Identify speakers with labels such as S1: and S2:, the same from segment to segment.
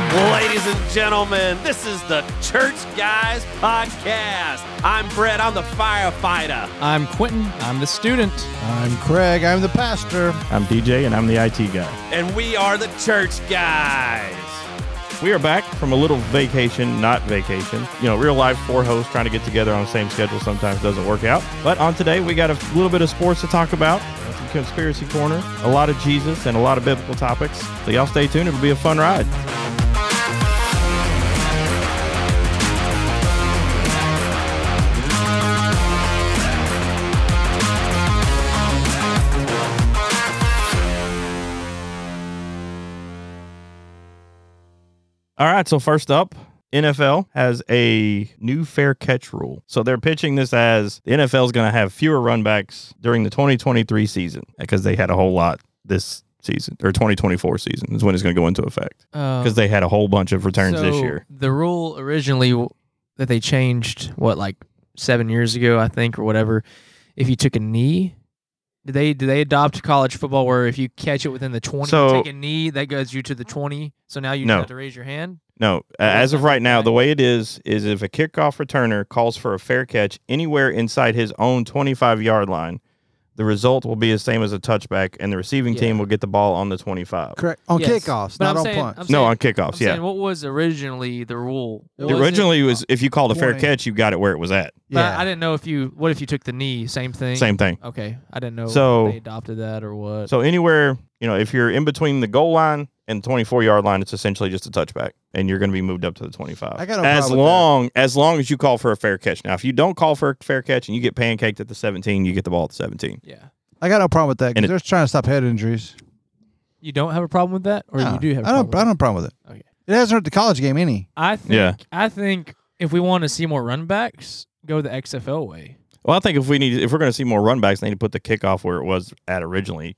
S1: Ladies and gentlemen, this is the Church Guys Podcast. I'm Brett, I'm the firefighter.
S2: I'm Quentin. I'm the student.
S3: I'm Craig. I'm the pastor.
S4: I'm DJ, and I'm the IT guy.
S1: and we are the church guys.
S4: We are back from a little vacation, not vacation. You know, real life four hosts trying to get together on the same schedule sometimes doesn't work out. But on today, we got a little bit of sports to talk about, some conspiracy corner, a lot of Jesus, and a lot of biblical topics. So y'all stay tuned. It'll be a fun ride. All right. So first up, NFL has a new fair catch rule. So they're pitching this as the NFL is going to have fewer run backs during the 2023 season because they had a whole lot this season or 2024 season is when it's going to go into effect because they had a whole bunch of returns this year.
S2: Oh, The rule originally w- that they changed, what, like seven years ago, I think, or whatever, if you took a knee, did they did they adopt college football where if you catch it within the 20,
S4: So-
S2: take a knee, that goes you to the 20? So now you just
S4: No.
S2: have to raise your hand?
S4: No, a- as of right now, the way it is is if a kickoff returner calls for a fair catch anywhere inside his own 25 yard line, the result will be the same as a touchback, and the receiving
S2: Yeah.
S4: team will get the ball on the 25.
S3: Correct. On
S2: Yes.
S3: kickoffs,
S2: But
S3: not
S2: I'm
S3: on
S2: saying- um,
S3: punts.
S2: I'm
S4: No,
S2: saying-
S4: on kickoffs,
S2: I'm
S4: yeah.
S2: saying, what was originally the rule?
S3: It
S2: Was it-
S4: Originally, it was if you called a fair
S3: 20.
S4: catch, you got it where it was at.
S2: but
S3: yeah.
S2: I didn't know if you, what if you took the knee? Same thing?
S4: Same thing.
S2: Okay. I didn't know
S4: So-
S2: if they adopted that or what.
S4: So anywhere, you know, if you're in between the goal line and 24 yard line, it's essentially just a touchback, and you're going to be moved up to the 25.
S3: I got no
S4: as
S3: problem with that.
S4: long as long as you call for a fair catch. Now, if you don't call for a fair catch and you get pancaked at the 17, you get the ball at the 17.
S2: yeah.
S3: I got no problem with that
S4: And
S3: because
S4: it-
S3: they're trying to stop head injuries.
S2: You don't have a problem with that, or
S3: Nah,
S2: you do have. a
S3: I don't.
S2: problem with
S3: I don't have a problem with it.
S2: Okay.
S3: It hasn't hurt the college game any.
S2: that? I think.
S4: Yeah.
S2: I think if we want to see more run backs, go the XFL way.
S4: Well, I think if we need, if we're going to see more run backs, they need to put the kickoff where it was at originally,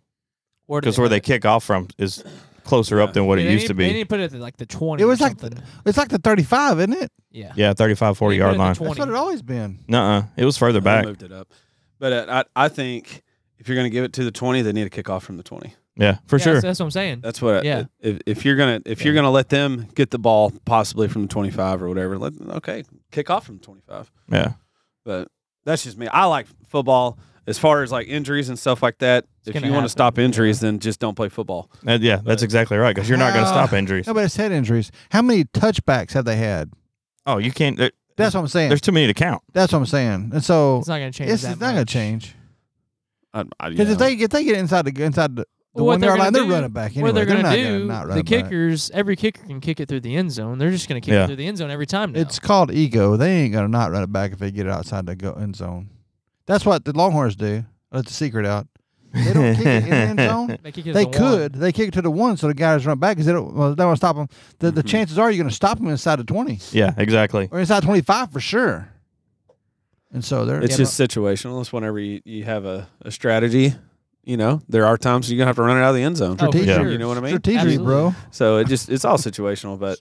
S2: Or do
S4: because where
S2: have
S4: they
S2: it-
S4: kick off from is closer up than what
S2: Yeah,
S4: it
S2: they
S4: used
S2: need-
S4: to
S2: They
S4: be.
S2: need to put it at like the twenty.
S3: It
S2: It was
S3: was like-
S2: something.
S3: It's like the 35, isn't it?
S2: yeah.
S4: Yeah, 35, 40
S2: They put it
S4: yard
S2: at
S4: line.
S2: the
S3: That's what
S2: 20.
S3: it always been.
S4: Nuh-uh. It was further
S5: They
S4: back.
S5: moved it up. But uh, I, I think if you're going to give it to the 20, they need to kick off from the 20.
S4: Yeah, for
S2: Yeah,
S4: sure.
S2: That's, that's what I'm saying.
S5: That's what.
S2: Yeah.
S5: if, if you're gonna if you're gonna let them get the ball possibly from the 25 or whatever, let okay kick off from 25.
S4: yeah.
S5: But that's just me. I like football. As far as like injuries and stuff like that, if
S2: gonna
S5: you want
S2: happen.
S5: to stop injuries, then just don't play football.
S4: Uh, yeah, that's exactly right. Because you're not going to
S3: How-
S4: stop injuries.
S3: No, but it's head injuries. How many touchbacks have they had?
S4: Oh, you can't. There,
S3: That's what I'm saying.
S4: there's too many to count.
S3: That's what I'm saying. And so
S2: It's not going to change.
S3: it's,
S2: that
S3: it's not going
S2: much.
S3: to change
S5: I, I,
S3: because
S5: yeah.
S3: if they if they get inside the inside the, the
S2: What
S3: one
S2: they're
S3: yard line,
S2: gonna
S3: they're
S2: do-
S3: running back anyway.
S2: What they're going to
S3: not
S2: do?
S3: not
S2: the
S3: running back.
S2: kickers, every kicker can kick it through the end zone. They're just going to kick
S4: Yeah.
S2: it through the end zone every time. Now.
S3: It's called ego. They ain't gonna not run it back if they get it outside the go end zone. That's what the Longhorns do. Let the secret out. They don't kick it in the end zone.
S2: they, kick it to
S3: They
S2: the one.
S3: could. They kick it to the one, so the guys run back because they don't. Well, they want to stop them. The, the
S2: Mm-hmm.
S3: chances are you're gonna stop them inside the twenty
S4: Yeah, exactly.
S3: or inside twenty five for sure. And so they're
S5: It's
S3: yeah,
S5: just situational. It's whenever you, you have a, a strategy, you know, there are times you're gonna have to run it out of the end zone.
S2: Oh, for
S3: Strategic.
S2: sure.
S5: You know what I mean?
S3: strategic, bro.
S5: So it just it's all situational, but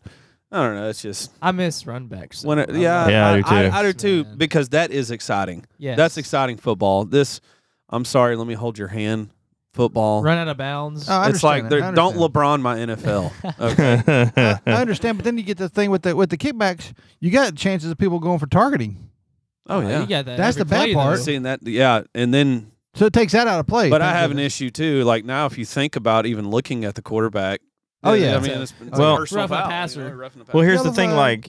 S5: I don't know. It's just
S2: I miss run backs.
S5: when it,
S2: though.
S5: yeah,
S2: I'm
S4: Yeah, I
S2: not-
S4: do too.
S5: I, I do too
S2: Man.
S5: because that is exciting.
S2: Yes.
S5: That's exciting football. This, I'm sorry, let me hold your hand. Football.
S2: Run out of bounds.
S3: Oh, I
S5: It's like
S3: understand
S5: they're-
S3: that. I
S5: don't LeBron
S3: understand.
S5: my NFL. Okay.
S3: I, I
S4: yeah,
S3: understand, but then you get the thing with the with the kickbacks. You got chances of people going for targeting,
S5: oh
S2: You
S5: yeah.
S2: got that
S3: That's
S2: every
S3: the bad
S2: play, though.
S3: part.
S5: I've seen that. Yeah, and then
S3: so it takes that out of play.
S5: but I
S3: Thank
S5: have an
S3: goodness.
S5: issue too. Like now, if you think about even looking at the quarterback. uh,
S3: Oh, yeah.
S5: I mean, it's, it's
S4: Well-
S5: a personal
S2: Roughing the
S5: foul, you
S2: passer.
S5: know, roughing the passer.
S4: Well, here's the
S3: Yellow
S4: thing.
S3: flag.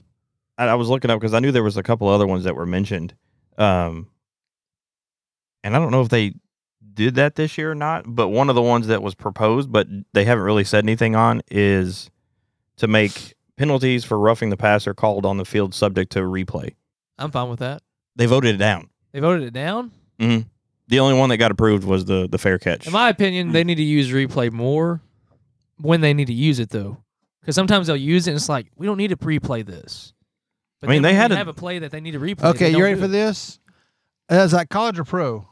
S4: Like, I, I was looking up because I knew there was a couple other ones that were mentioned, um, and I don't know if they did that this year or not. But one of the ones that was proposed, but they haven't really said anything on, is to make penalties for roughing the passer called on the field subject to replay.
S2: I'm fine with that.
S4: They voted it down.
S2: They voted it down.
S4: The only one that got approved was the the fair catch.
S2: In my opinion, they need to use replay more when they need to use it, though, because sometimes they'll use it and it's like we don't need to replay this. But
S4: I mean,
S2: then
S4: they
S2: when
S4: had
S2: you
S4: a-
S2: have a play that they need to replay. they
S3: Okay, you
S2: don't
S3: ready
S2: do
S3: for
S2: it.
S3: this? Is that college or pro?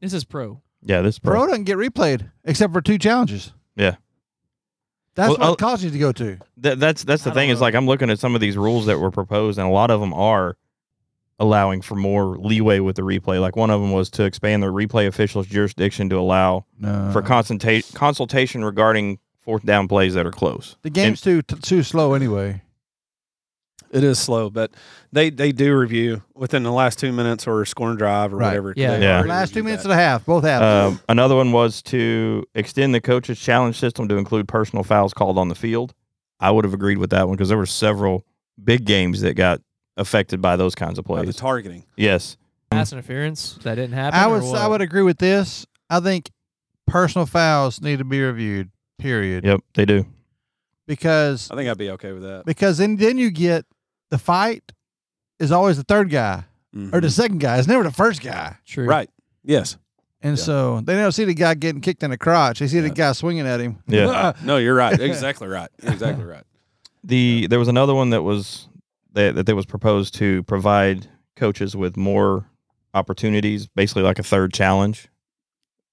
S2: This is pro.
S4: yeah, this
S3: Pro doesn't get replayed except for two challenges.
S4: Yeah.
S3: That's
S4: Well,
S3: what
S4: I'll-
S3: college needs to go to.
S4: That, that's that's the
S2: I
S4: thing
S2: don't
S4: is
S2: know.
S4: like I'm looking at some of these rules that were proposed, and a lot of them are allowing for more leeway with the replay. Like one of them was to expand the replay official's jurisdiction to allow
S3: No.
S2: Uh-huh.
S4: for consulta- consultation regarding fourth down plays that are close.
S3: the game's too t- too slow anyway.
S5: It is slow, but they they do review within the last two minutes or scoring drive or
S3: Right.
S5: whatever.
S2: Yeah.
S5: They
S4: Yeah.
S5: already
S3: Last two
S5: reviewed
S3: minutes
S5: that.
S3: and a half, both halves.
S4: Um, another one was to extend the coaches' challenge system to include personal fouls called on the field. I would have agreed with that one because there were several big games that got affected by those kinds of
S5: By the
S4: plays.
S5: targeting.
S4: yes.
S2: Pass interference that didn't happen.
S3: I
S2: or
S3: would I
S2: what?
S3: would agree with this. I think personal fouls need to be reviewed. Period.
S4: Yep. They do.
S3: Because
S5: I think I'd be okay with that.
S3: because then then you get the fight is always the third guy or the
S5: Mhm.
S3: second guy. It's never the first guy.
S2: True.
S5: right? Yes.
S3: And
S5: Yeah.
S3: so they don't see the guy getting kicked in the crotch. They see the
S5: Yeah.
S3: guy swinging at him.
S4: Yeah.
S5: No, you're right. Exactly right. Exactly right.
S4: The there was another one that was that that they was proposed to provide coaches with more opportunities, basically like a third challenge.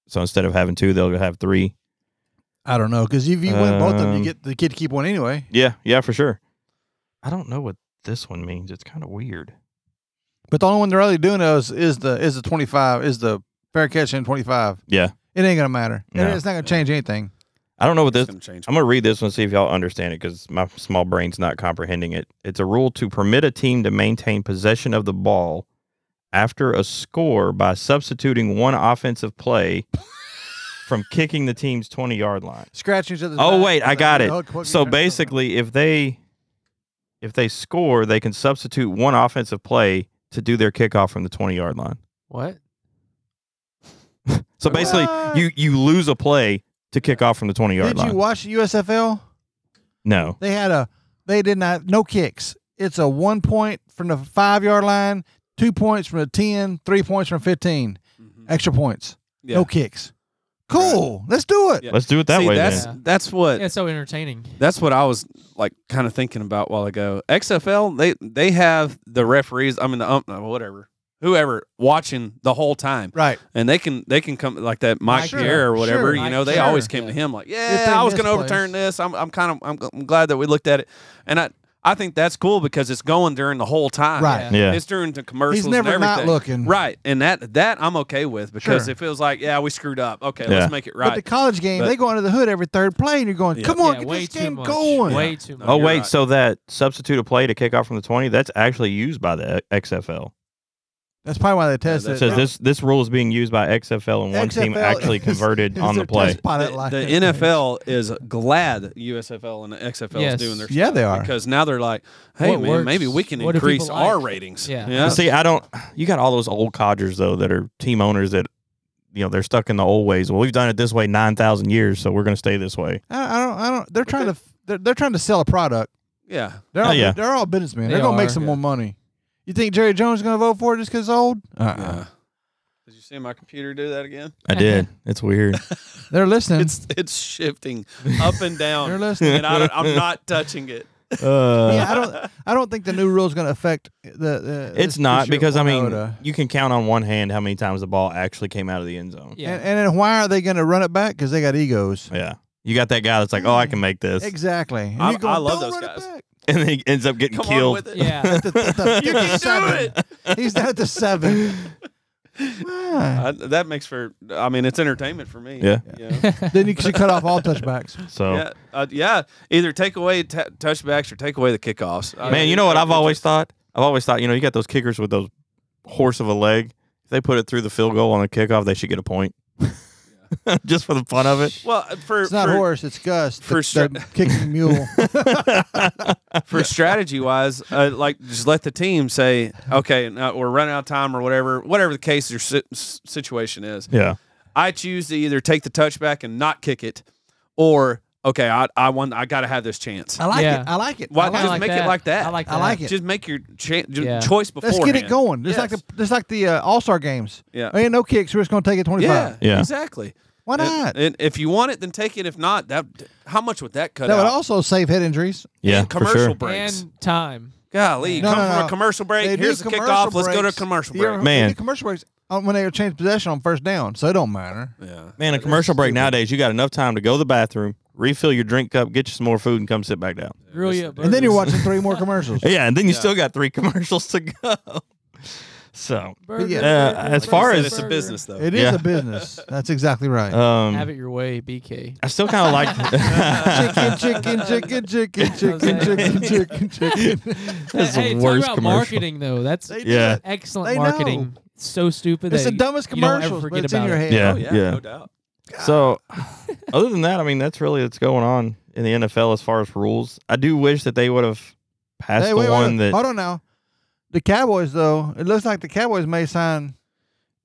S4: So instead of having two, they'll have three.
S3: I don't know because if you win both of them, you
S4: Um,
S3: get the kid to keep one anyway.
S4: Yeah, yeah, for sure. I don't know what this one means. It's kind of weird.
S3: But the only one they're really doing is is the is the twenty five is the fair catch in twenty five.
S4: Yeah.
S3: It ain't gonna matter. It-
S4: No.
S3: It's not gonna change anything.
S4: I don't know what
S5: It's
S4: this
S5: gonna change.
S4: I'm going to read this one, see if y'all understand it because my small brain's not comprehending it. It's a rule to permit a team to maintain possession of the ball after a score by substituting one offensive play from kicking the team's 20 yard line.
S3: Scratching each other's.
S4: Oh,
S3: back.
S4: wait, I
S3: Like,
S4: got
S3: the
S4: it.
S3: hook- hook
S4: So
S3: each other.
S4: basically, if they if they score, they can substitute one offensive play to do their kickoff from the 20 yard line.
S2: What?
S4: So basically,
S3: What?
S4: you you lose a play to kick off from the 20 yard
S3: did
S4: line.
S3: you watch USFL?
S4: no.
S3: They had a they did not no kicks. It's a one point from the five yard line, two points from the 10, three points from fifteen,
S5: Mhm.
S3: extra points,
S5: Yeah.
S3: no kicks. Cool, let's do it.
S5: Yeah.
S4: Let's do it that
S5: See,
S4: way
S5: that's
S4: then.
S2: then.
S5: that's what
S2: Yeah, it's so entertaining.
S5: That's what I was like kind of thinking about a while ago. XFL, they they have the referees, I mean the ump, whatever, whoever watching the whole time,
S3: Right.
S5: and they can they can come like that Mike
S2: Sure,
S5: Pierre or whatever.
S3: sure,
S5: you
S2: Mike
S5: know, they
S2: Pierre.
S5: always came to
S2: Yeah.
S5: him like,
S3: they
S5: yeah, I was going to
S3: misplace.
S5: overturn this. I'm I'm kind of I'm, I'm glad that we looked at it, and I I think that's cool because it's going during the whole time.
S3: Right.
S4: Yeah.
S5: It's during the commercials.
S3: He's never
S5: and
S3: not
S5: everything.
S3: looking.
S5: Right, and that that I'm okay with because
S3: Sure.
S5: if it was like, yeah, we screwed up. Okay,
S4: Yeah.
S5: let's make it right.
S3: But the college game,
S5: But-
S3: they go under the hood every third play, and you're going,
S5: Yeah.
S3: "Come on,
S2: yeah,
S3: get
S2: way
S3: this
S2: too
S3: game
S2: much.
S3: going."
S2: Way too much.
S4: Oh
S5: You're
S4: wait,
S5: right.
S4: so that substitute a play to kick off from the twenty, that's actually used by the X- XFL.
S3: That's probably why they tested.
S4: It
S5: that's
S3: it.
S4: says this this rule is being used by XFL and one team
S3: XFL
S4: actually
S3: is-
S4: converted
S3: is
S4: on the
S3: their
S4: play.
S3: test pilot
S5: the,
S3: line.
S5: the NFL is glad that USFL and the XFL
S2: Yes.
S5: is doing their
S3: Yeah,
S5: stuff
S3: they are.
S5: because now they're like, hey
S2: What
S5: man,
S2: works?
S5: maybe we can
S2: What do people
S5: increase our
S2: like?
S5: ratings.
S2: Yeah.
S4: But See, I don't you got all those old codgers though that are team owners that you know, they're stuck in the old ways. Well, we've done it this way nine thousand years, so we're gonna stay this way.
S3: I, I don't. I don't. They're
S5: But
S3: trying
S5: they-
S3: to. They're, they're trying to sell a product.
S5: yeah.
S3: They're
S4: Oh,
S3: all.
S4: yeah.
S3: They're all businessmen.
S2: They
S3: They're gonna
S2: are.
S3: make some more money. You think Jerry Jones is gonna vote for it just because it's old? Uh-uh.
S5: Yeah. Did you see my computer do that again?
S4: I did. it's weird.
S3: They're listening.
S5: It's it's shifting up and
S3: they're
S5: down,
S3: listening.
S5: and I don't, I'm not touching it.
S4: Uh,
S3: yeah, I don't. I don't think the new rule is gonna affect the. the
S4: it's
S3: this
S4: not
S3: issue of
S4: because I mean
S3: Winota.
S4: you can count on one hand how many times the ball actually came out of the end zone.
S2: Yeah.
S3: And, and then why are they gonna run it back? Because they got egos.
S4: Yeah. You got that guy that's like, Oh, I can make this
S3: Exactly. And
S5: I-
S3: you're going,
S5: I love
S3: "Don't
S5: those
S3: run it
S5: guys."
S3: back."
S4: and then he ends up getting
S5: Come on
S4: killed.
S5: with it.
S2: yeah.
S3: The- the- the
S5: You can do
S3: 57.
S5: it.
S3: He's down at the seven. Man.
S5: I, that makes for. I mean, it's entertainment for me.
S4: Yeah. Oh.
S5: You know?
S3: then you should cut off all touchbacks.
S4: So
S5: Yeah, uh, yeah. Either take away t- touchbacks or take away the kickoffs. I
S4: Man,
S5: mean,
S4: you know what I've
S5: it's-
S4: always thought? I've always thought, you know, you got those kickers with those horse of a leg. If they put it through the field goal on a kickoff, they should get a point. Just for the fun of it.
S5: Well, uh, for
S3: It's not
S5: for,
S3: horse, it's Gus.
S5: for
S3: For
S5: stra-
S3: the, the kicking mule.
S5: for strategy wise, uh, like just let the team say, okay, now we're running out of time or whatever, whatever the case or si- s- situation is.
S4: Yeah.
S5: I choose to either take the touchback and not kick it, or okay, I I want I got to have this chance.
S3: I like
S2: Yeah.
S3: it. I like it.
S5: Why
S3: I
S5: not
S3: like
S5: just
S3: it.
S5: make it like that?
S2: I like that.
S3: I like it.
S5: Just make your cha- ju-
S2: Yeah.
S5: choice before.
S3: Let's get it going. Just like the just like the uh, All Star games.
S5: Yeah.
S3: Ain't no kicks. We're just gonna take it twenty five.
S5: Yeah,
S4: Yeah.
S5: exactly.
S3: Why not?
S5: And, and if you want it, then take it. If not, that how much would that cut
S3: that
S5: out?
S3: would also save head injuries.
S4: Yeah. for
S5: commercial
S4: sure.
S5: breaks.
S2: And time.
S5: Golly,
S3: No,
S5: come
S3: no,
S5: from
S3: no.
S5: a commercial break.
S3: They do
S5: Here's the
S3: commercial
S5: kickoff. Let's go to a
S3: breaks.
S5: commercial
S3: You ever-
S5: break.
S4: Man.
S3: they do commercial breaks uh, when they change possession on first down, so it don't matter.
S5: Yeah.
S4: Man, a commercial break nowadays, you got enough time to go to the bathroom, refill your drink cup, get you some more food, and come sit back down.
S2: Grill you a
S3: And then you're
S2: burger.
S3: watching three more commercials.
S4: Yeah, and then you
S5: Yeah.
S4: still got three commercials to go. So
S2: Burger,
S3: yeah.
S4: Uh, as
S2: burger,
S4: far
S5: Said
S4: as-
S5: it's a
S2: burger.
S5: business though.
S3: It is
S4: Yeah.
S3: a business. That's exactly right.
S2: have
S4: um,
S2: it your way, BK.
S4: I still kind of like
S3: chicken, chicken, chicken, chicken, chicken, chicken, chicken, chicken.
S4: That's the
S2: hey, talk
S4: worst
S2: about
S4: commercial.
S2: marketing though. That's
S3: They do
S4: Yeah.
S3: it.
S2: excellent
S3: They know.
S2: marketing. So stupid.
S3: It's
S2: that
S3: the dumbest
S2: you don't ever
S3: commercial, but
S2: forget
S3: it's in
S2: about
S3: your
S2: it.
S3: head.
S4: Yeah.
S5: oh yeah, no doubt.
S4: So, other than that, I mean, that's really what's going on in the NFL as far as rules. I do wish that they would have passed
S3: Hey,
S4: the
S3: wait, wait,
S4: one
S3: wait.
S4: that.
S3: Hold on now. The Cowboys, though, it looks like the Cowboys may sign.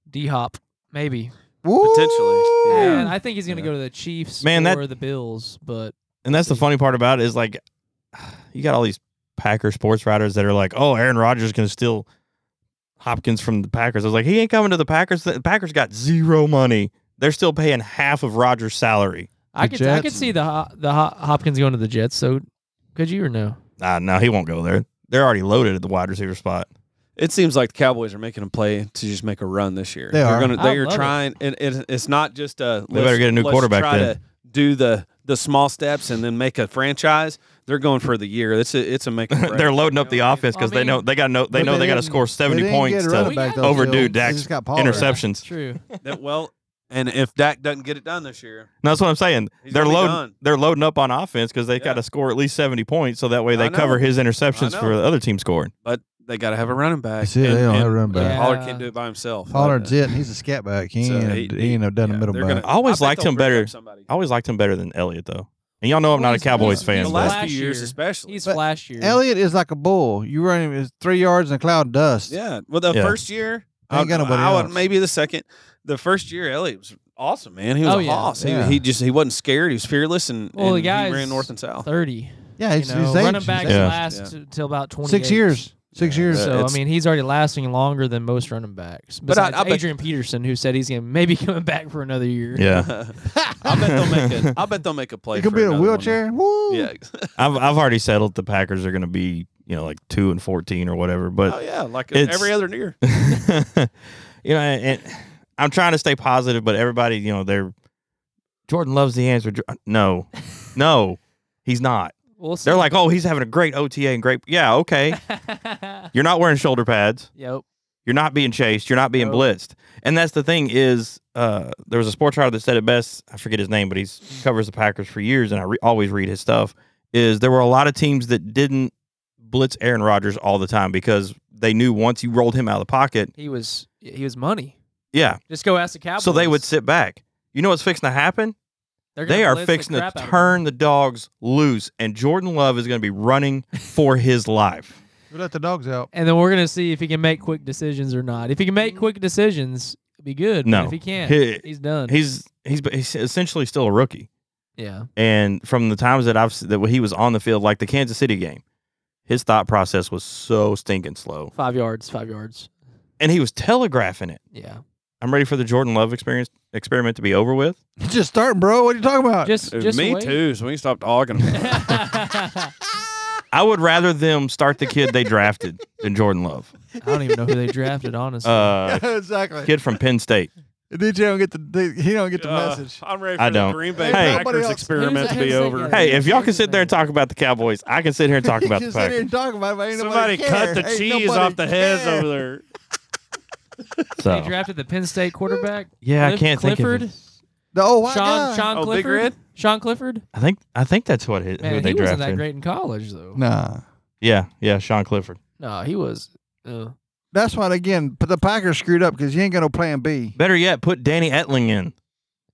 S2: D Hop, maybe.
S5: Potentially.
S3: Woo!
S5: Yeah.
S2: And I think he's gonna
S5: Yeah.
S2: go to the Chiefs
S4: Man, that-
S2: or the Bills, but
S4: And that's the funny part about it is like, you got all these Packer sports writers that are like, "Oh, Aaron Rodgers can steal Hopkins from the Packers." I was like, he ain't coming to the Packers. The Packers got zero money. They're still paying half of Rodgers' salary.
S2: I
S3: The
S2: could I could
S3: Jets.
S2: see the Ho- the Ho- Hopkins going to the Jets. So could you or no?
S4: Nah, no, he won't go there. They're already loaded at the wide receiver spot.
S5: It seems like the Cowboys are making a play to just make a run this year.
S3: They
S5: They're
S3: are.
S5: gonna
S2: I
S5: they are
S2: love it.
S5: trying and it, it's not just a
S4: They better get a new
S5: let's
S4: quarterback
S5: try
S4: then.
S5: to do the the small steps and then make a franchise. They're going for the year. It's a it's a make or break.
S4: They're loading up the offense because they know they got no. They
S3: But
S4: know
S3: they
S4: they got to
S3: didn't-
S4: score
S3: They
S4: seventy
S3: didn't
S4: points
S3: get a
S4: to
S3: running back, though,
S4: overdo
S3: Phil. They
S4: Dak's
S3: just got Pollard.
S4: interceptions.
S2: True.
S5: that well and if Dak doesn't get it done this year,
S4: No, that's what I'm saying.
S5: He's
S4: they're
S5: gonna be
S4: loading.
S5: done.
S4: They're loading up on offense because they
S5: Yeah.
S4: got to score at least seventy points, so that way they
S5: I know.
S4: cover his
S5: I
S4: interceptions
S5: know.
S4: for the other team scoring.
S5: but they gotta have a running back.
S3: That's it. They don't have a running
S2: back.
S5: Pollard
S2: Yeah.
S5: can't do it by himself.
S3: Pollard's
S5: Like,
S3: it. and He's a scat back. He
S5: So
S3: ain't,
S5: he-
S3: he ain't done
S5: yeah,
S3: a middle
S5: they're
S3: back.
S5: gonna-
S4: I always
S5: bet
S4: liked
S5: they'll
S4: him
S5: bring
S4: better.
S5: up somebody.
S4: I always liked him better than Elliott, though. And y'all know I'm not a
S2: He's-
S4: Cowboys
S2: he's-
S4: fan,
S5: The
S2: The
S4: but
S5: last few years,
S2: year.
S5: especially.
S2: He's
S3: But
S2: flash year.
S3: Elliott is like a bull. You run him it's three yards in a cloud of dust.
S5: Yeah. Well, the
S4: Yeah.
S5: first year,
S3: Ain't
S5: I,
S3: got nobody
S5: I would
S3: else.
S5: maybe the second. The first year, Elliot was awesome, man. He was
S2: Oh,
S5: a
S2: yeah.
S5: hoss.
S3: Yeah.
S5: He, he just he wasn't scared. He was fearless, and,
S2: Well, the
S5: and
S2: guy's
S5: he ran north and south.
S2: Thirty.
S3: yeah. He's,
S2: you know,
S3: he's age.
S2: running
S3: He's
S2: backs
S3: age.
S4: Yeah.
S2: last till about twenty
S3: Six years. Six
S5: Yeah.
S3: years.
S5: Uh,
S2: So I
S5: it's-
S2: mean, he's already lasting longer than most running backs.
S5: But I-
S2: Besides
S5: I bet-
S2: Adrian Peterson, who said he's gonna maybe coming back for another year.
S4: yeah,
S5: I bet they'll make a. I bet they'll make a play.
S3: He could
S5: for
S3: be in a
S5: another one.
S3: wheelchair. Woo!
S5: Yeah.
S4: I've I've already settled the Packers are going to be you know like two and fourteen or whatever, but
S5: Oh yeah, like
S4: It's-
S5: every other year.
S4: you know, and, and I'm trying to stay positive, but everybody, you know, they're Jordan loves the answer. Jo- No, no, he's not.
S2: We'll see.
S4: They're like, oh, he's having a great OTA and great. Yeah, okay. You're not wearing shoulder pads.
S2: yep.
S4: You're not being chased. You're not being
S2: No.
S4: blitzed. And that's the thing is, uh, there was a sports writer that said it best. I forget his name, but he's covers the Packers for years, and I re- always read his stuff. Is there were a lot of teams that didn't blitz Aaron Rodgers all the time because they knew once you rolled him out of the pocket,
S2: He was he was money.
S4: yeah,
S2: Just go ask the Cowboys.
S4: so they would sit back. You know what's fixing to happen?
S2: They're gonna
S4: They are
S2: blitz the
S4: fixing to
S2: crap out of him.
S4: turn the dogs loose, and Jordan Love is going to be running for his life.
S3: We let the dogs out.
S2: and then we're gonna see if he can make quick decisions or not. If he can make quick decisions, it'd be good. but
S4: Mm-hmm. No.
S2: if he can't,
S4: He-
S2: he's done.
S4: He's he's he's essentially still a rookie.
S2: yeah,
S4: And from the times that I've s- that he was on the field, like the Kansas City game, his thought process was so stinking slow,
S2: five yards, five yards.
S4: and he was telegraphing it.
S2: Yeah,
S4: I'm ready for the Jordan Love experience experiment to be over with.
S3: Just starting, bro. What are you talking
S4: Uh,
S3: about?
S2: just
S5: Dude,
S2: just
S5: me
S2: wait.
S5: too. So we can stop talking. About it.
S2: I
S4: I would rather them start the kid they drafted than Jordan Love,
S2: don't even know who they drafted. Honestly,
S4: uh,
S3: exactly.
S4: kid from Penn State.
S3: DJ don't get the he don't get the
S5: Uh,
S3: message.
S5: I'm ready for
S4: I
S5: the
S4: don't.
S5: Green Bay
S4: Hey.
S3: Nobody
S5: Packers
S3: else-
S5: experiment
S2: Who's
S5: to
S2: the-
S5: be
S2: who's the
S5: over.
S2: guy?
S4: Hey, if y'all can sit there and talk about the Cowboys, I can sit here and talk about
S3: you
S4: the
S3: sit here
S4: Packers.
S3: and talk about it, but ain't
S5: Somebody
S3: nobody
S5: cut the
S3: care. Ain't
S5: cheese
S3: nobody
S5: off the heads
S3: care.
S5: over there.
S2: they
S4: So
S2: drafted the Penn State quarterback.
S4: yeah, I
S2: Cliff-
S4: can't think
S2: Clifford.
S4: of. His,
S3: The old white
S2: Sean
S3: guy.
S2: Sean
S5: Oh, Big
S2: Clifford.
S5: Red?
S2: Sean Clifford.
S4: I think I think that's what his,
S2: Man,
S4: who
S2: he
S4: they
S2: wasn't
S4: drafted.
S2: that great in college though.
S3: Nah,
S4: Yeah, yeah, Sean Clifford.
S2: No, he was. Uh,
S3: that's why again. But the Packers screwed up because you ain't got no plan B.
S4: Better yet, put Danny Etling in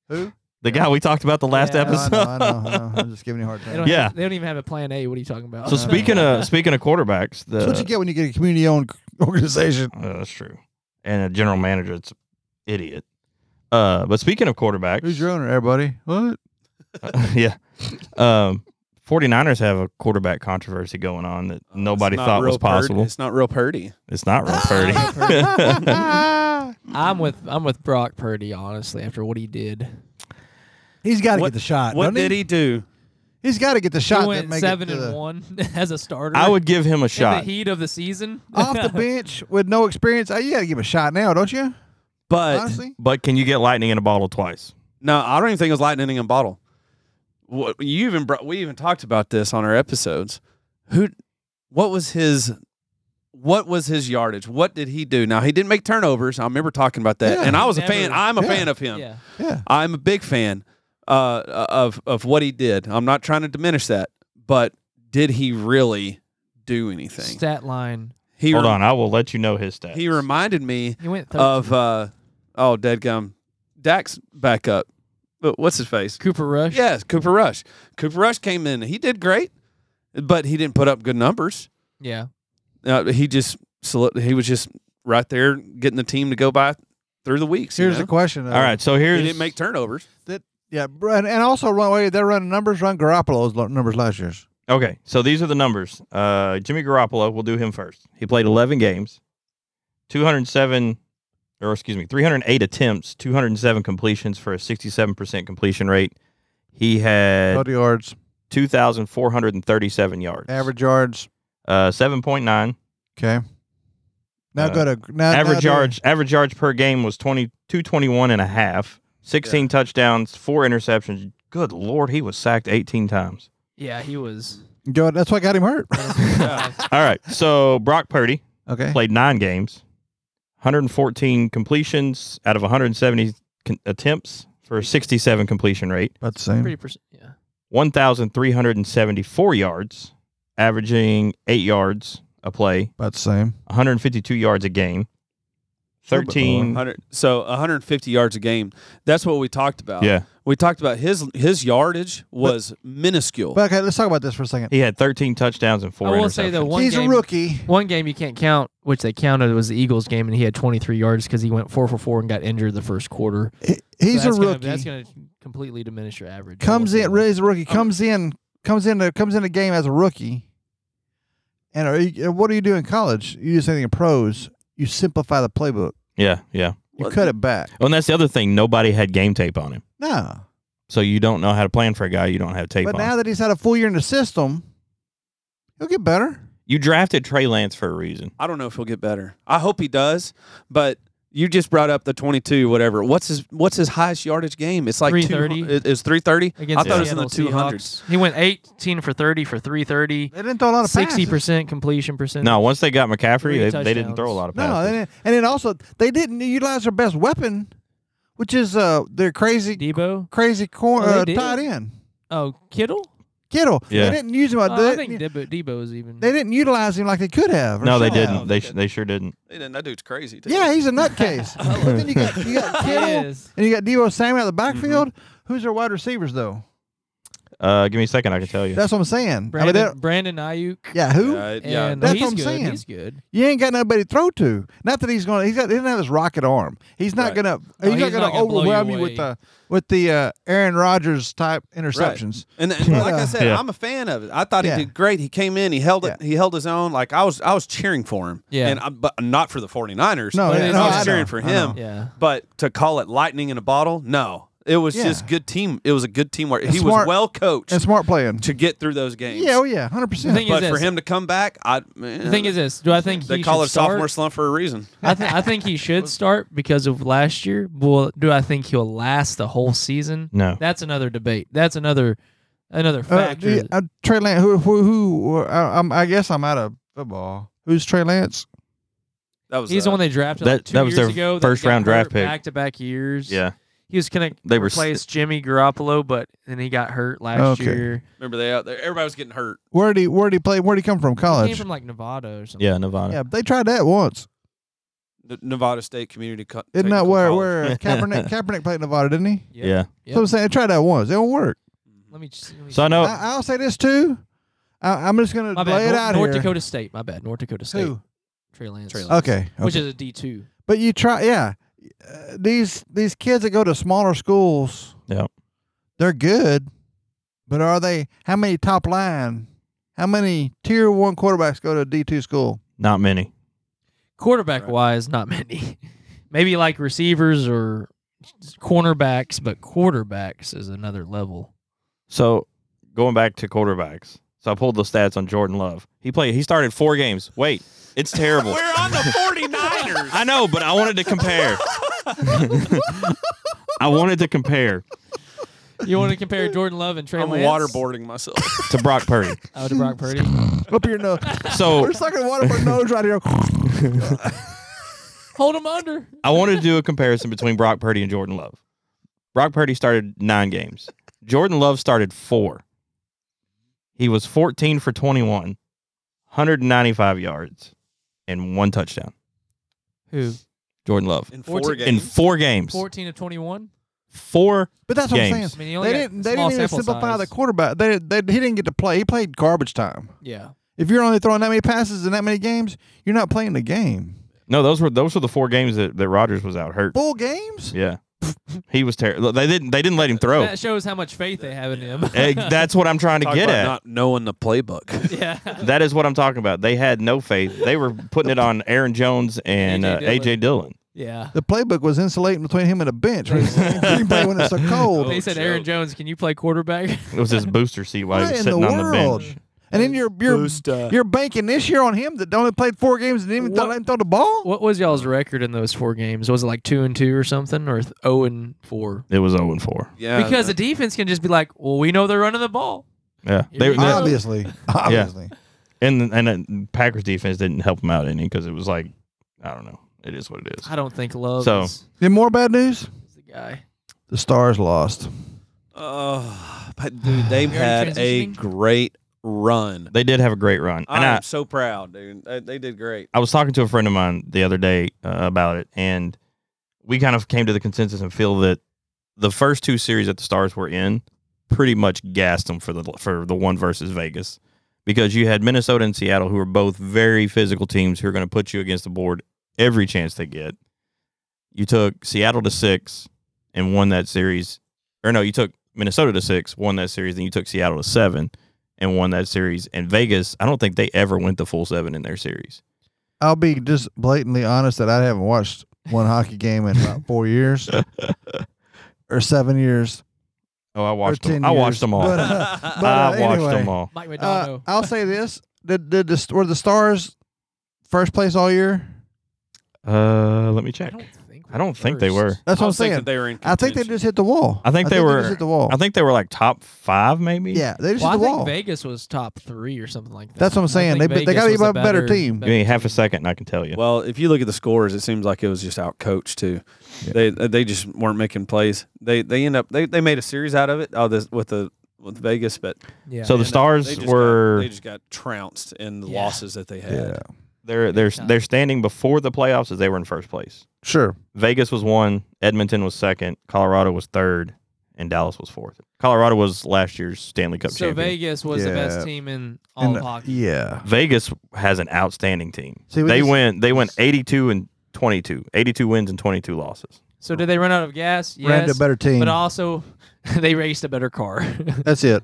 S3: Who?
S4: the guy we talked about the last
S2: Yeah.
S3: No, I
S4: episise
S3: know, I know, I know. I'm just giving you a hard
S2: they
S3: time.
S2: don't
S4: Yeah.
S2: Have, they don't even have a plan A. What are you talking
S5: Oh,
S2: about?
S4: So
S3: Uh,
S4: speaking of speaking of quarterbacks, the
S3: That's what you get when you get a community-owned organization.
S4: Uh, that's true, and a general manager that's an idiot. Uh, but speaking of quarterbacks,
S3: Who's your owner, everybody? What?
S4: yeah, um, 49ers have a quarterback controversy going on that nobody
S5: Oh, It's not
S4: thought
S5: real
S4: was
S5: Purdy.
S4: possible.
S5: It's not real Purdy.
S4: It's not real Purdy.
S2: I'm with I'm with Brock Purdy. Honestly, after what he did,
S3: He's got to
S5: What-
S3: get the shot.
S5: What
S3: don't e-
S5: did
S3: he?
S5: he do?
S3: He's got to get the shot.
S2: he
S3: that
S2: went
S3: make it
S2: seven
S3: to
S2: and
S3: the-
S2: one as a starter.
S4: I would give him a shot.
S2: In the heat of the season.
S3: Off the bench with no experience, oh, you got to give him a shot now, don't you?
S5: But
S3: Honestly,
S4: But can you get lightning in a bottle twice?
S5: No, I don't even think it was lightning in a bottle. What you even brought, we even talked about this on our episodes. Who, what was his, what was his yardage? What did he do? Now he didn't make turnovers. I remember talking about that,
S3: Yeah.
S5: and I was a
S2: Never.
S5: fan. I'm a
S3: Yeah.
S5: fan of him.
S2: Yeah.
S3: Yeah.
S5: I'm a big fan uh, of of what he did. I'm not trying to diminish that, but did he really do anything?
S2: Stat line.
S5: He
S4: Hold
S5: rem-
S4: on, I will let you know his stats.
S5: He reminded me
S2: He went 13.
S5: of uh, oh, dead gum. Dax back up. But what's his face?
S2: Cooper Rush.
S5: Yes, Cooper Rush. Cooper Rush came in. He did great, but he didn't put up good numbers.
S2: Yeah.
S5: Uh, he just soli- he was just right there getting the team to go by through the weeks. you
S3: Here's
S5: know?
S3: the question. though.
S4: All right, so
S5: he
S4: here's
S5: didn't make turnovers.
S3: Yeah, br- and, and also run away. They're running numbers. Run Garoppolo's lo- numbers last year's.
S4: Okay, so these are the numbers. Uh, Jimmy Garoppolo, we'll do him first. He played 11 games, 207, or excuse me, 308 attempts, 207 completions for a 67% completion rate. He had
S3: Total yards,
S4: 2,437 yards.
S3: average yards.
S4: Uh, 7.9.
S3: Okay. Now
S4: Uh,
S3: go to now,
S4: average
S3: now do-
S4: yards average yards per game was 20, 221 and a half. 16 touchdowns, four interceptions. Good lord, he was sacked 18 times.
S2: Yeah. He was.
S3: Go, that's what got him hurt.
S4: All right, so Brock Purdy,
S3: Okay.
S4: played nine games, 114 completions out of 170 con- attempts for a 67 completion rate,
S3: About the same.
S2: Pretty percent. Yeah.
S4: 1,374 yards, averaging eight yards a play,
S3: About the same.
S4: 152 yards a game,
S3: Sure, but-
S4: 13.
S5: 100, so 150 yards a game. That's what we talked about.
S4: Yeah,
S5: we talked about his his yardage was minuscule.
S3: But okay, let's talk about this for a second.
S4: he had 13 touchdowns and four
S2: I will
S4: interceptions.
S2: say the one
S3: He's
S2: game,
S3: a rookie.
S2: One game you can't count, which they counted, was the Eagles game, and he had 23 yards because he went four for four and got injured the first quarter.
S3: He-
S2: So
S3: He's a
S2: that's gonna-
S3: rookie.
S2: that's going to completely diminish your average. I
S3: comes
S2: will say
S3: in.
S2: that.
S3: Really, he's a
S4: Um,
S3: rookie. Comes in. Comes in. the- Comes in the game as a rookie. And are you, and what do you do in college? You do something in pros. You simplify the playbook.
S4: yeah, yeah.
S3: You
S5: Well,
S3: cut it back.
S4: Well, and that's the other thing. Nobody had game tape on him.
S3: No.
S4: So you don't know how to plan for a guy you don't have tape
S3: But
S4: on.
S3: now that he's had a full year in the system, he'll get better.
S4: you drafted Trey Lance for a reason.
S5: I don't know if he'll get better. I hope he does, but you just brought up the 22 whatever. What's his what's his highest yardage game? It's like
S2: 330.
S5: 200 It's 330.
S2: Against
S5: I thought it was in the
S2: Seattle
S5: 200s.
S2: Seahawks. He went 18 for 30 for 330.
S3: They didn't throw a lot of passes.
S2: 60% completion percentage.
S4: No, once they got
S2: Three
S4: McCaffrey, they, they didn't
S2: touchdowns.
S4: throw a lot of passes.
S3: No, they didn't, and then also they didn't utilize their best weapon, which is uh their crazy
S2: Debo.
S3: crazy corner
S2: Oh, they
S3: uh,
S2: did?
S3: tight end
S2: Oh, Kittle.
S3: Kittle.
S4: Yeah.
S3: They didn't use him.
S2: Uh, I
S3: Uh, they,
S2: think Debo, Debo is even.
S3: they didn't utilize him like they could have. or
S4: No, they
S3: should have.
S4: didn't. They sh- they sure didn't.
S5: Man, that dude's crazy. Too.
S3: Yeah, he's a nutcase. But then you got you got
S2: Oh. He
S3: Kittle
S2: is. Mm-hmm.
S3: and you got Debo Samuel at the backfield. Who's their wide receivers though?
S4: Uh, give me a second. I can tell you.
S3: That's what I'm saying. I mean,
S2: Brandon,
S3: they're-
S2: Brandon Ayuk.
S3: yeah, who?
S5: Yeah,
S4: Uh,
S5: it- yeah.
S2: And
S3: That's
S2: he's
S3: what I'm
S2: good.
S3: saying.
S2: He's good.
S3: You ain't got nobody to throw to. Not that he's gonna. He's got. He doesn't have his rocket arm. He's not
S5: Right.
S2: No,
S3: gonna. he's,
S2: he's
S3: not gonna
S2: not gonna blow you
S3: overwhelm you,
S2: away.
S3: with the with the uh, Aaron Rodgers type interceptions.
S5: And, and like I said,
S4: Yeah.
S5: I'm a fan of it. I thought
S3: Yeah.
S5: he did great. He came in, he held it,
S3: Yeah.
S5: he held his own. Like I was I was cheering for him.
S2: Yeah.
S5: And I, but not for the 49ers.
S3: No,
S5: I
S2: yeah, no, I
S5: was cheering
S3: know,
S5: for
S3: I
S5: him.
S3: know.
S2: Yeah.
S5: But to call it lightning in a bottle, no. It was
S3: Yeah.
S5: just good team. It was a good teamwork. He was
S3: smart-
S5: well coached
S3: And smart playing.
S5: to get through those games.
S3: Yeah, oh yeah, hundred
S2: The thing
S3: percent.
S5: but
S2: is
S5: for
S2: this.
S5: him to come back, I man,
S2: The thing is this. Do I think
S5: they
S2: he
S5: call
S2: should
S5: it sophomore
S2: start?
S5: slump for a reason.
S2: I, th- I think he should start because of last year. Well, do I think he'll last the whole season?
S4: no.
S2: That's another debate. That's another another
S3: Uh,
S2: factor.
S3: yeah, uh, Trey Lance. Who? Who? who I, I'm, I guess I'm out of football. Who's Trey Lance?
S5: That was
S2: He's
S5: uh,
S2: the one they drafted
S4: That-
S2: like two
S4: that was
S2: years
S4: their
S2: ago.
S4: first round draft pick.
S2: Back to back years.
S4: Yeah.
S2: He was gonna
S4: They were s-
S2: replace Jimmy Garoppolo, but then he got hurt last
S3: Okay.
S2: year.
S5: Remember they out there. Everybody was getting hurt.
S3: Where did he? Where did he play? Where did he come from?
S2: He came
S3: College.
S2: from like Nevada or something.
S4: Yeah. Nevada.
S3: Yeah, they tried that once.
S5: The Nevada State Community. Co-
S3: Isn't that
S5: Technical
S3: where
S5: College.
S3: where Kaepernick Kaepernick played Nevada? Didn't he?
S2: Yep.
S4: Yeah.
S3: So I'm saying they tried that once. It don't work.
S5: Mm-hmm.
S2: Let me. Just, let me
S4: So I
S2: see.
S4: know.
S3: I, I'll say this too. I, I'm just gonna
S2: My
S3: lay
S2: bad.
S3: it
S2: North,
S3: out
S2: North
S3: here.
S2: Dakota State. My bad. North Dakota State.
S3: Who?
S2: Trey Lance.
S5: Trey Lance.
S3: Okay. okay.
S2: Which is a D two.
S3: But you try, yeah. Uh, these these kids that go to smaller schools,
S4: Yep.
S3: they're good, but are they? How many top line? How many tier one quarterbacks go to D two school?
S4: Not many.
S2: Quarterback
S5: Right.
S2: wise, not many. Maybe like receivers or cornerbacks, but quarterbacks is another level.
S4: So going back to quarterbacks. So I pulled the stats on Jordan Love. He played. He started four games. Wait, it's terrible.
S5: We're on the 49ers.
S4: I know, but I wanted to compare. I wanted to compare.
S2: You want to compare Jordan Love and Trey
S5: I'm
S2: Lance?
S5: waterboarding myself.
S4: to Brock Purdy.
S2: Oh, to Brock Purdy.
S3: Up your nose.
S4: So
S3: We're sucking water for nose right here.
S2: Hold him under.
S4: I wanted to do a comparison between Brock Purdy and Jordan Love. Brock Purdy started nine games. Jordan Love started four. He was 14 for 21, 195 yards, and one touchdown.
S2: Who?
S4: Jordan Love.
S5: In four
S2: Fourteen-
S5: games.
S4: In four games.
S2: Fourteen to twenty-one.
S4: Four.
S3: But that's what I'm
S4: Games.
S2: I mean,
S3: saying.
S2: he only
S3: They
S2: got
S3: didn't. They
S2: small
S3: didn't even
S2: sample
S3: simplify
S2: size.
S3: the quarterback. They, they he didn't get to play. He played garbage time.
S2: Yeah.
S3: If you're only throwing that many passes in that many games, you're not playing the game.
S4: No, those were those were the four games that, that Rodgers was out hurt.
S3: Full games.
S4: Yeah. He was terrible. They didn't they didn't let him throw.
S2: That shows how much faith they have in him.
S4: Eh, That's what I'm trying to
S5: Talk
S4: get
S5: about
S4: at.
S5: not knowing the playbook.
S2: yeah.
S4: That is what I'm talking about. They had no faith. They were putting it on Aaron Jones and
S2: AJ
S4: uh, AJ Dillon.
S2: Yeah.
S3: The playbook was insulating between him and the bench. When it's, Green Bay when it's so cold.
S2: They said,
S5: joke.
S2: Aaron Jones, can you play quarterback?
S4: It was his booster seat while
S3: What
S4: he was
S3: in
S4: sitting
S3: the
S4: on the
S3: world?
S4: bench.
S3: And then you're you're,
S5: uh,
S3: you're banking this year on him that only played four games and didn't even
S2: What-
S3: let him throw the ball.
S2: what was y'all's record in those four games? Was it like two and two or something, or th- zero and four?
S4: It was 0 and 4.
S5: Yeah.
S2: because the defense can just be like, well, we know they're running the ball.
S4: Yeah.
S2: Here
S4: They,
S2: we
S4: they,
S2: go.
S3: Obviously, obviously.
S4: and and uh, Packers defense didn't help him out any because it was like, I don't know. It is what it is.
S2: I don't think Love
S4: So-
S2: is,
S3: Then more bad news.
S2: is the guy.
S3: The Stars lost.
S5: Oh, but dude, they've
S2: You're already
S5: had a
S2: transitioning?
S5: great run.
S4: They did have a great run. And
S5: I'm
S4: I,
S5: so proud, dude. They, they did great.
S4: I was talking to a friend of mine the other day uh, about it, and we kind of came to the consensus and feel that the first two series that the Stars were in pretty much gassed them for the for the one versus Vegas because you had Minnesota and Seattle who are both very physical teams who are going to put you against the board every chance they get. You took Seattle to six and won that series, or no, you took Minnesota to six, won that series, then you took Seattle to seven and won that series. And Vegas, I don't think they ever went the full seven in their series.
S3: I'll be just blatantly honest that I haven't watched one hockey game in about four years or seven years.
S4: Oh, I watched
S3: or 10
S4: them. I watched
S3: years.
S4: them all.
S3: But, uh, but,
S4: I
S3: uh,
S4: watched
S3: anyway,
S4: them all.
S2: Mike
S3: Uh,
S2: McDonough.
S3: I'll say this: did, did the were the Stars first place all year?
S4: Uh, let me
S2: I
S4: check.
S2: don't think
S4: I don't think they were.
S3: That's
S5: I
S3: what I'm
S5: was thinking
S3: saying.
S5: They were in
S3: I think they
S5: contention.
S3: just hit the wall.
S4: I think they
S3: just
S4: were-
S3: hit the wall.
S4: I think they were like top five, maybe.
S3: yeah, they just
S2: Well, I
S3: hit the
S2: think
S3: wall.
S2: Vegas was top three or something like that.
S3: That's what I'm
S2: I
S3: saying.
S2: think
S3: They- they
S2: Vegas
S3: gotta be
S2: was
S3: a better team.
S4: Give me half a second, and I can tell you.
S5: Well, if you look at the scores, it seems like it was just out coached too. They they just weren't making plays. They they end up they, they made a series out of it. Oh, this with the with Vegas, but
S2: Yeah.
S4: so
S5: and uh,
S4: the
S5: they
S4: stars
S5: just
S4: were
S5: got, they just got trounced in the
S2: Yeah.
S5: losses that they had.
S3: yeah,
S4: they're they're
S2: Yeah.
S4: they're standing before the playoffs as they were in first place.
S3: sure.
S4: Vegas was one, Edmonton was second, Colorado was third, and Dallas was fourth. Colorado was last year's Stanley Cup
S2: so
S4: champion.
S2: Vegas was the
S3: Yeah.
S2: best team in all
S3: And, uh,
S2: of hockey.
S3: Yeah,
S4: Vegas has an outstanding team.
S3: See, we
S4: they
S3: just-
S4: went they went 82 and 22, 82 wins and 22 losses.
S2: So did they run out of gas? Yes.
S3: ran to a better team.
S2: But also, they raced a better car.
S3: That's it.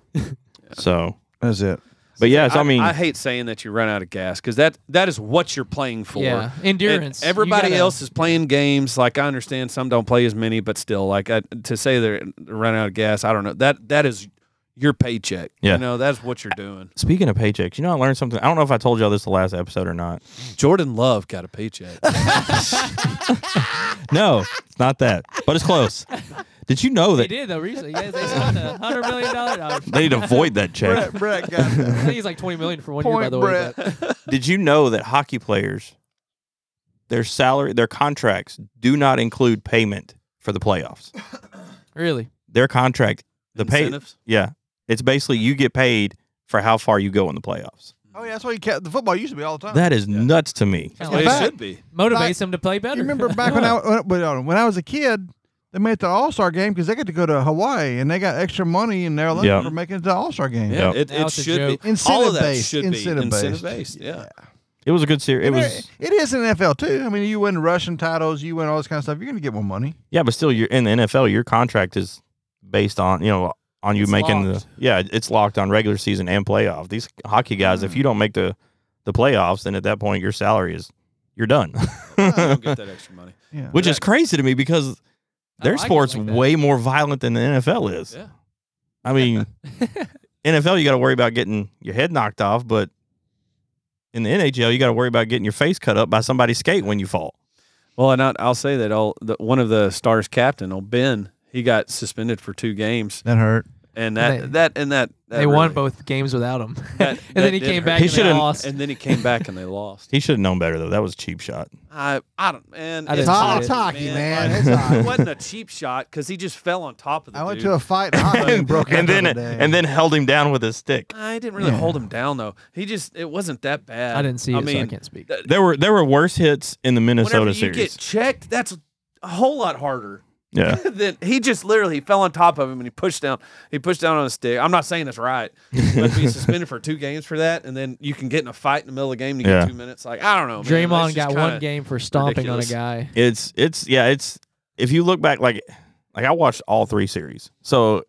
S4: So,
S3: That's it.
S4: but yeah, so, I, mean,
S5: I hate saying that you run out of gas because that that is what you're playing for.
S2: yeah.
S5: And
S2: Endurance. You
S5: everybody
S2: gotta-
S5: else is playing games. Like I understand some don't play as many, but still, like I, to say they're run out of gas. I don't know. That that is your paycheck.
S4: Yeah.
S5: You know that's what you're doing.
S4: Speaking of paychecks, you know I learned something. I don't know if I told y'all this the last episode or not.
S5: Jordan Love got a paycheck.
S4: No, it's not that, but it's close. Did you know
S2: They
S4: that
S2: did though recently. Yes, they signed a hundred million dollar. no,
S4: they need to void that check?
S3: Brett got
S2: I think it's like twenty million for one year, by the way. but-
S4: Did you know that hockey players, their salary, their contracts do not include payment for the playoffs?
S2: really?
S4: Their contract, the pay,
S5: Incentives?
S4: yeah, it's basically you get paid for how far you go in the playoffs.
S3: Oh yeah, that's why you kept the football used to be all the time.
S4: That is nuts to me.
S2: Kinda
S5: Well,
S2: like-
S3: In fact,
S5: it should be.
S2: motivates them to play better.
S3: you remember back when I when- when I- when I was a kid, they made the All Star game because they got to go to Hawaii and they got extra money in their lunch
S4: Yeah.
S3: for making it to the All Star game.
S5: Yeah,
S4: Yep.
S5: it,
S2: Now
S5: it
S2: it's a
S5: should
S2: joke.
S5: be. All of that
S3: Incentive-based,
S5: should be
S3: incentive-based.
S5: incentive based. Yeah.
S4: It was a good series. It
S3: And
S4: was,
S3: there- it is in NFL too. I mean, you win Russian titles, you win all this kind of stuff. You're gonna get more money.
S4: yeah, but still, you're in the NFL. Your contract is based on you know on you
S2: It's
S4: making
S2: locked.
S4: the yeah, it's locked on regular season and playoff. These hockey guys,
S2: Mm-hmm.
S4: if you don't make the the playoffs, then at that point your salary is you're done,
S5: You don't get that extra money.
S3: Yeah.
S4: which is crazy to me because
S2: I
S4: their
S2: like it
S4: sport's
S2: like that.
S4: way more violent than the NFL is.
S5: Yeah.
S4: I mean, NFL you got to worry about getting your head knocked off, but in the NHL you got to worry about getting your face cut up by somebody's skate when you fall.
S5: Well, and I, I'll say that all the, one of the stars captain, old Ben, he got suspended for two games,
S3: That hurt.
S5: and that
S2: They-
S5: that and that, that
S2: they won
S5: really-
S2: both games without him,
S5: that-
S2: and
S5: that
S2: then he
S5: did
S2: came
S5: hurt.
S2: back
S4: He
S2: and they
S4: should've-
S2: lost.
S5: and then he came back and they lost.
S4: He should have known better though. That was a cheap shot.
S5: I I don't man.
S2: I
S5: it's
S2: didn't see
S5: hot,
S2: it.
S3: Talkie, man,
S5: Like,
S3: it's hot.
S5: it wasn't a cheap shot because he just fell on top of the
S3: I went
S5: dude.
S3: to a fight and I
S4: and,
S3: broke
S4: and
S3: out
S4: then
S3: the other day.
S4: and then held him down with his stick.
S5: I didn't really hold him down though. He just it wasn't that bad.
S2: I didn't see it,
S5: I
S2: so I
S5: mean,
S2: can't speak.
S4: There were there were worse hits in the
S5: whenever
S4: Minnesota
S5: you
S4: series.
S5: get checked, that's a whole lot harder.
S4: yeah.
S5: than he just literally fell on top of him and he pushed down. He pushed down on his stick. I'm not saying that's right, but to be suspended for two games for that, and then you can get in a fight in the middle of the game. And you
S4: Yeah.
S5: get two minutes. Like I don't know. man. That's
S2: Draymond
S5: just
S2: got
S5: kinda-
S2: one game for stomping
S5: ridiculous.
S2: on a guy.
S4: It's it's yeah, it's if you look back like like I watched all three series. So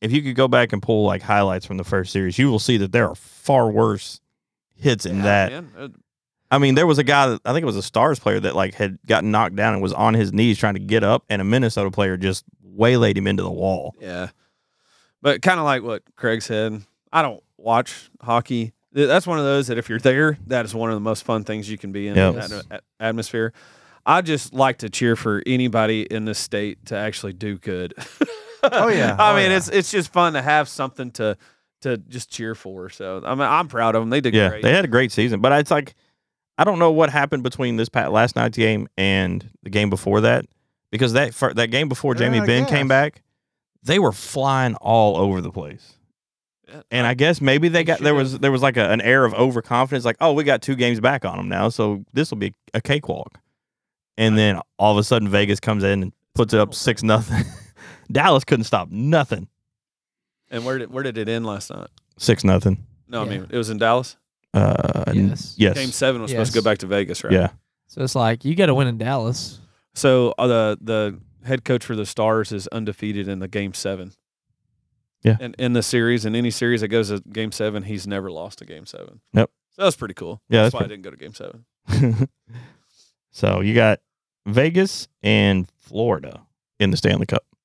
S4: if you could go back and pull like highlights from the first series, you will see that there are far worse hits in
S5: Yeah,
S4: that.
S5: man. Uh,
S4: I mean, there was a guy that I think it was a Stars player that like had gotten knocked down and was on his knees trying to get up and a Minnesota player just waylaid him into the wall.
S5: Yeah, but kind of like what Craig said. I don't watch hockey. Th- That's one of those that if you're there, that is one of the most fun things you can be in
S4: Yep.
S5: that at- atmosphere. I just like to cheer for anybody in this state to actually do good.
S3: Oh, yeah.
S5: I
S3: Oh,
S5: mean,
S3: yeah.
S5: it's it's just fun to have something to to just cheer for. So I mean, I'm proud of them. They did
S4: yeah,
S5: great.
S4: they had a great season, but it's like I don't know what happened between this pat last night's game and the game before that because that fir- that game before
S3: They ran
S4: Jamie
S3: out of
S4: Ben
S3: gas.
S4: came back, they were flying all over the place.
S5: Yeah.
S4: And I guess maybe they
S5: They
S4: got
S5: should
S4: there
S5: have.
S4: was there was like a, an air of overconfidence, like oh we got two games back on them now, so this will be a cakewalk. And then all of a sudden Vegas comes in and puts it up six nothing. Dallas couldn't stop nothing.
S5: and where did where did it end last night?
S4: Six nothing.
S5: No, I
S2: Yeah.
S5: mean it was in Dallas.
S4: Uh, n-
S2: Yes.
S4: Yes.
S5: Game seven was supposed to
S2: Yes.
S5: go back to Vegas, right?
S4: Yeah.
S2: So it's like you got to win in Dallas.
S5: So uh, the the head coach for the Stars is undefeated in the game seven.
S4: Yeah.
S5: And in the series, in any series that goes to game seven, he's never lost a game seven.
S4: Yep.
S5: So that's pretty cool.
S4: Yeah,
S5: That's,
S4: that's
S5: why
S4: pretty-
S5: I didn't go to game seven.
S4: so you got Vegas and Florida in the Stanley Cup.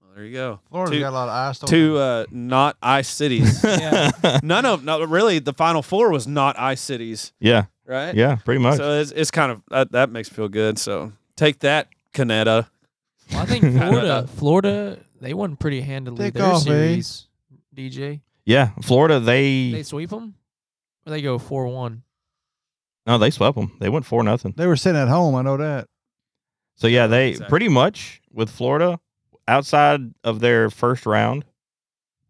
S5: Well, there you go.
S3: Florida's
S5: two-
S3: got a lot of ice. don't
S5: Two
S3: they?
S5: uh, not ice cities.
S2: Yeah.
S5: None of no really the final four was not ice cities,
S4: yeah,
S5: right?
S4: yeah, pretty much.
S5: So it's, it's kind of that, that makes me feel good. So take that, Canada.
S2: Well, I think
S5: Kinda
S2: Florida,
S5: does.
S2: Florida, they won pretty handily
S3: Take
S2: their
S3: off, eh?
S2: series. DJ,
S4: yeah, Florida. They,
S2: they sweep them, or they go four one.
S4: no, they swept them. They went four nothing.
S3: They were sitting at home. I know that.
S4: So yeah, they
S5: Exactly.
S4: pretty much with Florida outside of their first round.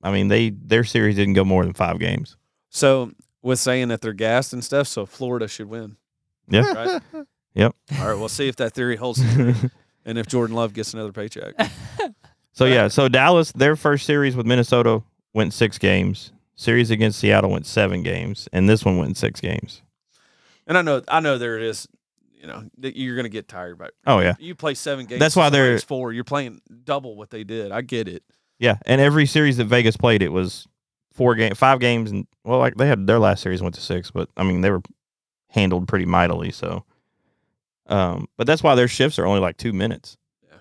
S4: I mean, they their series didn't go more than five games.
S5: So with saying that they're gassed and stuff, so Florida should win.
S4: Yeah.
S5: Right? All right, we'll see if that theory holds and if Jordan Love gets another paycheck.
S4: so yeah, so Dallas their first series with Minnesota went six games. Series against Seattle went seven games, and this one went in six games.
S5: And I know, I know there it is. You know that you're going to get tired, but
S4: Oh yeah.
S5: you play seven games.
S4: That's why
S5: somebody
S4: they're-
S5: plays four. You're playing double what they did. I get it.
S4: Yeah, and every series that Vegas played, it was four game, five games, and well, like they had their last series went to six, but I mean they were handled pretty mightily. So, um, but that's why their shifts are only like two minutes.
S5: Yeah.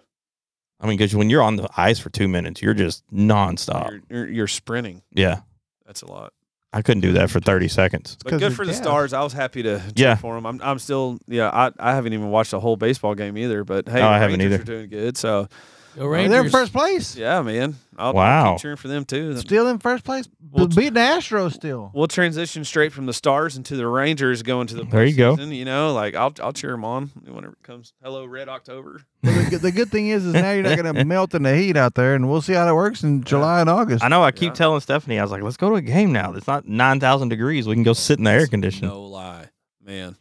S4: I mean, because when you're on the ice for two minutes, you're just nonstop.
S5: You're, you're, you're sprinting.
S4: Yeah,
S5: That's a lot.
S4: I couldn't do that for thirty seconds.
S5: But
S3: 'cause
S5: good
S3: they're
S5: for the
S3: gassed.
S5: stars. I was happy to cheer
S4: Yeah.
S5: for them. I'm, I'm still yeah. I, I haven't even watched a whole baseball game either. But hey,
S4: No, I
S5: the
S4: haven't
S5: Rangers
S4: either.
S5: Are doing good. So
S2: Go
S3: Well, They're in
S2: Rangers!
S3: first place.
S5: yeah, man. I'll
S4: Wow.
S5: keep cheering for them too.
S3: Still in first place.
S5: Well,
S3: But beating the Astros still.
S5: We'll transition straight from the stars into the Rangers going to the
S4: There you go.
S5: postseason, You know, like I'll I'll cheer them on whenever it comes. Hello, Red October.
S3: Well, the, good- the good thing is, is now you're not going to melt in the heat out there, and we'll see how that works in July and August.
S4: I know. I keep
S5: Yeah.
S4: telling Stephanie, I was like, "Let's go to a game now. It's not nine thousand degrees. We can go sit in the air conditioning."
S5: No lie, man.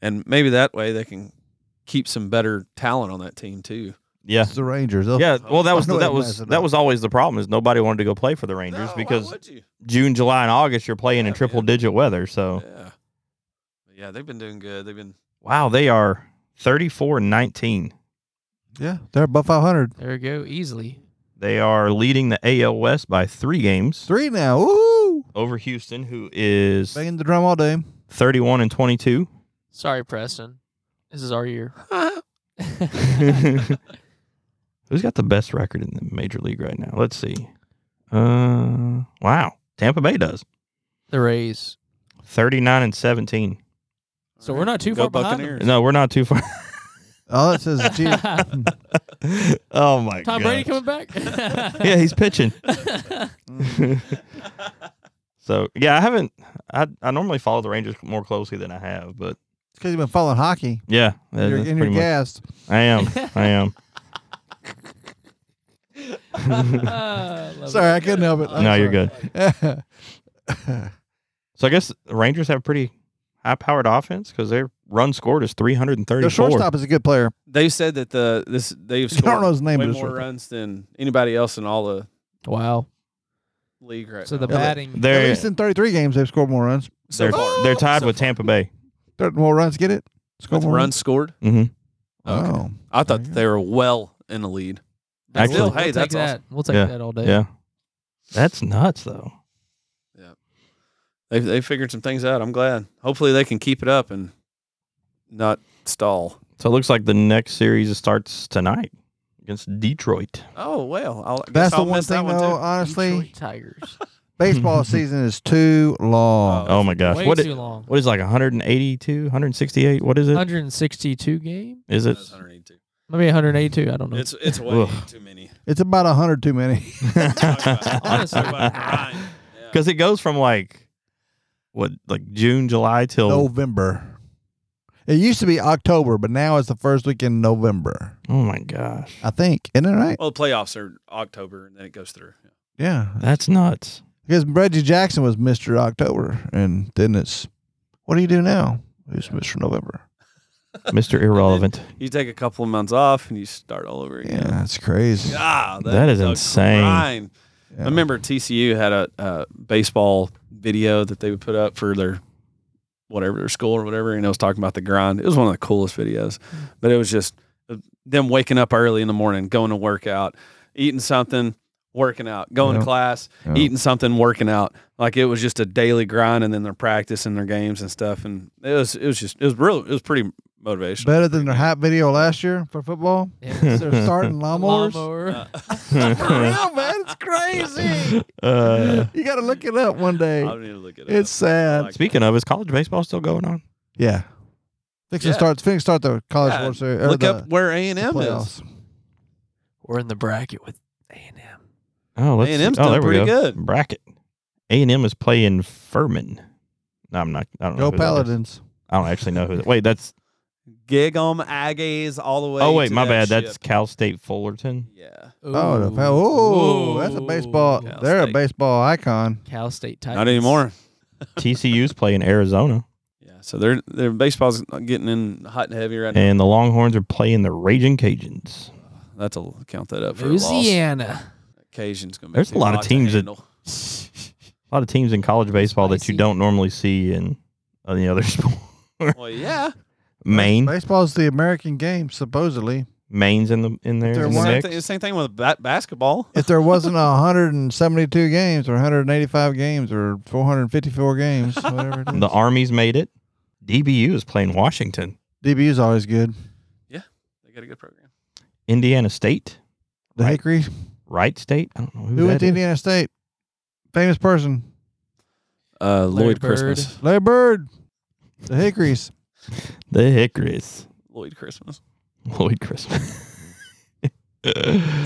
S5: And maybe that way they can keep some better talent on that team too.
S4: Yeah,
S3: It's the Rangers. They'll-
S4: yeah. Well, that was
S3: No,
S4: that
S3: it
S4: was
S3: messes it
S4: that
S3: up.
S4: was always the problem is nobody wanted to go play for the Rangers because June, July, and August, you're playing in
S5: Yeah,
S4: triple
S5: man.
S4: digit weather. So,
S5: Yeah, yeah, they've been doing good. They've been
S4: wow, they are 34 and 19.
S3: Yeah, they're above 500.
S2: There we go, easily.
S4: They are leading the AL West by three games
S3: Three now. Woo!
S4: over Houston, who is
S3: Banging the drum all day.
S4: 31 and 22.
S2: Sorry, Preston. This is our year.
S4: Who's got the best record in the major league right now? Let's see. Uh, wow, Tampa Bay does
S2: the Rays.
S4: 39 and 17.
S2: So we're not too
S5: Go
S2: far behind
S5: Buccaneers.
S4: No, we're not too far.
S3: All it says is cheer.
S4: oh my
S2: Tom
S4: god.
S2: Brady coming back?
S4: yeah, he's pitching. so yeah, I haven't. I I normally follow the Rangers more closely than I have, but
S3: because you've been following hockey.
S4: yeah, that-
S3: And you're,
S4: that's
S3: and you're
S4: pretty much-
S3: gassed.
S4: I am. I am.
S2: Ah, love it.
S3: Sorry, I couldn't help it.
S4: no, you're good.
S3: good.
S4: So I guess the Rangers have pretty high powered offense because their run scored is three hundred and thirty
S3: Their
S4: four.
S3: shortstop is a good player.
S5: They said that the this they've
S3: I
S5: scored
S3: don't know his name,
S5: way
S3: but
S5: more
S3: it's worth it.
S5: runs than anybody else in all the
S2: Wow.
S5: league right
S2: So
S5: now.
S2: the batting.
S3: At
S4: They're
S3: least in 33 games, they've scored more runs.
S5: so
S4: they're,
S5: far.
S4: they're tied
S5: So
S4: with
S5: far.
S4: Tampa Bay.
S3: Third more runs, get it? Score
S5: with
S3: more
S5: runs scored.
S4: hmm
S5: Okay.
S3: Oh,
S5: I thought
S3: There you
S5: that they were well in the lead. But
S4: Actually-
S5: still,
S2: we'll
S5: hey,
S2: take
S5: that's
S2: that.
S5: awesome.
S2: We'll take
S4: Yeah.
S2: that all day.
S4: Yeah, that's nuts though.
S5: They they figured some things out. I'm glad. Hopefully they can keep it up and not stall.
S4: So it looks like the next series starts tonight against Detroit.
S5: Oh well, I'll, I guess
S3: That's the
S5: I'll
S3: one
S5: miss that
S3: thing,
S5: one too.
S3: though, honestly.
S2: Detroit Tigers.
S3: Baseball season is too long.
S4: Oh my gosh,
S2: Way
S4: what
S2: too
S4: it-
S2: long.
S4: what is it, like 182, 168? What is it?
S2: 162 game?
S4: Is it?
S5: That's 182.
S2: Maybe 182. I don't know.
S5: It's it's way
S4: Ugh.
S5: too many.
S3: It's about 100 too many.
S2: Honestly.
S4: Because it goes from like what, like June, July till
S3: November. It used to be October, but now it's the first week in November.
S4: oh my gosh,
S3: I think. Isn't it right?
S5: Well, the playoffs are October, and then it goes through.
S3: Yeah.
S4: that's nuts.
S3: Because Reggie Jackson was Mr. October, and then it's what do you do now? Who's Mr. November?
S4: Mister Irrelevant.
S5: You take a couple of months off, and you start all over
S3: Yeah,
S5: again.
S3: that's crazy.
S5: Ah,
S4: That is
S5: a
S4: insane.
S5: grind.
S3: Yeah.
S5: I remember TCU had a uh, baseball video that they would put up for their whatever their school or whatever, and it was talking about the grind. It was one of the coolest videos,
S3: Mm-hmm.
S5: but it was just uh, them waking up early in the morning, going to work out, eating something, working out, going
S3: Yeah.
S5: to class,
S3: Yeah.
S5: eating something, working out. Like it was just a daily grind, and then their practice and their games and stuff, and it was it was just it was real. It was pretty motivational.
S3: Better than their hype video last year for football.
S2: Yeah.
S3: They're starting lawnmowers.
S2: Lawnmower.
S5: Uh,
S3: For real, man, it's crazy.
S4: Uh,
S3: You got to look it up one
S5: I
S3: day.
S5: don't need to look at it. up.
S3: It's sad.
S5: Like-
S4: speaking of, is college baseball still going on?
S3: yeah. Fix
S5: Yeah.
S3: and start. Fix start the college
S5: Yeah,
S3: World Series. or
S5: look
S3: the-
S5: up where A and
S3: the
S5: M is.
S3: playoffs.
S2: We're in the bracket with A&M.
S4: Oh, let's,
S5: A&M's
S4: oh,
S5: done
S4: there we
S5: pretty
S4: go.
S5: good.
S4: Bracket. A and M is playing Furman. No, I'm not. I don't know. who
S3: Go
S4: that is.
S3: Paladins.
S4: I don't actually know who. That, wait, that's.
S5: Gig 'em Aggies all the way.
S4: oh wait,
S5: to
S4: my
S5: that
S4: bad.
S5: ship.
S4: That's Cal State Fullerton.
S5: yeah.
S3: Oh, the Pal- oh, that's a baseball.
S5: Cal
S3: They're a
S5: State.
S3: baseball icon.
S2: Cal State Titans.
S5: Not anymore.
S4: TCU's playing Arizona,
S5: Yeah, so their their baseball's getting in hot and heavy right now.
S4: and the Longhorns are playing the Raging Cajuns.
S5: That's a count that up for a loss.
S2: Louisiana.
S5: Occasion's gonna be
S4: There's a
S5: too
S4: lot of
S5: hot to
S4: teams that-
S5: handle.
S4: A lot of teams in college baseball that you
S2: Spicy.
S4: don't normally see in uh, any other sport.
S5: well, yeah,
S4: Maine,
S3: Baseball's the American game, supposedly.
S4: Maine's in the in there.
S3: There
S4: in the
S3: was-
S5: same,
S4: mix.
S5: thing same thing with ba- basketball.
S3: If there wasn't 172 games or 185 games or 454 games, whatever it is.
S4: The Army's made it. DBU is playing Washington.
S3: DBU's always good.
S5: They got a good program.
S4: Indiana State,
S3: The
S4: Right.
S3: Hickory.
S4: Wright State. I don't know who,
S3: Who
S4: that
S3: went to
S4: is.
S3: Indiana State? Famous person.
S5: Uh,
S2: Larry
S5: Lloyd
S2: Bird.
S5: Christmas.
S3: Larry Bird. The Hickories.
S4: The Hickories.
S5: Lloyd Christmas.
S4: Lloyd Christmas.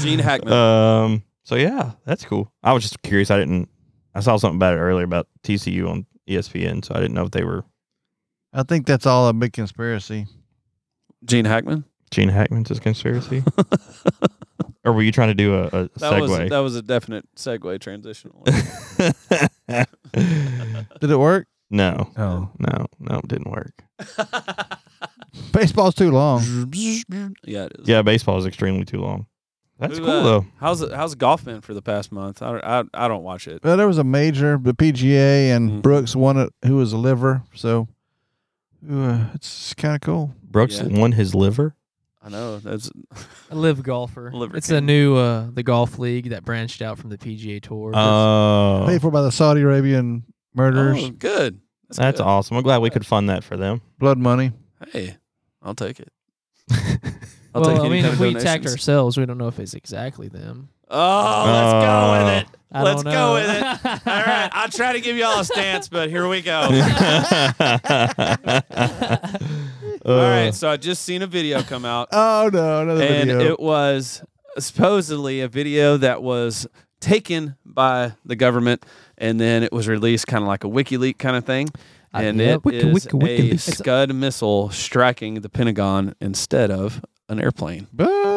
S5: Gene Hackman.
S4: Um. So yeah, that's cool. I was just curious. I didn't. I saw something about it earlier about TCU on E ESPN, so I didn't know if they were
S3: I think that's all a big conspiracy.
S5: Gene Hackman.
S4: Gene Hackman's a conspiracy. or were you trying to do a, a
S5: That was
S4: segue?
S5: that was a definite segue transitional.
S3: Did it work?
S4: no,
S3: Oh.
S4: no, no, it didn't work.
S3: Baseball's too long.
S5: yeah, it is.
S4: Yeah, baseball is extremely too long. That's
S5: Who,
S4: cool
S5: uh,
S4: though.
S5: How's it, how's golf been for the past month? I, I, I don't watch it.
S3: Well, there was a major, the PGA, and
S5: Mhm.
S3: Brooks won it, who was a liver. So uh, it's kind of cool.
S4: Brooks
S5: yeah.
S4: won his liver.
S5: I know that's
S2: A live golfer.
S5: Liver
S2: it's a
S5: King.
S2: new uh the golf league that branched out from the PGA Tour.
S5: Uh,
S4: Oh,
S3: Paid for by the Saudi Arabian murderers.
S5: oh, good.
S4: that's
S5: good.
S4: awesome. I'm glad we could fund that for them.
S3: Blood money.
S5: Hey, I'll take it. I'll
S2: well,
S5: take
S2: I
S5: any
S2: mean,
S5: kind
S2: if
S5: of
S2: we tagged
S5: donations.
S2: ourselves, we don't know if it's exactly them.
S5: Oh, let's go with it.
S2: Uh, I
S5: Let's go
S2: don't know.
S5: with it. All right, I'll try
S4: Uh,
S5: to give you all a stance, but here we go. All
S2: Uh.
S5: right, so I just seen a video come out,
S3: Oh no, another
S5: and
S3: video.
S5: it was supposedly a video that was taken by the government, and then it was released kind of like a WikiLeaks kind of thing.
S2: Uh,
S5: And
S2: yeah,
S5: it
S2: Wiki-
S5: is
S2: Wiki- WikiLeaks.
S5: a
S2: It's-
S5: Scud missile striking the Pentagon instead of an airplane.
S3: Boo.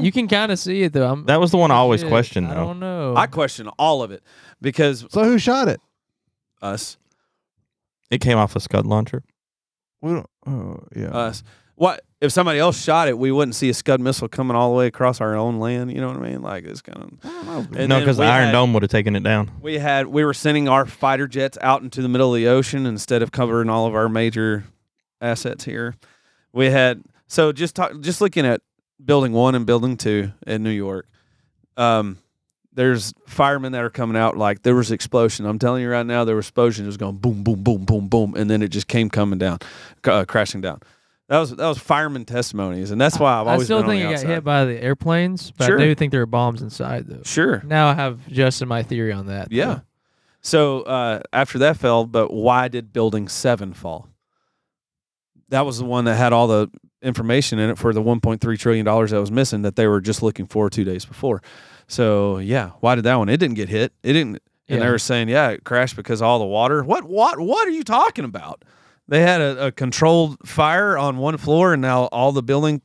S2: You can kind of see it though. I'm,
S4: That was the one I always
S2: shit,
S4: questioned,
S2: I
S4: though.
S2: don't
S3: Oh.
S2: know.
S5: I question all of it because
S3: so who shot it?
S5: us,
S4: It came off a Scud launcher.
S3: We don't. Oh yeah.
S5: us. What if somebody else shot it? We wouldn't see a Scud missile coming all the way across our own land. You know what I mean? Like it's kind of. And
S4: no,
S5: then
S4: because the
S5: we
S4: Iron
S5: had-
S4: Dome would have taken it down.
S5: We had we were sending our fighter jets out into the middle of the ocean instead of covering all of our major assets here. We had so just talk, just looking at building one and building two in New York. Um, there's firemen that are coming out like there was explosion. I'm telling you right now, there was explosion. It was going boom, boom, boom, boom, boom, and then it just came coming down, c- uh, crashing down. That was that was fireman testimonies, and that's why I've
S2: I
S5: always
S2: still
S5: been on
S2: think
S5: the
S2: it got
S5: outside.
S2: hit by the airplanes, but
S5: Sure.
S2: I do think there are bombs inside though.
S5: Sure,
S2: Now I have just in my theory on that.
S5: Yeah.
S2: though.
S5: So uh, after that fell, but why did Building Seven fall? That was the one that had all the information in it for the 1.3 trillion dollars that was missing that they were just looking for two days before. So yeah, why did that one? It didn't get hit. It didn't. And they
S2: Yeah.
S5: were saying, yeah, it crashed because of all the water. What? What? What are you talking about? They had a, a controlled fire on one floor, and now all the building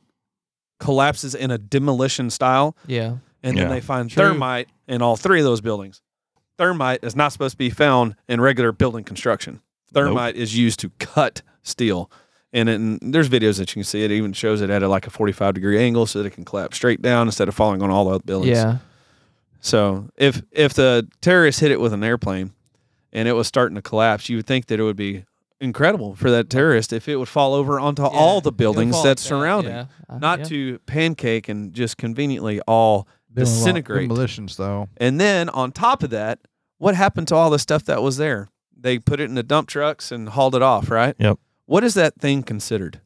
S5: collapses in a demolition style
S2: Yeah.
S5: and
S4: Yeah.
S5: then they find
S2: True.
S5: thermite in all three of those buildings. Thermite is not supposed to be found in regular building construction. Thermite is used to cut steel, and, it, and there's videos that you can see. It even shows it at a, like a 45 degree angle so that it can collapse straight down instead of falling on all the buildings.
S2: Yeah.
S5: So if if the terrorists hit it with an airplane, and it was starting to collapse, you would think that it would be incredible for that terrorist if it would fall over onto all the buildings that surround it,
S2: Uh,
S5: not to pancake and just conveniently all
S3: Doing a lot-
S5: disintegrate.
S3: Demolitions though.
S5: and then on top of that, what happened to all the stuff that was there? They put it in the dump trucks and hauled it off, right?
S4: Yep.
S5: What is that thing considered?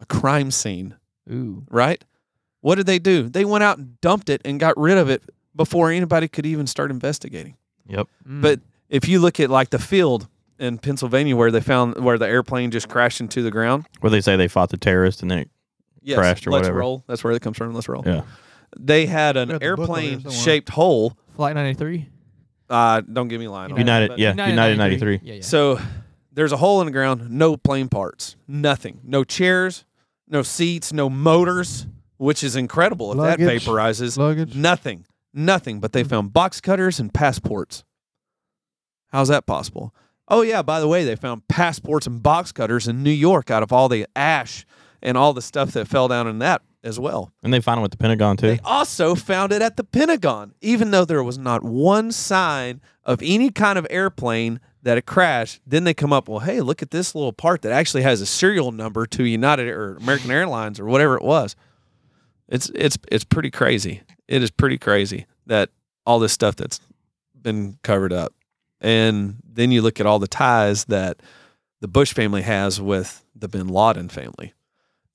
S5: A crime scene,
S2: Ooh.
S5: right? What did they do? They went out and dumped it and got rid of it before anybody could even start investigating.
S2: Mm.
S5: But if you look at like the field in Pennsylvania where they found where the airplane just crashed into the ground,
S4: Where they say they fought the terrorists and then
S5: yes,
S4: Crashed or
S5: let's
S4: whatever.
S5: roll. That's where it comes from. Let's roll.
S4: Yeah.
S5: They had an
S3: We got the book over here
S5: airplane
S3: somewhere.
S5: shaped hole.
S2: Flight 93.
S5: Uh, don't give me a line. on that,
S4: United,
S5: but-
S4: yeah, United 93.
S2: Yeah, yeah.
S5: So there's a hole in the ground, no plane parts, nothing, no chairs, no seats, no motors, which is incredible if that
S3: Luggage.
S5: vaporizes.
S3: Luggage. Mm.
S5: Nothing, nothing. But they found box cutters and passports. How's that possible? Oh yeah, by the way, they found passports and box cutters in New York out of all the ash and all the stuff that fell down in that as well.
S4: and they found them at the Pentagon too.
S5: They also found it at the Pentagon, even though there was not one sign of any kind of airplane that it crashed. Then they come up, well, hey, look at this little part that actually has a serial number to United or American Airlines or whatever it was. It's it's it's pretty crazy. It is pretty crazy that all this stuff that's been covered up. And then you look at all the ties that the Bush family has with the Bin Laden family.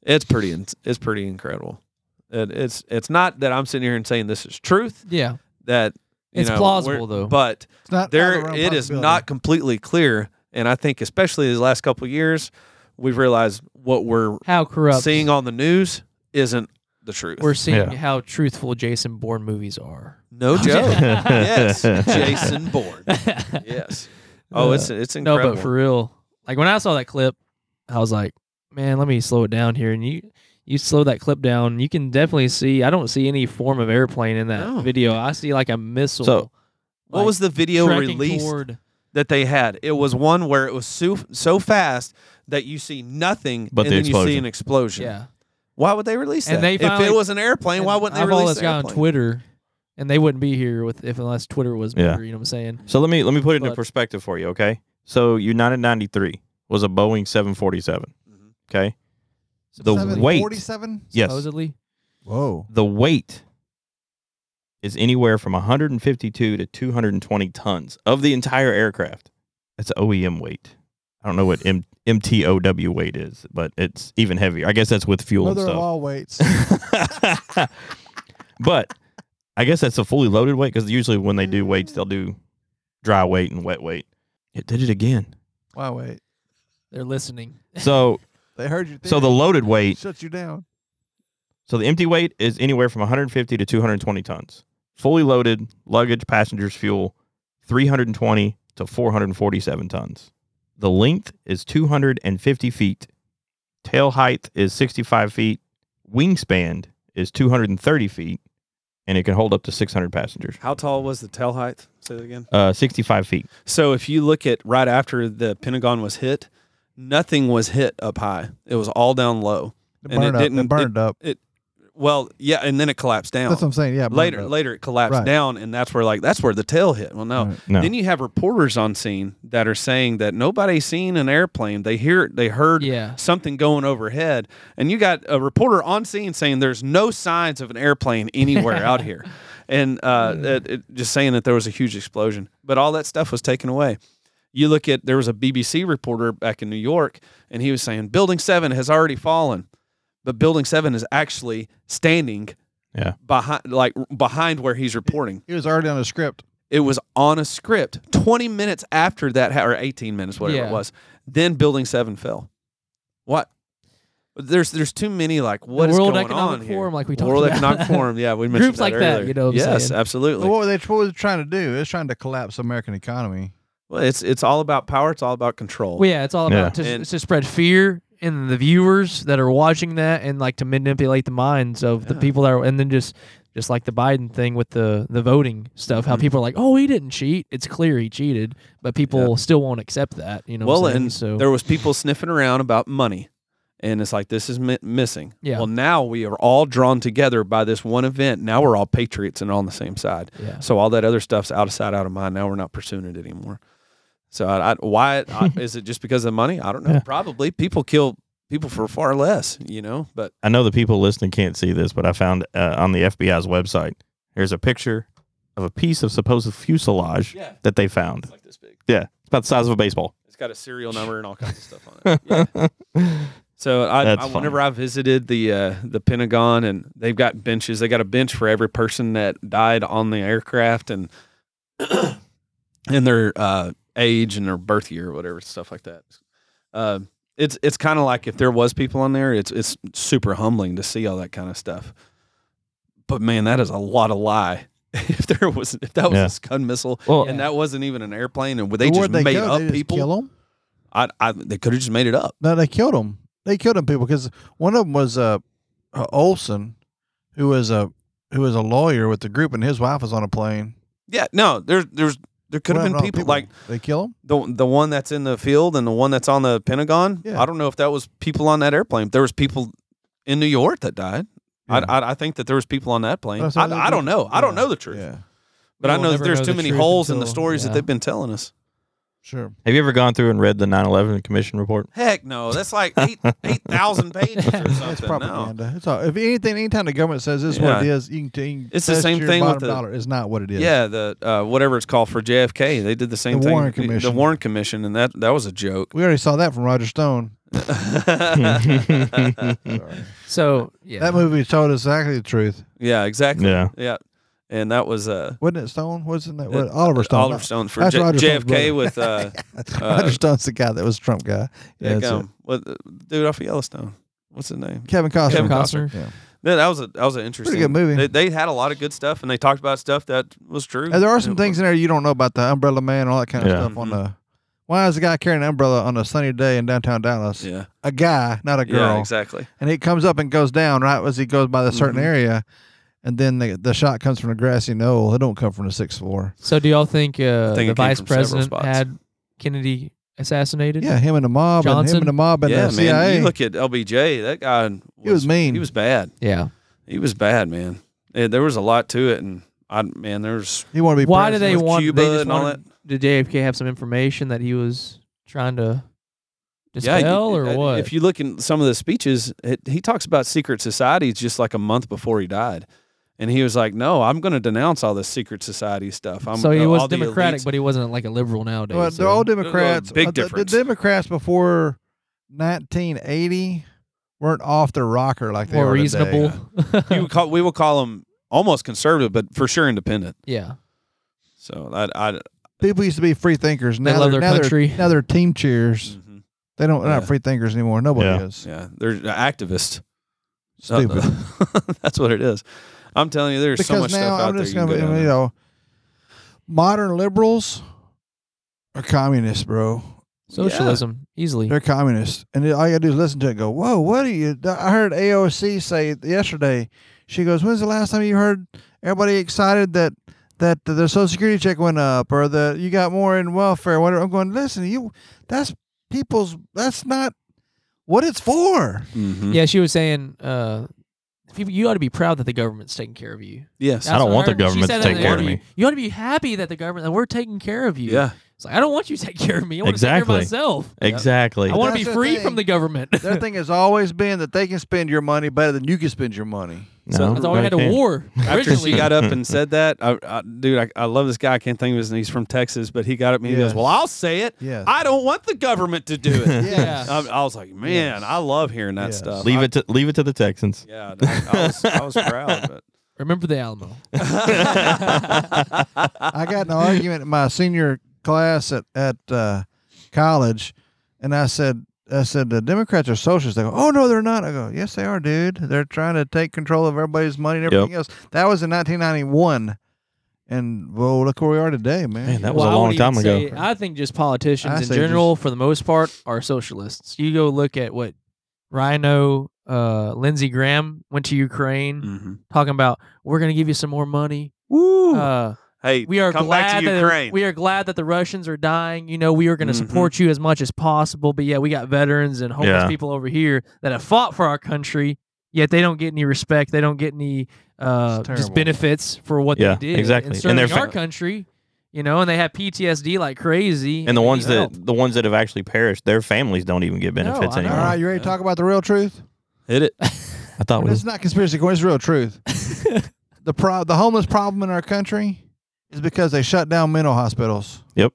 S5: It's pretty in- it's pretty incredible. It, it's it's not that I'm sitting here and saying this is truth.
S2: yeah.
S5: That you
S2: It's
S5: know,
S2: plausible,
S5: we're-
S2: though.
S5: but
S3: It's not out of the
S5: there
S3: realm
S5: it is
S3: possibility.
S5: not completely clear. And I think especially these last couple of years, we've realized what we're
S2: How corrupt.
S5: seeing on the news isn't the truth.
S2: We're seeing
S4: Yeah.
S2: how truthful Jason Bourne movies are.
S5: no joke. Oh. yes, Jason Bourne. Yes. Oh, it's it's
S2: Uh, no,
S5: incredible.
S2: but for real. Like when I saw that clip, I was like, man, let me slow it down here. And you you slow that clip down, you can definitely see I don't see any form of airplane in that
S5: No.
S2: video. I see like a missile.
S4: So,
S5: what
S2: like,
S5: was the video
S2: tracking
S5: released
S2: toward-
S5: that they had? It was one where it was so so fast that you see nothing,
S4: But
S5: and
S4: the
S5: then you see
S4: explosion.
S5: an explosion.
S2: Yeah.
S5: Why would they release
S2: And
S5: that?
S2: they finally-
S5: if it was an airplane, why wouldn't they
S2: I've all
S5: release
S2: this
S5: an
S2: guy on
S5: airplane?
S2: Twitter, and they wouldn't be here with if unless Twitter was
S4: Yeah.
S2: bigger. You know what I'm saying?
S4: So let me let me put it into
S2: But-
S4: perspective for you, okay? So United 93 was a Boeing 747,
S5: Mhm.
S4: okay? The weight,
S3: 47.
S4: yes,
S2: Supposedly.
S3: Whoa.
S4: the weight is anywhere from 152 to 220 tons of the entire aircraft. That's OEM weight. I don't know what M- MTOW weight is, but it's even heavier. I guess that's with fuel and
S3: Mother of
S4: stuff.
S3: all weights.
S4: but I guess that's a fully loaded weight because usually when they do weights, they'll do dry weight and wet weight. It did it again.
S3: Why wait?
S2: They're listening.
S4: So
S3: They heard you.
S4: So the loaded weight,
S3: shuts you down.
S4: so the empty weight is anywhere from 150 to 220 tons. Fully loaded, luggage, passengers, fuel, 320 to 447 tons. The length is 250 feet. Tail height is 65 feet. Wingspan is 230 feet, and it can hold up to 600 passengers.
S5: How tall was the tail height? Say that again.
S4: Uh, 65 feet.
S5: So if you look at right after the Pentagon was hit, nothing was hit up high. It was all down low.
S3: It
S5: And it
S3: burned up.
S5: didn't-
S3: It burned up.
S5: Well, yeah, and then it collapsed down.
S3: That's what I'm saying. Yeah. it burned
S5: later,
S3: up.
S5: later it collapsed
S3: Right.
S5: down, and that's where like that's where the tail hit. Well, no.
S3: Right.
S4: No.
S5: Then you have reporters on scene that are saying that nobody's seen an airplane. They hear they heard
S2: Yeah.
S5: something going overhead, and you got a reporter on scene saying there's no signs of an airplane anywhere out here, and uh, it, it- just saying that there was a huge explosion. But all that stuff was taken away. You look at there was a BBC reporter back in New York, and he was saying Building Seven has already fallen, but Building Seven is actually standing.
S4: Yeah.
S5: Behind, like behind where he's reporting,
S3: It was already on the script.
S5: it was on a script 20 minutes after that ha- or 18 minutes whatever
S2: Yeah.
S5: it was then building 7 fell what there's there's too many like what is
S2: World
S5: going
S2: Economic
S5: on here?
S2: Forum, like we talked
S5: World
S2: about.
S5: Economic Forum yeah we mentioned
S2: Groups like that,
S5: earlier.
S2: you know what I'm
S5: yes
S2: saying?
S5: absolutely
S3: what were they what was it trying to do? It was trying to collapse the American economy.
S5: well, it's it's all about power it's all about control
S2: Well, yeah, it's all about
S5: Yeah.
S2: to,
S5: And-
S2: to spread fear in the viewers that are watching that, and like to manipulate the minds of the
S5: Yeah.
S2: people that are, and then just just like the Biden thing with the the voting stuff,
S5: Mm.
S2: how people are like, oh, he didn't cheat. It's clear he cheated, but people still won't accept that. You know, what
S5: well
S2: I'm saying?
S5: and
S2: so
S5: there was people sniffing around about money and it's like this is mi- missing
S2: Yeah.
S5: well now we are all drawn together by this one event now we're all patriots and on the same side
S2: yeah,
S5: So all that other stuff's out of sight, out of mind. Now we're not pursuing it anymore. So I, I, why I, is it just because of the money? I don't know.
S4: Yeah.
S5: Probably people kill people for far less, you know. But
S4: I know the people listening can't see this, but I found uh, on the FBI's website, here's a picture of a piece of supposed fuselage
S5: yeah,
S4: that they found.
S5: it's like this big.
S4: Yeah, it's about the size of a baseball.
S5: It's got a serial number and all kinds of stuff on it. Yeah. So I,
S4: That's
S5: I
S4: funny.
S5: whenever I visited the uh, the Pentagon and they've got benches. They got a bench for every person that died on the aircraft and and their uh, age and their birth year or whatever stuff like that. Uh, it's it's kind of like if there was people on there, it's it's super humbling to see all that kind of stuff. But man, that is a lot of lie. if there was if that was
S4: Yeah.
S5: a Scud missile
S4: Well,
S5: and
S2: Yeah.
S5: that wasn't even an airplane and they just
S3: Where'd
S5: made
S3: go?
S5: up
S3: They just
S5: people,
S3: Kill them?
S5: I, I they could have just made it up.
S3: No, they killed them. They killed them people because one of them was uh, uh, Olson, who was a who was a lawyer with the group, and his wife was on a plane.
S5: Yeah, no, there's there's there could
S3: What
S5: have been
S3: happened to all
S5: people, like
S3: they kill them.
S5: the the one that's in the field and the one that's on the Pentagon.
S3: Yeah.
S5: I don't know if that was people on that airplane. There was people in New York that died.
S3: Yeah.
S5: I, I I think that there was people on that plane.
S3: That's
S5: I,
S3: what they
S5: I don't
S3: do.
S5: know. I don't
S3: Yeah.
S5: know the truth,
S3: Yeah,
S5: but I
S2: We'll
S5: know that
S2: never
S5: there's
S2: know
S5: too
S2: the
S5: many
S2: truth
S5: holes in the
S2: until-
S5: stories that
S2: yeah.
S5: they've been telling us.
S3: sure.
S4: have you ever gone through and read the 9/11 Commission report?
S5: Heck no, that's like eight eight thousand pages or something.
S3: It's
S5: No.
S3: propaganda. It's all. If anything, anytime the government says this is what it is, you can. You can
S5: It's the
S3: test
S5: same
S3: your
S5: thing with
S3: bottom
S5: the-
S3: dollar. It's not what it is.
S5: Yeah, the uh, whatever it's called for JFK, they did the same
S3: The
S5: thing.
S3: Warren
S5: The
S3: Commission.
S5: Warren Commission, and that that was a joke.
S3: we already saw that from Roger Stone. Sorry.
S2: so yeah,
S3: That movie told us exactly the truth,
S5: yeah, exactly.
S4: Yeah.
S5: yeah, and that was uh,
S3: wasn't it? Stone wasn't that what,
S5: Uh,
S3: Oliver Stone?
S5: Oliver Stone for
S3: That's
S5: J-
S3: Roger Stone's brother.
S5: JFK with uh,
S3: Roger
S5: uh,
S3: Stone's the guy that was Trump guy. Yeah, that's it.
S5: um, what the dude off of Yellowstone. What's his name?
S3: Kevin Costner.
S2: Kevin
S5: Kevin
S2: Costner.
S3: Yeah.
S5: No, that was a that was an interesting
S3: good movie.
S5: They, they had a lot of good stuff, and they talked about stuff that was true.
S3: And there are some
S5: And it
S3: things in there you don't know about the Umbrella Man and all that kind of
S4: Yeah.
S3: stuff on the. Why is a guy carrying an umbrella on a sunny day in downtown Dallas?
S5: was- Mm-hmm. Yeah,
S3: A guy, not a girl.
S5: yeah, exactly.
S3: And it comes up and goes down right as he goes by the certain
S5: Mhm.
S3: area, and then the, the shot comes from the grassy knoll. It don't come from the sixth floor.
S2: so do y'all think, uh,
S5: think it came
S2: the vice
S5: from several
S2: president
S5: spots.
S2: had Kennedy assassinated?
S3: Yeah, him and the mob, and him
S2: Johnson?
S3: and the mob, and
S5: yeah,
S3: the
S5: man.
S3: CIA.
S5: You look at LBJ. That guy was,
S3: he was mean.
S5: He was bad.
S2: yeah.
S5: He was bad, man. Yeah, there was a lot to it, and I man, there's
S3: He wanted to be.
S2: Why do
S3: president.
S2: they
S5: with
S2: want?
S5: Cuba
S2: they just
S5: and all
S2: wanted- Did JFK have some information that he was trying to
S5: yeah,
S2: dispel
S5: you-
S2: or
S5: uh,
S2: what?
S5: If you look in some of the speeches, it, he talks about secret societies just like a month before he died. And he was like, "No, I'm going to denounce all this secret society stuff." I'm,
S2: so he
S5: uh,
S2: was
S5: all the
S2: democratic,
S5: elites-
S2: but he wasn't like a liberal nowadays.
S3: Well, they're
S2: so-
S3: all Democrats.
S5: big
S3: Uh, the-
S5: difference.
S3: The, Democrats before 1980 weren't off their rocker like they
S2: more
S3: are today.
S2: reasonable.
S5: you would call, we will call him almost conservative, but for sure independent.
S2: yeah.
S5: So I, I
S3: People used to be free thinkers. Now
S2: love their
S3: they're- now they're-
S2: country. Mm-hmm.
S3: now they're team cheers.
S5: mhm.
S3: They don't. They're
S5: Yeah.
S3: not free thinkers anymore. Nobody
S4: Yeah.
S3: is.
S5: Yeah, Uh, they're activists.
S3: Stupid.
S5: that's what it is. I'm telling you, there's so much stuff out there. You, can
S3: gonna
S5: go
S3: be-
S5: down
S3: you
S5: there.
S3: know, modern liberals are communists, bro.
S2: Socialism, easily.
S3: They're communists, and all you gotta do is listen to it. and Go, whoa, what are you? I heard AOC say yesterday. She goes, "When's the last time you heard everybody excited that that the Social Security check went up or that you got more in welfare?" Whatever. I'm going, listen, you. That's people's. That's not what it's for.
S5: Mhm.
S2: Yeah, she was saying, uh, people, you ought to be proud that the government's taking care of you.
S5: Yes.
S4: I
S2: That's
S4: don't
S2: what
S4: want the
S2: heard. She
S4: government
S2: said
S4: to
S2: that in
S4: take
S2: the
S4: care of
S2: interview.
S4: me.
S2: You ought to be happy that the government that we're taking care of you.
S5: Yeah.
S2: It's like I don't want you to take care of me. I want to take care
S4: Exactly.
S2: of myself.
S4: Exactly.
S2: I want to
S3: That's
S2: be
S3: the
S2: free
S3: thing.
S2: from the government.
S3: Their thing has always been that they can spend your money better than you can spend your money.
S4: No,
S2: That's all we
S4: no,
S2: had a
S4: you can't.
S2: war
S5: After she
S2: originally.
S5: got up and said that, I, I, dude, I, I love this guy. I can't think of his name. He's from Texas, but he got up and he
S3: Yes.
S5: goes, "Well, I'll say it.
S3: Yeah.
S5: I don't want the government to do it."
S2: Yeah.
S5: I, I was like, "Man, I love hearing that
S3: Yes.
S5: stuff."
S4: Leave
S5: I-
S4: it to leave it to the Texans.
S5: Yeah, I, I was, I was proud, but
S2: Remember the Alamo.
S3: I got in an argument in my senior class at at uh, college, and I said, I said the Democrats are socialists. They go, oh no, they're not. I go, yes, they are, dude. They're trying to take control of everybody's money and everything else. That was in 1991, and well, look where we are today, man.
S4: Man, that was
S2: Well, I
S4: a long
S2: wouldn't
S4: time
S2: even
S4: ago.
S2: say- I think just
S3: I
S2: politicians in
S3: say
S2: general, for the most part, are socialists. You go look at what Rhino, uh, Lindsey Graham went to Ukraine
S3: Mm.
S2: talking about, we're going to give you some more money.
S5: woo.
S2: Uh,
S5: hey,
S2: we are
S5: come
S2: glad
S5: back to
S2: that
S5: Ukraine.
S2: we are glad that the Russians are dying. You know, we are going to
S5: Mhm.
S2: support you as much as possible. But yeah, we got veterans and homeless
S4: Yeah.
S2: people over here that have fought for our country. Yet they don't get any respect. They don't get any uh, just
S3: It's terrible.
S2: benefits for what
S4: Yeah,
S2: they did.
S4: exactly.
S2: In
S4: And
S2: serving
S4: their
S2: our
S4: fa-
S2: country, you know, and they have PTSD like crazy.
S4: And the
S2: they
S4: ones
S2: need
S4: that
S2: help.
S4: the ones that have actually perished, their families don't even get benefits
S2: I know.
S3: All
S4: anymore.
S3: right, you ready to talk about the real truth?
S5: hit it.
S4: I thought we
S3: It's not conspiracy corner. It's real truth. the pro- the homeless problem in our country is because they shut down mental hospitals.
S4: Yep.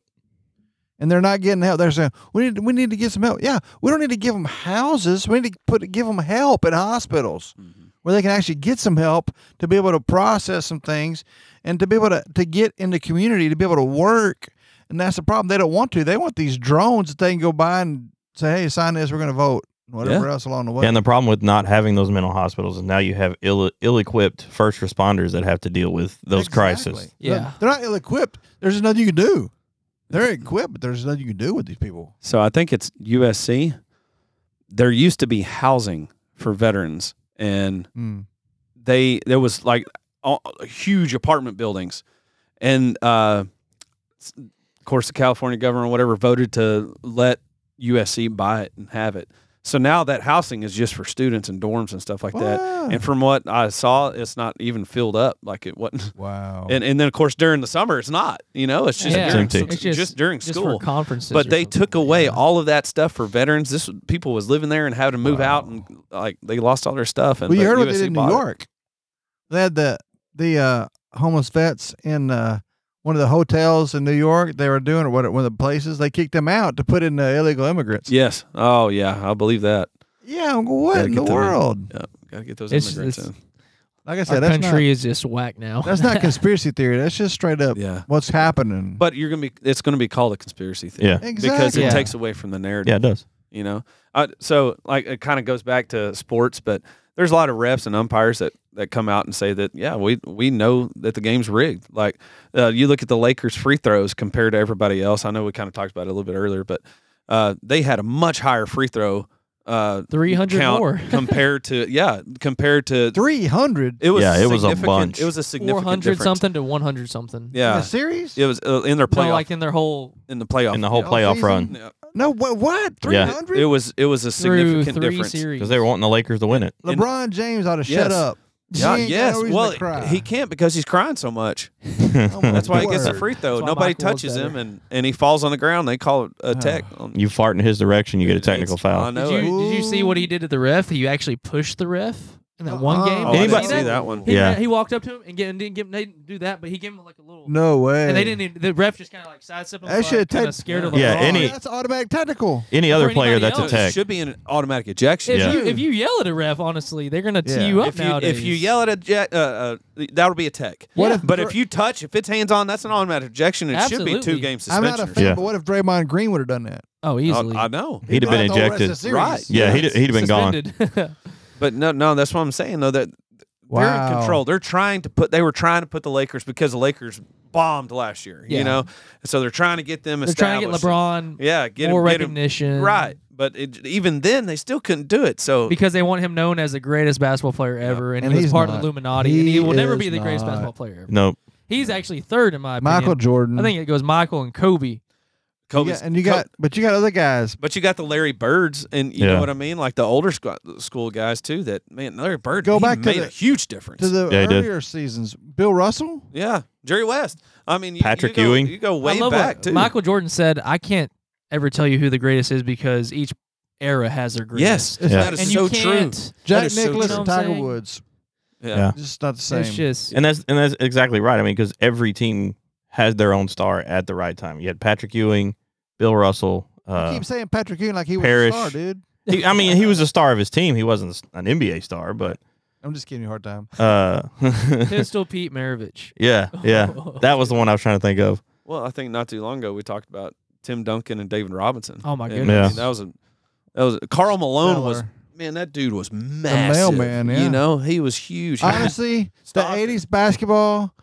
S3: And they're not getting help. They're saying we need we need to get some help. Yeah, we don't need to give them houses. We need to put give them help in hospitals
S4: Mm-hmm.
S3: where they can actually get some help to be able to process some things and to be able to to get in the community to be able to work. And that's the problem. They don't want to. They want these drones that they can go by and say, "Hey, sign this. We're going to vote." and Whatever else along the way.
S4: and the problem with not having those mental hospitals is now you have ill ill-equipped first responders that have to deal with those crises.
S3: Exactly.
S2: Yeah.
S3: They're, they're not ill equipped. There's just nothing you can do. They're equipped, but there's nothing you can do with these people.
S5: So I think it's USC. There used to be housing for veterans, and they there was like a, a huge apartment buildings, and uh, s- of course the California government whatever voted to let USC buy it and have it. So now that housing is just for students and dorms and stuff like that.
S3: Wow.
S5: And from what I saw, it's not even filled up like it wasn't.
S3: Wow.
S5: And and then of course during the summer it's not. You know, it's just
S2: Yeah.
S5: during,
S4: It's empty.
S5: s-
S2: It's just-
S5: just during
S2: just
S5: school
S2: for conferences.
S5: but
S2: or
S5: they
S2: something.
S5: took away
S2: Yeah.
S5: all of that stuff for veterans. This people was living there and having to move out and like they lost all their stuff. And
S3: well, you
S5: but
S3: heard what they
S5: USC
S3: did in New
S5: bought it.
S3: York. They had the the uh, homeless vets in uh, one of the hotels in New York. They were doing it, what one of the places. They kicked them out to put in the illegal immigrants.
S5: Yes. Oh yeah, I believe that.
S3: Yeah, I'm going, what
S5: Gotta
S3: in the
S5: get them in.
S3: world?
S5: Yeah, gotta get those
S2: It's-
S5: immigrants
S2: it's-
S5: in.
S3: Like I
S2: Our
S3: said, that's
S2: country is just whack now.
S3: not that's not conspiracy theory. That's just straight up
S5: Yeah,
S3: what's happening.
S5: but you're gonna be. It's gonna be called a conspiracy theory
S4: Yeah.
S3: exactly.
S5: because it
S2: Yeah.
S5: takes away from the narrative.
S4: Yeah, it does.
S5: You know. I, so like it kind of goes back to sports, but there's a lot of refs and umpires that that come out and say that yeah we we know that the game's rigged. Like uh, you look at the Lakers free throws compared to everybody else. I know we kind of talked about it a little bit earlier, but uh, they had a much higher free throw. Uh,
S2: 300
S5: count
S2: more.
S5: compared to yeah compared to
S3: three hundred
S5: it was
S4: Yeah, it was a
S5: significant-
S4: bunch.
S5: it was a significant
S2: 400
S5: difference.
S2: something to 100 something.
S3: in
S5: yeah
S3: a series.
S5: it was uh, in their playoff
S2: No, like in their whole
S5: in the playoff
S4: In the whole
S3: Yeah.
S4: playoff
S3: Season-
S4: run.
S5: Yeah.
S3: No, what? What? Three
S4: Yeah.
S3: hundred?
S5: it was it was a
S2: through
S5: significant
S2: three
S5: difference
S2: series.
S4: Because they were wanting the Lakers to win it.
S5: And-
S3: LeBron James ought to shut
S5: Yes.
S3: up.
S5: Yeah,
S3: He ain't got
S5: yes.
S3: no reason
S5: well,
S3: to cry.
S5: he can't because he's crying so much.
S3: Oh my
S5: That's why he gets a
S3: word.
S5: free throw.
S2: That's why
S5: Nobody
S2: Michael was
S5: touches
S2: better.
S5: him, and, and he falls on the ground. They call it a tech. on-
S4: You fart in his direction, you get a
S5: It's-
S4: technical
S5: I
S4: foul.
S5: know
S2: did
S5: it.
S2: you, did you see what he did to the ref? He actually pushed the ref in that one
S3: Uh-uh.
S5: Oh,
S2: game. Did
S5: I
S2: you
S5: didn't
S4: Anybody-
S5: see that one?
S2: He,
S4: Yeah.
S2: he walked up to him and, get, and didn't give him. They didn't do that, but he gave him like a little.
S3: No way.
S2: And they didn't. Even, the ref just kind of like sidestepped him.
S3: That should
S2: kind
S3: take.
S2: of scared of.
S4: Yeah,
S2: LeBron.
S4: any-
S3: That's automatic technical.
S4: Any
S2: Or
S4: other
S2: anybody
S4: player that's a
S2: else.
S5: It
S4: tech.
S5: should be an automatic ejection.
S2: If,
S4: Yeah.
S2: you, if you yell at a ref, honestly, they're gonna tee
S3: Yeah.
S2: you up
S5: If you
S2: nowadays.
S5: if you yell at a jet, uh, uh, that'll be a tech.
S3: What
S2: Yeah.
S3: if?
S5: But if you touch, if it's hands on, that's an automatic ejection. It should be
S2: Absolutely.
S5: two game suspension.
S3: I'm not a
S5: or
S3: fan,
S5: something.
S4: Yeah.
S3: but what if Draymond Green would have done that?
S2: Oh, easily.
S5: I, I know.
S4: He'd have been ejected.
S5: Right.
S4: Yeah, he'd, he'd have been gone.
S2: Suspended.
S5: But no, no, that's what I'm saying though. That they're in
S2: Wow.
S5: control. They're trying to put. They were trying to put the Lakers because the Lakers bombed last year.
S2: Yeah.
S5: You know, so they're trying to get them.
S2: They're trying to get
S5: established.
S2: LeBron
S5: Yeah, get
S2: more
S5: him, get him-
S2: recognition.
S5: Right, but it, even then they still couldn't do it. So
S2: Because they want him known as the greatest basketball player ever, and,
S3: And
S2: he was
S3: he's
S2: part of
S3: not.
S2: the Illuminati, and he
S3: He
S2: will never be
S3: is
S2: the greatest
S3: not.
S2: basketball player ever.
S4: Nope.
S2: He's actually third in my
S3: Michael
S2: opinion.
S3: Jordan.
S2: I think it goes Michael and Kobe.
S3: You
S5: Kobe's-
S3: got- and you
S5: Kobe-
S3: got, but you got other guys.
S5: but you got the Larry Birds, and you
S4: Yeah.
S5: know what I mean, like the older squ- school guys too. That man, Larry Bird,
S3: Go
S5: he
S3: back to
S5: made
S3: the-
S5: a huge difference.
S3: To the
S4: Yeah, he did.
S3: earlier seasons, Bill Russell.
S5: yeah, Jerry West. I mean, you,
S4: Patrick
S5: you go,
S4: Ewing.
S5: You go
S2: I
S5: way
S2: love
S5: back
S2: what
S5: too.
S2: Michael Jordan said, "I can't ever tell you who the greatest is because each era has their
S5: yes,
S2: greatest."
S3: It's
S4: Yeah.
S5: that is
S2: and
S5: so
S2: you
S5: true.
S2: can't.
S3: Jack
S5: is so
S3: Nicholas
S5: true.
S2: You
S3: and
S2: know what I'm
S3: Tiger
S2: saying?
S3: Woods.
S5: Yeah.
S3: Just not the same.
S2: It's just
S4: And that's and that's exactly right. I mean, because every team has their own star at the right time. You had Patrick Ewing, Bill Russell.
S3: you
S4: Uh,
S3: keep saying Patrick Ewing like he was
S4: Parrish.
S3: a star, dude.
S4: he- I mean, he was a star of his team. He wasn't an NBA star, but
S3: I'm just giving you a hard time.
S4: uh,
S2: Pistol Pete Maravich.
S4: yeah, yeah, that was the one I was trying to think of.
S5: Well, I think not too long ago we talked about Tim Duncan and David Robinson.
S2: Oh my
S5: And,
S2: goodness.
S5: I mean,
S4: Yeah.
S5: that was a that was Carl Malone was
S3: Stellar.
S5: man. That dude was massive.
S3: mailman, yeah.
S5: You know, he was huge. He-
S3: Honestly, the
S5: Stop it.
S3: '80s basketball,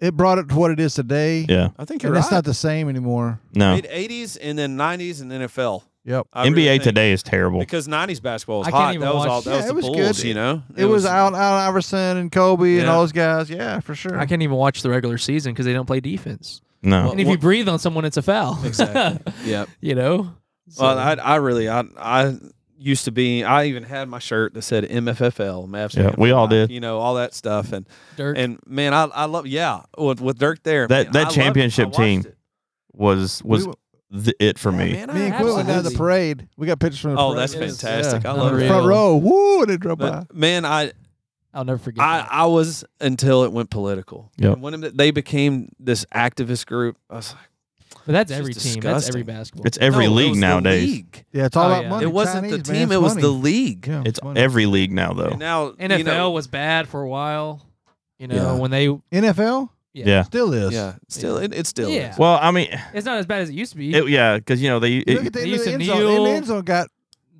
S3: it brought it to what it is today.
S4: Yeah,
S5: I think you're
S3: and
S5: right.
S3: it's not the same anymore.
S4: no,
S5: Mid '80s and then '90s and then it fell.
S3: Yep.
S5: I
S4: NBA
S5: really think-
S4: today is terrible.
S5: because '90s basketball was
S2: I can't
S5: hot.
S2: even
S5: That was
S2: watch-
S5: all. That
S3: Yeah,
S5: was the
S3: it was
S5: Bulls.
S3: good.
S5: You know,
S3: It, was, Al, Al Iverson and Kobe and
S5: Yeah.
S3: all those guys. Yeah, for sure.
S2: I can't even watch the regular season because they don't play defense.
S4: No,
S2: and if you
S5: what-
S2: breathe on someone, it's a foul.
S5: Oh, Exactly. Yeah.
S2: you know.
S5: Well,
S2: So-
S5: I, I really, I, I used to be. I even had my shirt that said MFFL, Mavs.
S4: Yeah,
S5: Fan
S4: we
S5: for
S4: all
S5: Life,
S4: did.
S5: You know, all that stuff, and
S2: Dirk.
S5: and man, I, I love. Yeah, with, with Dirk there,
S4: That-
S5: man,
S4: that
S5: I loved it. I
S4: championship
S5: watched
S4: team
S5: it.
S4: was was
S3: We-
S4: the, it for
S5: Yeah,
S4: me.
S5: man, I
S3: me and Quinn went down to the
S5: absolutely-
S3: parade. We got pictures from the
S5: Oh,
S3: parade.
S5: that's
S2: It is,
S5: fantastic!
S3: yeah.
S5: I love it.
S2: Unreal.
S3: Front row. Woo, and it drove by.
S5: But, man, I,
S2: I'll never forget.
S5: I
S2: that.
S5: I was until it went political.
S4: Yep.
S5: And When it- they became this activist group, I was like,
S2: but that's
S5: it's
S2: every team.
S5: just
S2: That's every
S5: disgusting.
S2: basketball.
S4: It's every
S5: no, it
S4: league
S5: was the
S4: nowadays.
S5: league.
S3: Yeah, it's all
S2: Oh,
S3: about
S2: yeah.
S3: money.
S5: It wasn't the
S3: Chinese, man,
S5: team;
S3: it's
S5: it was the
S3: money.
S5: league.
S3: Yeah,
S4: It's
S3: money.
S4: every league now though.
S5: And now
S2: NFL
S5: you know,
S2: was bad for a while. You know
S5: Yeah.
S2: when they
S3: NFL
S2: yeah.
S4: Yeah.
S3: still is.
S5: yeah, still it, it still
S2: Yeah.
S5: is.
S4: Well, I mean,
S2: It's not as bad as it used to be.
S4: it, yeah, because you know they
S3: You Look
S4: it,
S3: at the,
S2: They
S3: end
S2: used
S3: of
S2: to
S3: the end zone. And the
S2: kneel.
S3: end zone got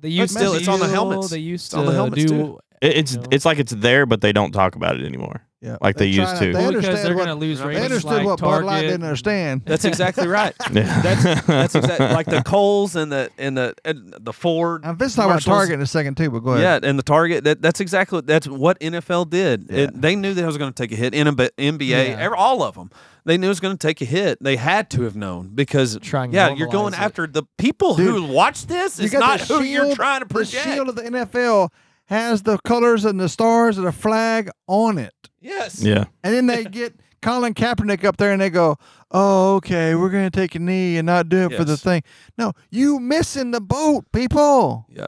S2: they used
S5: still,
S2: to
S5: it's on the
S2: kneel,
S5: helmets.
S2: They used
S5: It's on the
S2: to
S5: helmets,
S2: do
S5: too.
S4: it- it's
S2: No.
S4: it's like it's there, but they don't talk about it anymore.
S3: yeah.
S4: Like they
S3: try
S4: used
S3: not-
S4: to.
S3: They
S2: Well, because
S3: understand
S2: they're
S3: what-
S2: going to lose
S5: they
S3: They
S2: ratings.
S3: understood
S2: like
S3: what Bud
S2: Target.
S3: Light didn't understand.
S5: That's exactly right.
S4: that's
S5: That's exactly like the Coles and the and the and the Ford.
S3: I'm just talking about
S5: commercials.
S3: Target in a second too, but go ahead.
S5: Yeah, and the target that, that's exactly that's what NFL did.
S3: Yeah.
S5: It, they knew that it was going to take a hit. NB NBA,
S2: Yeah.
S5: ev- all of them, they knew it was going to take a hit. They had to have known because
S2: Trying to
S5: yeah, you're going
S2: normalize it.
S5: after the people who watch this.
S3: You
S5: It's
S3: got
S5: not
S3: the
S5: who you're
S3: shield-
S5: trying to project.
S3: The shield of the NFL has the colors and the stars and the flag on it.
S5: Yes.
S4: yeah.
S3: And then they get Colin Kaepernick up there and they go, Oh, okay, we're gonna take a knee and not do it for the
S5: Yes.
S3: thing. No, you missing the boat, people.
S5: Yeah.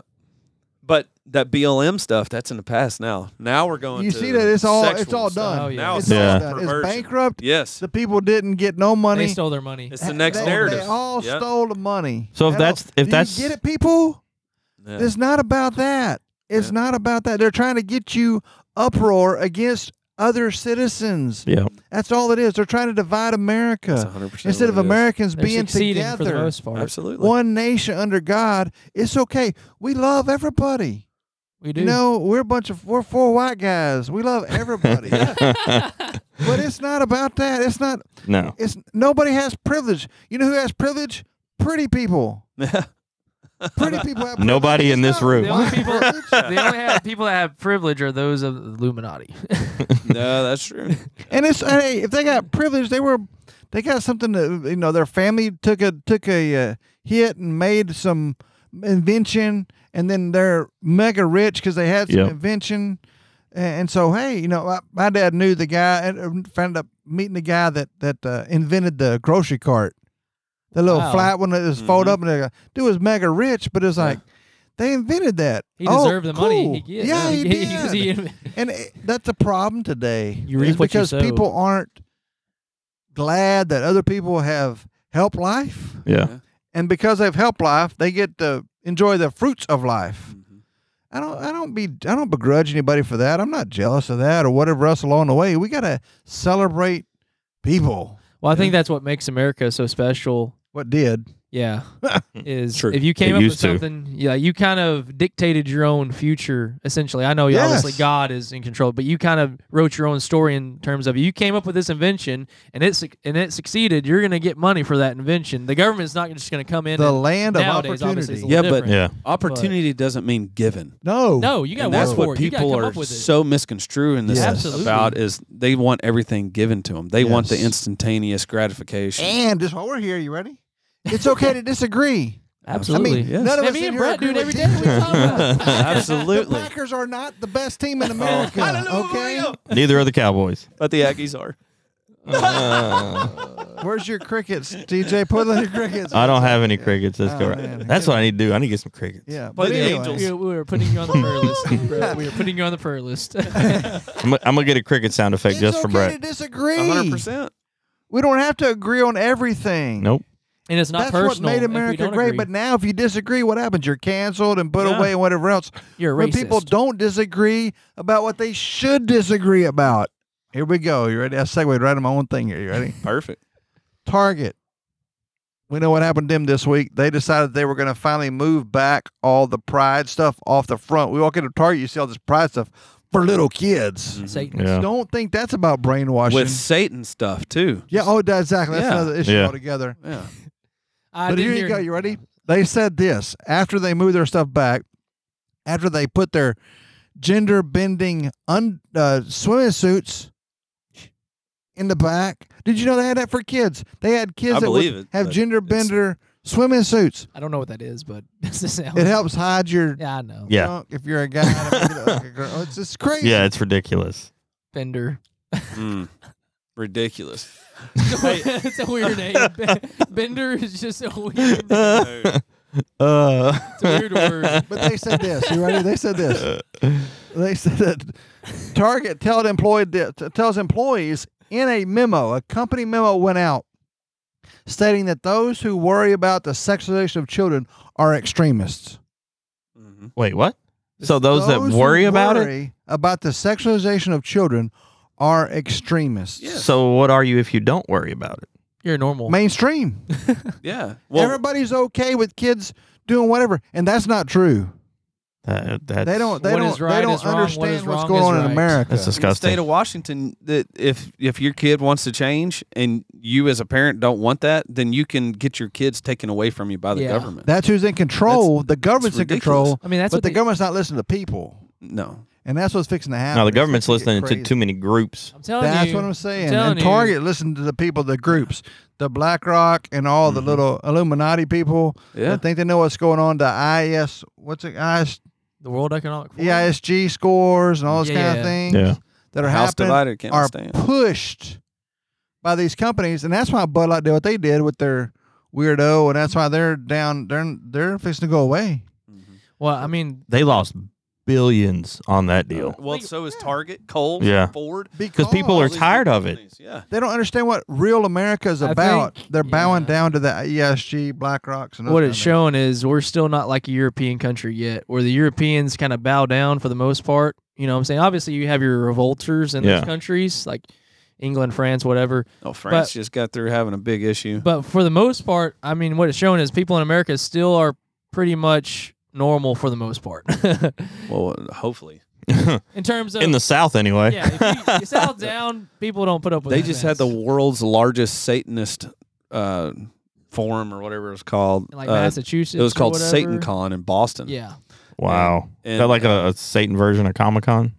S5: But that BLM stuff that's in the past now. Now we're going.
S3: You
S5: to
S3: see that it's all it's
S5: sexual
S3: all
S5: stuff.
S3: done.
S2: Oh, yeah.
S5: Now
S3: It's
S5: it's
S4: Yeah.
S3: all
S5: all
S3: done. It's
S5: perversion.
S3: bankrupt.
S5: Yes.
S3: The people didn't get no money.
S2: They stole their money.
S5: It's the next
S3: they,
S5: narrative.
S3: They all
S5: Yep.
S3: stole the money.
S4: So if
S3: They all-
S4: that's- if
S3: Do
S4: that's-
S3: you get it, people.
S5: Yeah.
S3: It's not about that. It's
S5: Yeah.
S3: not about that. They're trying to get you uproar against other citizens.
S4: Yeah.
S3: That's all it is. They're trying to divide
S5: That's
S3: America
S5: 100%
S3: instead of
S5: what it is.
S3: Americans
S2: They're
S3: being
S2: succeeding for the
S3: together.
S2: most part.
S5: Absolutely.
S3: One nation under God. It's okay. We love everybody.
S2: We do.
S3: You know, we're a bunch of we're four white guys. We love everybody. But it's not about that. It's not.
S4: no.
S3: It's nobody has privilege. You know who has privilege? Pretty people. Pretty people have privilege.
S4: Nobody in
S3: It's
S4: this
S3: not
S4: room.
S2: The only
S3: white
S2: people,
S3: privilege.
S2: the only have, people that have privilege are those of the Illuminati.
S3: Oh,
S5: no, that's true.
S3: And it's hey, if they got privilege, they were they got something that you know their family took a took a uh, hit and made some invention, and then they're mega rich because they had some
S4: Yep.
S3: invention. A- And so, hey, you know, my, my dad knew the guy, and uh, found up meeting the guy that that uh, invented the grocery cart, the little
S2: Wow. Mm-hmm.
S3: flat one that was fold up, and the dude was mega rich, but it's like they invented that.
S2: He
S3: Oh,
S2: deserved the money. He,
S3: cool.
S2: get-
S3: Yeah, he, did.
S2: because he-
S3: And it, that's a problem today.
S2: You reap
S3: is
S2: what you
S3: because
S2: sow.
S3: people aren't glad that other people have helped life,
S4: Yeah.
S3: and because they've helped life, they get to enjoy the fruits of life.
S2: Mm-hmm.
S3: I don't. I don't be. I don't begrudge anybody for that. I'm not jealous of that or whatever else along the way. We gotta celebrate people.
S2: well, I think that's what makes America so special
S3: What did?
S2: Yeah, is
S5: True.
S2: if you
S4: It
S2: came up with
S4: used to.
S2: something, yeah, you kind of dictated your own future. Essentially, I know you obviously
S3: Yes.
S2: God is in control, but you kind of wrote your own story in terms of you came up with this invention and it suc- and it succeeded. You're going to get money for that invention. The government's not just going to come in.
S3: the
S2: and-
S3: land of
S2: nowadays, obviously, it's a
S3: opportunity.
S5: Yeah,
S2: little
S5: but-
S2: different.
S4: Yeah.
S5: Opportunity doesn't mean given.
S3: No,
S2: no, you got to
S5: and
S2: work
S5: that's
S2: for
S5: what
S2: it. You gotta
S5: people
S2: come
S5: are
S2: up with it.
S5: so misconstruing this
S3: Yes.
S2: Absolutely.
S5: about is they want everything given to them. They want the
S3: Yes.
S5: instantaneous gratification.
S3: And just while we're here, you ready? It's okay to disagree.
S2: absolutely.
S5: Absolutely. Yes.
S3: None of
S2: Man,
S3: us
S2: me
S3: in
S2: and
S3: here
S2: Brett do
S3: agree
S2: it every
S3: with
S2: day. What are you talking about?
S3: The
S5: Absolutely.
S3: Packers are not the best team in America. okay,
S4: Neither are the Cowboys.
S5: but the Aggies are.
S3: where's your crickets, DJ? Put in the crickets.
S4: I don't have any crickets. Let's go.
S3: Oh,
S4: Right.
S3: man.
S4: That's what I need to do. I need to get some crickets.
S3: Yeah, but,
S2: But anyway,
S3: anyway,
S2: we, were- we were putting you on the prayer list. Brett. We were putting you on the prayer list.
S4: I'm, gonna- I'm gonna get a cricket sound effect
S3: it's
S4: just
S3: okay
S4: for
S3: to
S4: Brett.
S3: disagree.
S5: 100%.
S3: We don't have to agree on everything.
S4: Nope.
S2: And it's not
S3: That's
S2: personal.
S3: what made
S2: if we
S3: America
S2: don't
S3: great.
S2: agree.
S3: But now, if you disagree, what happens? You're canceled and put
S5: Yeah.
S3: away and whatever else.
S2: you're a
S3: when
S2: racist.
S3: people don't disagree about what they should disagree about. Here we go. You ready? I segued right in my own thing here. You ready?
S5: Perfect.
S3: Target. We know what happened to them this week. They decided they were going to finally move back all the pride stuff off the front. We walk into Target, you see all this pride stuff for little kids.
S2: Satan.
S4: Yeah.
S3: Don't think that's about brainwashing.
S5: Mm-hmm. With Satan stuff too.
S3: yeah, oh, that's exactly. That's
S5: Yeah.
S3: another issue
S4: Yeah.
S3: altogether.
S5: Yeah.
S2: I
S3: but
S2: did
S3: here you
S2: hear-
S3: go. You ready? They said this after they moved their stuff back, after they put their gender bending un, uh, swimming suits in the back. Did you know they had that for kids? They had kids
S5: I
S3: that would
S5: believe it,
S3: have
S5: but
S3: gender
S5: it's-
S3: bender swimming suits.
S2: I don't know what that is, but this is
S3: It helps hide your
S2: Yeah, I know.
S4: Yeah.
S3: junk if you're a guy. and if you're like a girl. It's just crazy.
S4: Yeah. It's ridiculous.
S2: Bender.
S5: Mm. Ridiculous.
S2: it's a weird name. Ben- Bender is just a weird, it's
S4: uh, uh,
S2: a weird word.
S3: But they said this. You ready? They said this. They said that Target tell employed tells employees in a memo, a company memo went out stating that those who worry about the sexualization of children are extremists.
S5: Mm-hmm.
S4: wait, what? So those, that
S3: who
S4: worry, about it.
S3: worry about the sexualization of children are extremists.
S5: Yeah.
S4: So what are you if you don't worry about it?
S2: You're normal.
S3: Mainstream.
S5: Yeah. Well,
S3: Everybody's okay with kids doing whatever, and that's not true.
S4: That, that's,
S3: They don't. They
S2: What
S3: don't.
S2: is right
S3: they don't
S2: is wrong, what is
S3: understand what's
S2: wrong
S3: going
S2: is
S3: on in
S2: right.
S3: America.
S4: That's
S5: in the state
S4: disgusting.
S5: of Washington, that if if your kid wants to change and you as a parent don't want that, then you can get your kids taken away from you by the
S2: Yeah.
S5: government.
S3: That's who's in control. the government's in
S5: ridiculous.
S3: control.
S2: I mean, that's
S3: but
S2: what
S3: the
S2: they-
S3: government's not listening to people,
S5: no.
S3: and that's what's fixing to happen.
S4: no, the
S3: It's fixing
S4: government's
S3: to get
S4: listening to
S3: crazy.
S4: too many groups.
S2: I'm telling
S3: That's
S2: you.
S3: what I'm saying.
S2: telling
S3: and
S2: you.
S3: Target listened to the people, the groups, the BlackRock, and all
S4: Mm-hmm.
S3: the little Illuminati people
S5: Yeah.
S3: that think they know what's going on. The IS, what's it, E IS,
S2: The World Economic Forum.
S3: EISG scores and all those kind
S2: Yeah.
S3: of things
S4: Yeah.
S3: that are
S5: House
S3: happening
S5: divided cannot
S3: are
S5: stand.
S3: pushed by these companies, and that's why Bud Light did what they did with their weirdo, and that's why they're down. They're they're fixing to go away.
S2: Well, I mean,
S4: They lost billions on that deal.
S5: Well, so is Target, Kohl's,
S4: Yeah.
S5: Ford.
S4: because people are
S3: Because-
S4: tired of it.
S5: Yeah.
S3: They don't understand what real America is
S2: I
S3: about.
S2: think-
S3: They're bowing
S2: yeah.
S3: down to the ESG, Black Rocks, and those
S2: what
S3: kind
S2: it's
S3: of things.
S2: showing is we're still not like a European country yet, where the Europeans kind of bow down for the most part. You know what I'm saying? Obviously, you have your revolters in
S4: Yeah.
S2: those countries, like England, France, whatever.
S5: Oh, France just got through having a big issue.
S2: But for the most part, I mean, what it's showing is people in America still are pretty much normal for the most part.
S5: Well, hopefully
S2: in terms of
S4: In the South, anyway.
S2: yeah, if you, you sell down, people don't put up with.
S5: they
S2: that
S5: just had the
S2: mess.
S5: world's largest Satanist uh, forum or whatever it was called.
S2: In, like
S5: Uh,
S2: Massachusetts.
S5: it was
S2: or
S5: called
S2: whatever.
S5: Satan Con in Boston.
S2: Yeah,
S4: Wow.
S5: And- uh,
S4: Is that like a, a Satan version of Comic Con?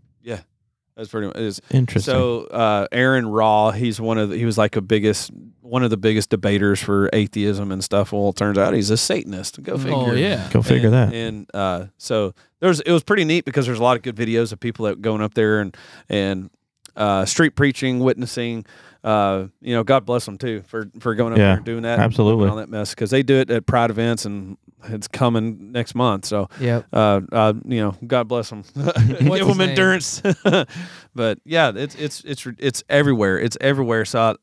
S5: that's pretty much. It is.
S4: Interesting.
S5: So uh, Aaron Raw, he's one of the, he was like a biggest one of the biggest debaters for atheism and stuff. Well, it turns out he's a Satanist. Go figure.
S2: oh yeah,
S4: Go figure
S5: and,
S4: that.
S5: And uh, so there's it was pretty neat because there's a lot of good videos of people that going up there and and uh, street preaching, witnessing. Uh, you know, God bless them too for for going up
S4: Yeah,
S5: there and doing that, and
S4: absolutely.
S5: all that mess because they do it at pride events and it's coming next month. So
S2: yeah.
S5: uh, uh, you know, God bless them. Give
S2: his
S5: them
S2: name?
S5: endurance. but yeah, it's it's it's it's everywhere. It's everywhere. So I,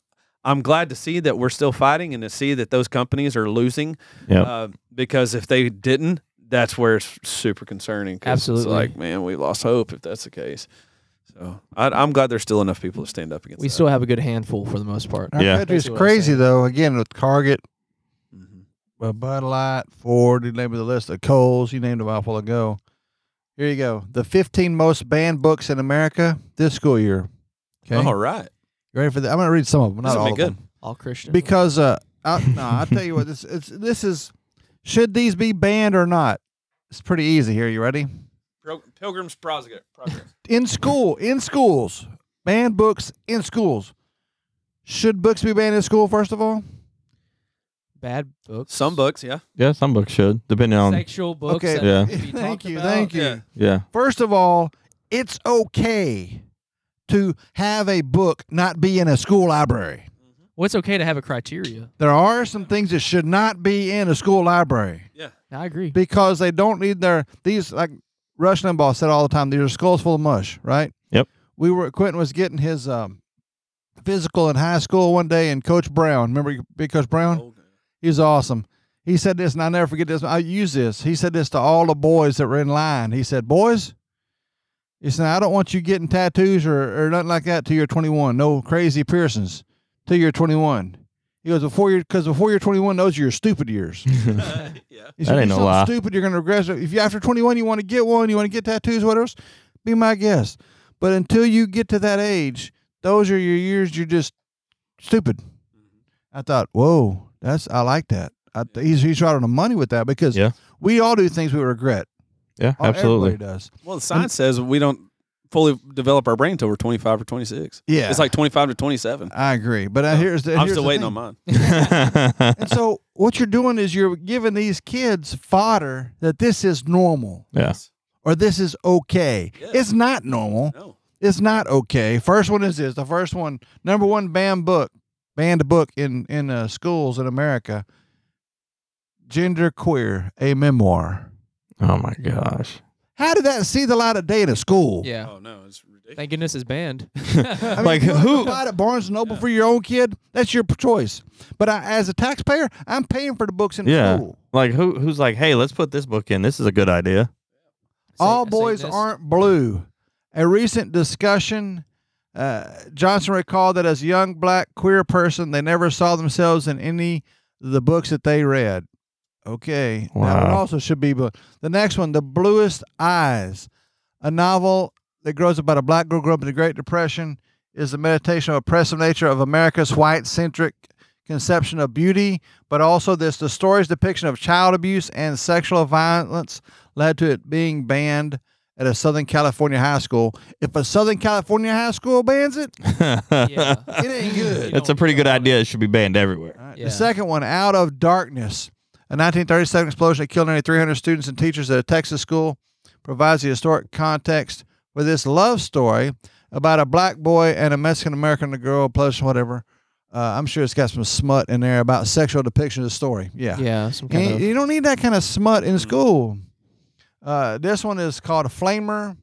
S5: I'm glad to see that we're still fighting and to see that those companies are losing.
S4: Yep.
S5: Uh, because if they didn't, that's where it's super concerning. 'cause
S2: Absolutely.
S5: It's like, man, we lost hope if that's the case. So I, I'm glad there's still enough people to stand up against.
S2: We
S5: that.
S2: still have a good handful for the most part.
S3: Our
S4: Yeah.
S3: country's
S2: That's what I'm
S3: crazy
S2: saying.
S3: though. Again with Target,
S5: Mhm.
S3: uh, Bud Light, Ford, you name the list, of Coles, you named them off while ago. Here you go. The 15 most banned books in America this school year. Okay.
S5: All right.
S3: You ready for that? I'm going to read some of them, not
S5: This'll Uh-huh. be
S3: all of
S5: good.
S3: them.
S2: All Christian.
S3: Because uh, I, no, I tell you what, this it's, this is should these be banned or not? It's pretty easy here. You ready?
S5: Pro- Pilgrim's Progress. Progress.
S3: In school, in schools, ban books in schools. Should books be banned in school? First of all,
S2: bad books.
S5: Some books, yeah.
S4: Yeah, some books should, depending on.
S2: Sexual books.
S3: Okay.
S2: that
S4: Yeah.
S2: need to be
S3: Um, thank
S2: talked
S3: you,
S2: about.
S3: thank you.
S5: Yeah.
S4: Yeah,
S3: First of all, it's okay to have a book not be in a school library.
S2: Well, it's okay to have a criteria.
S3: There are some things that should not be in a school library.
S2: I agree.
S3: because they don't need their these like Rush Limbaugh said all the time. These are skulls full of mush, right?
S4: Yep.
S3: We were Quentin was getting his um, physical in high school one day, and Coach Brown, remember Big Coach Brown?
S5: Oh,
S3: He was awesome. He said this, and I never forget this. I use this. He said this to all the boys that were in line. He said, "Boys." He said, I don't want you getting tattoos or, or nothing like that till you're 21. No crazy piercings till you're 21. He goes, before you're, because before you're 21, those are your stupid years.
S5: yeah.
S3: If
S4: That
S3: you
S4: ain't
S3: do
S4: no
S3: something
S4: lie.
S3: Stupid. You're gonna regret it. If you after 21, you want to get one, you want to get tattoos, whatever. else, Be my guest. But until you get to that age, those are your years. You're just stupid.
S5: Mm-hmm.
S3: I thought, whoa, that's I like that. I, th- he's he's right on the money with that because
S4: Yeah.
S3: we all do things we regret.
S4: yeah,
S5: Oh,
S3: All-
S4: absolutely.
S3: everybody does.
S5: Well, the science says we don't fully develop our brain until we're 25 or 26.
S3: Yeah,
S5: It's like 25 to 27.
S3: I agree. But uh, here's the
S5: I'm
S3: here's
S5: still
S3: the
S5: waiting
S3: thing.
S5: on mine.
S3: And so what you're doing is you're giving these kids fodder that this is normal
S4: yeah,
S3: or this is okay.
S5: Yeah.
S3: It's not normal.
S5: No.
S3: It's not okay. First one is this. The first one, number one banned book, banned book in in uh, schools in America. Gender queer, a memoir.
S4: Oh my gosh.
S3: How did that see the light of day in a school?
S2: Yeah.
S5: Oh, no. It's ridiculous.
S2: Thank goodness it's banned.
S3: I mean,
S4: Like,
S3: if you
S4: who-
S3: want to buy it at Barnes and Noble for your own kid? That's your p- choice. But I, as a taxpayer, I'm paying for the books in
S4: Yeah.
S3: school.
S4: Like who? Who's like, hey, let's put this book in. This is a good idea.
S3: All
S2: Say- say
S3: boys
S2: this.
S3: aren't blue. A recent discussion, uh, Johnson recalled that as a young black queer person, they never saw themselves in any of the books that they read. Okay. That one
S4: Wow.
S3: also should be blue. The next one, The Bluest Eyes, a novel that grows about a black girl grew up in the Great Depression, is the meditation of oppressive nature of America's white centric conception of beauty, but also this the story's depiction of child abuse and sexual violence led to it being banned at a Southern California high school. If a Southern California high school bans it,
S2: Yeah.
S3: it ain't good.
S4: That's a pretty good idea. It should be banned everywhere.
S3: All right,
S2: Yeah.
S3: The second one, Out of Darkness, a 1937 explosion that killed nearly 300 students and teachers at a Texas school, provides the historic context for this love story about a black boy and a Mexican American girl, plus whatever. Uh, I'm sure it's got some smut in there about sexual depiction of the story. Yeah.
S2: Yeah. Some
S3: And
S2: kind of.
S3: you don't need that kind of smut in school. Uh, this one is called a flamer.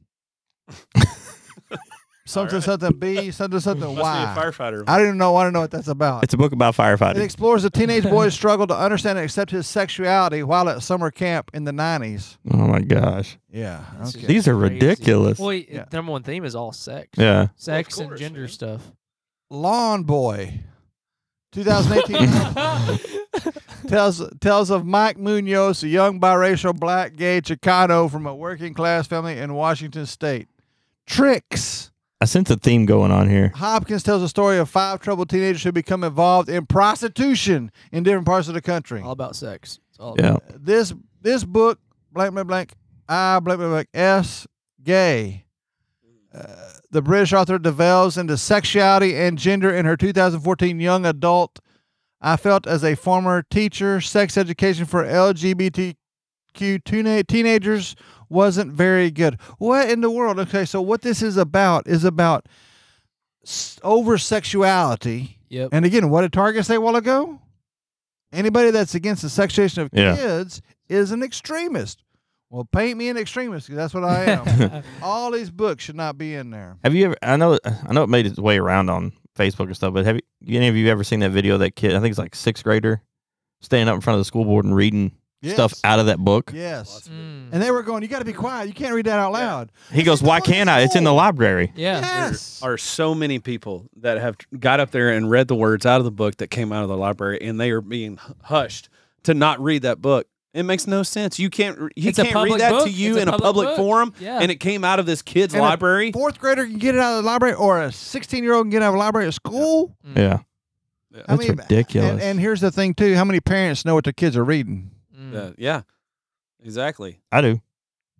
S3: something, something B, something, something Y.
S5: firefighter.
S3: I don't even know. I don't know what that's about.
S4: It's a book about
S3: It
S4: firefighting.
S3: explores the teenage boy's struggle to understand and accept his sexuality while at summer camp in the 90s.
S4: Oh my gosh.
S3: Yeah.
S2: It's just
S4: These are
S2: crazy.
S4: ridiculous.
S2: Well, it-
S3: Yeah.
S2: the number one theme is all sex.
S4: Yeah.
S2: Sex
S5: Well, of
S2: and
S5: course,
S2: gender
S5: man.
S2: stuff.
S3: Lawn Boy. 2018 tells tells of Mike Munoz, a young biracial black gay Chicano from a working class family in Washington State. Tricks.
S4: I sense a theme going on here.
S3: Hopkins tells a story of five troubled teenagers who become involved in prostitution in different parts of the country.
S2: all about sex. It's all
S4: Yeah.
S2: about-
S3: this this book blank blank blank I blank blank blank S gay. Uh, the British author delves into sexuality and gender in her 2014 young adult. I felt as a former teacher, sex education for LGBTQ teena- teenagers wasn't very good. What in the world? Okay, so what this is about is about s- over sexuality.
S2: Yep.
S3: And again, what did Target say a while ago? Anybody that's against the sexuation of
S4: Yeah.
S3: kids is an extremist. Well, paint me an extremist because that's what I am. All these books should not be in there.
S4: Have you ever? I know. I know it made its way around on Facebook and stuff. But have you, any of you ever seen that video? Of that kid, I think it's like sixth grader, standing up in front of the school board and reading stuff
S3: Yes.
S4: out of that book.
S3: Yes.
S2: Mm.
S3: And they were going, you got to be quiet. You can't read that out loud.
S4: He goes, "Why can't I? It's in the library."
S2: yeah.
S3: Yes.
S5: Are so many people that have got up there and read the words out of the book that came out of the library, and they are being hushed to not read that book. It makes no sense. You can't. He
S2: It's a
S5: can't read
S2: public
S5: that
S2: book.
S5: to you
S2: It's a
S5: in a
S2: public
S5: public
S2: book.
S5: forum,
S2: Yeah.
S5: and it came out of this kid's
S3: And a
S5: library.
S3: Fourth grader can get it out of the library, or a 16 year old can get it out of the library at school.
S4: Yeah.
S5: Yeah.
S4: That's ridiculous.
S3: And, and here's the thing, too how many parents know what their kids are reading?
S2: Mm.
S5: Uh, yeah, exactly.
S4: I do.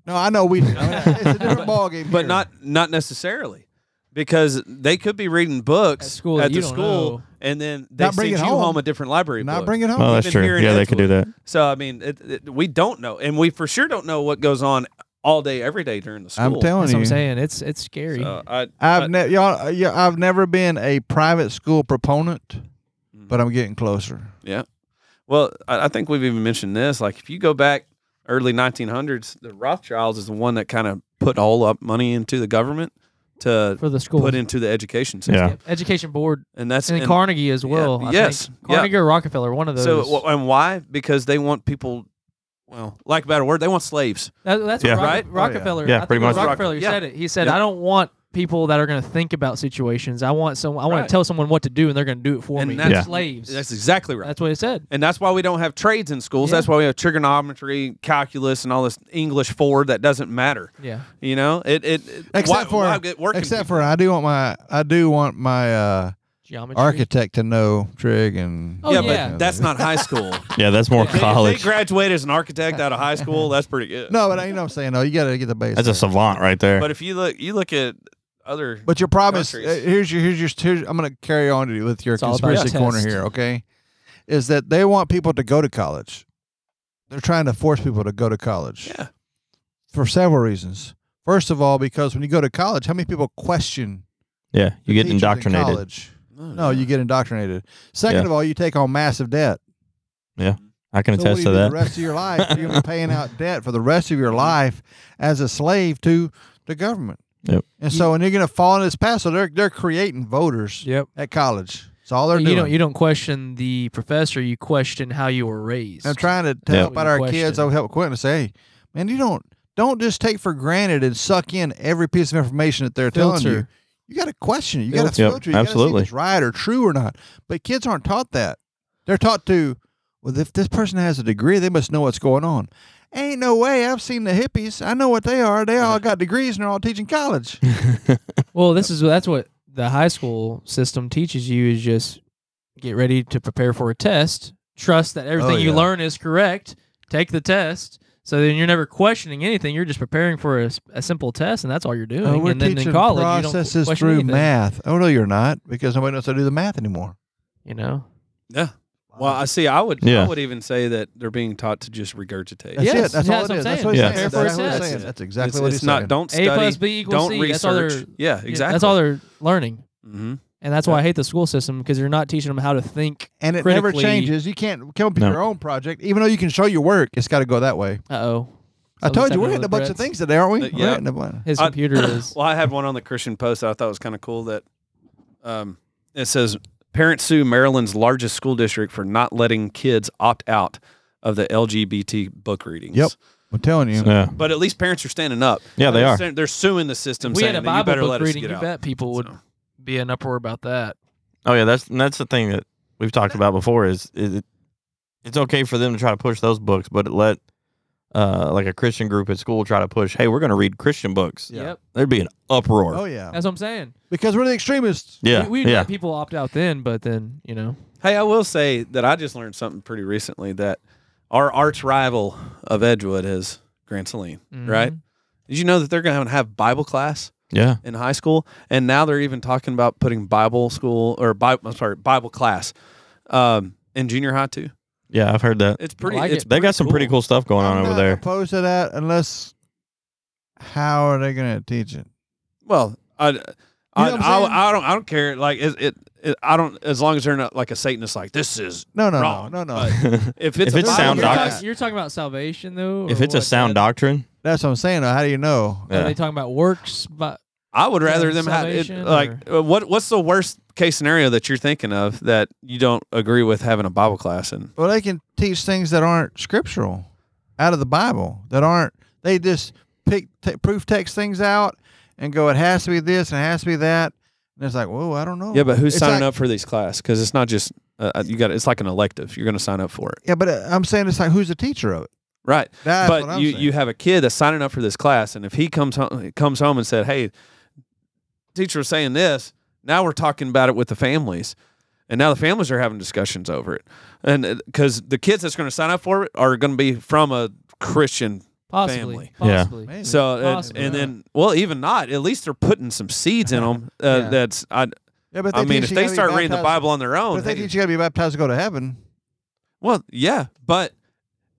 S3: No, I know we do. it's a different ballgame.
S5: But
S3: here.
S5: not not necessarily, because they could be reading
S2: At
S5: books
S2: school,
S5: at
S2: you
S5: the
S2: don't
S5: school,
S2: know.
S5: and then they
S3: Not
S5: send
S3: bring
S5: you
S3: it home.
S5: home a different library
S3: not
S5: book.
S3: bring it home.
S4: Oh, that's
S5: Even
S4: true.
S5: here in
S4: Yeah, they could do that.
S5: So I mean, it, it, we don't know, and we for sure don't know what goes on all day, every day during the school.
S3: I'm telling
S2: That's what
S3: you.
S2: I'm saying. It's it's scary.
S5: So I,
S3: I've ne- y'all, uh, yeah, I've never been a private school proponent,
S5: Mm-hmm.
S3: but I'm getting closer.
S5: yeah. Well, I, I think we've even mentioned this. Like, if you go back early 1900s, the Rothschilds is the one that kind of put all up money into the government to
S2: for the school.
S5: put into the education system,
S4: Yeah.
S2: Yep. Education board
S5: and that's
S2: and,
S5: and-
S2: Carnegie as
S5: yeah,
S2: well. I
S5: yes,
S2: think.
S5: yeah.
S2: Carnegie or Rockefeller, one of those.
S5: So wh- and why? Because they want people. Well, lack of a better word, they want slaves.
S2: That- that's
S4: Yeah.
S2: what Rock-
S5: Right?
S3: Oh, yeah.
S2: Rockefeller.
S4: Yeah,
S2: I think
S4: pretty
S2: it was
S4: much.
S2: Rockefeller who
S5: Yeah.
S2: said it. He said,
S5: Yeah.
S2: "I don't want people that are going to think about situations. I want some. I want
S5: Right.
S2: to tell someone what to do, and they're going to do it for
S5: And
S2: me.
S5: that's-
S4: Yeah.
S2: Slaves.
S5: That's exactly right.
S2: That's what he said.
S5: And that's why we don't have trades in schools.
S2: Yeah.
S5: That's why we have trigonometry, calculus, and all this English forward that doesn't matter.
S2: Yeah.
S5: You know, it it, it why-
S3: Except for-
S5: why get working
S3: Except
S5: people?
S3: for I do want my I do want my uh,
S2: Geometry.
S3: architect to know trig and
S2: Oh,
S5: yeah,
S2: yeah.
S5: but that's not high school.
S4: Yeah, that's more
S2: Yeah. They-
S5: If
S4: college.
S5: they graduate as an architect out of high school. That's pretty good.
S3: no, but I, you know what I'm saying. No, you got to get the base.
S4: that's a savant right there.
S5: but if you look you look at other
S3: But your problem is uh,
S5: Countries.
S3: here's your here's your here's, I'm going to carry on to- with your
S2: It's all about
S3: conspiracy
S2: test.
S3: corner here. Okay, is that they want people to go to college? They're trying to force people to go to college.
S5: Yeah.
S3: For several reasons. First of all, because when you go to college, how many people question?
S4: yeah, you get
S3: the teachers in
S4: indoctrinated.
S3: college? No, you get indoctrinated. Second
S4: Yeah.
S3: of all, you take on massive debt.
S4: I can
S3: So what do
S4: attest
S3: you
S4: to
S3: do
S4: that.
S3: the rest of your life? You're gonna be paying out debt for the rest of your life as a slave to the government.
S4: Yep.
S3: And so, and you're gonna fall in this path. So they're they're creating voters
S2: Yep.
S3: at college. That's all they're
S2: you
S3: doing.
S2: don't you don't question the professor. You question how you were raised.
S3: I'm trying to
S4: Yeah.
S3: help out our
S2: Question.
S3: kids. I'll help Quentin say, hey, man, you don't don't just take for granted and suck in every piece of information that they're telling you.
S2: Filter.
S3: You got to question it. You got to
S4: Filter. Yep,
S3: filter. it. You Got
S4: absolutely.
S3: to see if it's right or true or not. But kids aren't taught that. They're taught to, well, if this person has a degree, they must know what's going on. Ain't no way. I've seen the hippies. I know what they are. They all got degrees and they're all teaching college.
S2: Well, this is that's what the high school system teaches you is just get ready to prepare for a test. Trust that everything you
S3: Oh, yeah.
S2: learn is correct. Take the test. So then you're never questioning anything. You're just preparing for a, s- a simple test, and that's all you're doing.
S3: Oh, we're
S2: and then
S3: teaching
S2: in college, you don't
S3: processes
S2: question
S3: through
S2: anything,
S3: math. Oh no, you're not because nobody knows how to do the math anymore.
S2: You know,
S5: yeah. Well, I see. I would.
S4: Yeah.
S5: I would even say that they're being taught to just regurgitate.
S3: That's
S2: Yes,
S3: it. That's
S2: yeah,
S3: all
S2: that's
S3: it
S2: what
S3: is.
S2: I'm
S3: That's what he's
S4: saying.
S3: saying.
S2: Yeah.
S3: That's
S2: Therefore it says.
S3: exactly what he's saying. That's exactly
S5: it's,
S3: what
S5: it's
S3: he's
S5: not.
S3: saying.
S5: Don't
S2: A
S5: study.
S2: plus B equals
S5: don't
S2: C. That's all
S5: research.
S2: they're-
S5: yeah. Exactly.
S2: that's all they're learning,
S5: hmm
S2: and that's why I hate the school system because they're not teaching them how to think.
S3: and it never
S2: critically-
S3: changes. You can't come up with
S4: No.
S3: your own project, even though you can show your work. It's got to go that way.
S2: Uh oh,
S3: I told you we're hitting a bunch of things today, aren't we?
S5: Uh,
S3: We're
S5: yeah.
S3: hitting a bunch.
S2: His
S5: I-
S2: computer is.
S5: Well, I had one on the Christian Post that I thought was kind of cool. That um, it says parents sue Maryland's largest school district for not letting kids opt out of the LGBT book readings.
S3: Yep. I'm telling you.
S4: yeah.
S5: But at least parents are standing up.
S4: Yeah, they
S5: They're
S4: are.
S5: saying- They're suing the system.
S2: we
S5: saying
S2: had a
S5: that you
S2: Bible
S5: better
S2: book
S5: let
S2: reading.
S5: Us get
S2: You
S5: out.
S2: bet people would
S5: So.
S2: be an uproar about that.
S4: Oh yeah, that's and that's the thing that we've talked about before is, is it, it's okay for them to try to push those books, but let uh, like a Christian group at school try to push, hey, we're going to read Christian books.
S3: Yeah.
S2: Yep,
S4: There'd be an uproar.
S3: Oh yeah,
S2: that's what I'm saying.
S3: because we're the extremists.
S4: yeah,
S2: we, we
S4: yeah.
S2: let people opt out then, but then you know,
S5: Hey, I will say that I just learned something pretty recently that our arch rival of Edgewood is Grand Saline, right?
S2: Mhm.
S5: Did you know that they're going to have Bible class
S4: yeah.
S5: in high school, and now they're even talking about putting Bible school or Bible, I'm sorry, Bible class um, in junior high too.
S4: Yeah, I've heard that.
S5: It's pretty.
S2: like
S5: it's
S2: it.
S4: They've got some pretty cool stuff going on
S3: I'm
S4: over
S3: not
S4: there.
S3: opposed to that unless how are they going to teach it?
S5: Well, I, I,
S3: what I'm saying?
S5: I, I don't, I don't care. Like it, it, it, I don't. As long as they're not like a Satanist, like this is.
S3: No, no,
S5: Wrong.
S3: no, no, no.
S5: If it's
S4: If
S5: a
S4: it's
S5: Bible
S4: sound
S2: you're,
S5: class-
S2: talking, you're talking about salvation though. or
S4: if it's a
S2: what?
S4: sound
S2: Are
S4: doctrine,
S3: That's what I'm saying. though. How do you know?
S4: Yeah.
S2: they talking about works? But
S5: I would rather them have it,
S2: Salvation
S5: like uh, what what's the worst case scenario that you're thinking of that you don't agree with having a Bible class in?
S3: Well, they can teach things that aren't scriptural out of the Bible that aren't. They just pick t- proof text things out and go, it has to be this and it has to be that. And it's like, whoa, I don't know.
S5: Yeah, but who's
S3: It's
S5: signing
S3: like-
S5: up for these class? Because it's not just Uh, you got it's like an elective. You're going to sign up for it,
S3: Yeah, but uh, I'm saying it's like who's the teacher of it?
S5: right?
S3: That's
S5: but
S3: what I'm
S5: you
S3: saying.
S5: you have a kid that's signing up for this class, and if he comes home comes home and said, "Hey, teacher was saying this," now we're talking about it with the families, and now the families are having discussions over it, and because the kids that's going to sign up for it are going to be from a Christian
S2: Possibly.
S5: Family.
S4: Yeah.
S2: Possibly.
S3: Maybe.
S5: So and,
S2: Possibly.
S5: and then, well, even not. At least they're putting some seeds in them. Uh,
S3: Yeah.
S5: That's I.
S3: yeah, but
S5: I mean,
S3: teach
S5: if
S3: you
S5: they
S3: gotta be
S5: start reading the
S3: baptized-
S5: Bible on their
S3: but
S5: own,
S3: if they
S5: hey,
S3: teach you got to be baptized to go to heaven,
S5: well, yeah. But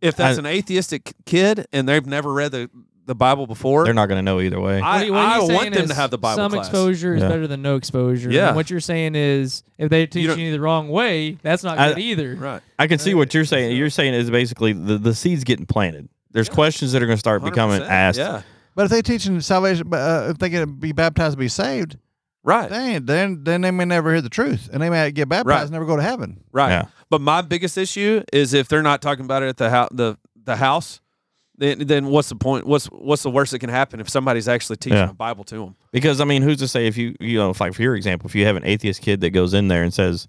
S5: if that's
S4: I-
S5: an atheistic kid and they've never read the, the Bible before,
S4: They're not going to know either way.
S5: I,
S2: What you- what
S5: I
S2: you're saying
S5: want them to
S2: is
S5: have the Bible
S2: Some
S5: class.
S2: exposure is
S4: Yeah.
S2: better than no exposure.
S5: Yeah.
S2: And what you're saying is if they teach you,
S5: don't-
S2: the wrong way, that's not
S4: I-
S2: good either.
S5: right?
S4: I can see what you're saying. You're saying is basically the, the seeds getting planted. There's questions that are going to start becoming
S5: 100%,
S4: asked.
S5: Yeah,
S3: but if they teaching salvation, uh, if they going to be baptized to be saved,
S5: right,
S3: then then then they may never hear the truth, and they may get baptized
S5: Right.
S3: and never go to heaven.
S5: right.
S4: Yeah.
S5: But my biggest issue is if they're not talking about it at the house, the the house. Then, then what's the point? What's what's the worst that can happen if somebody's actually teaching
S4: Yeah.
S5: a Bible to them?
S4: Because I mean, who's to say if you you know, if, like for your example, if you have an atheist kid that goes in there and says,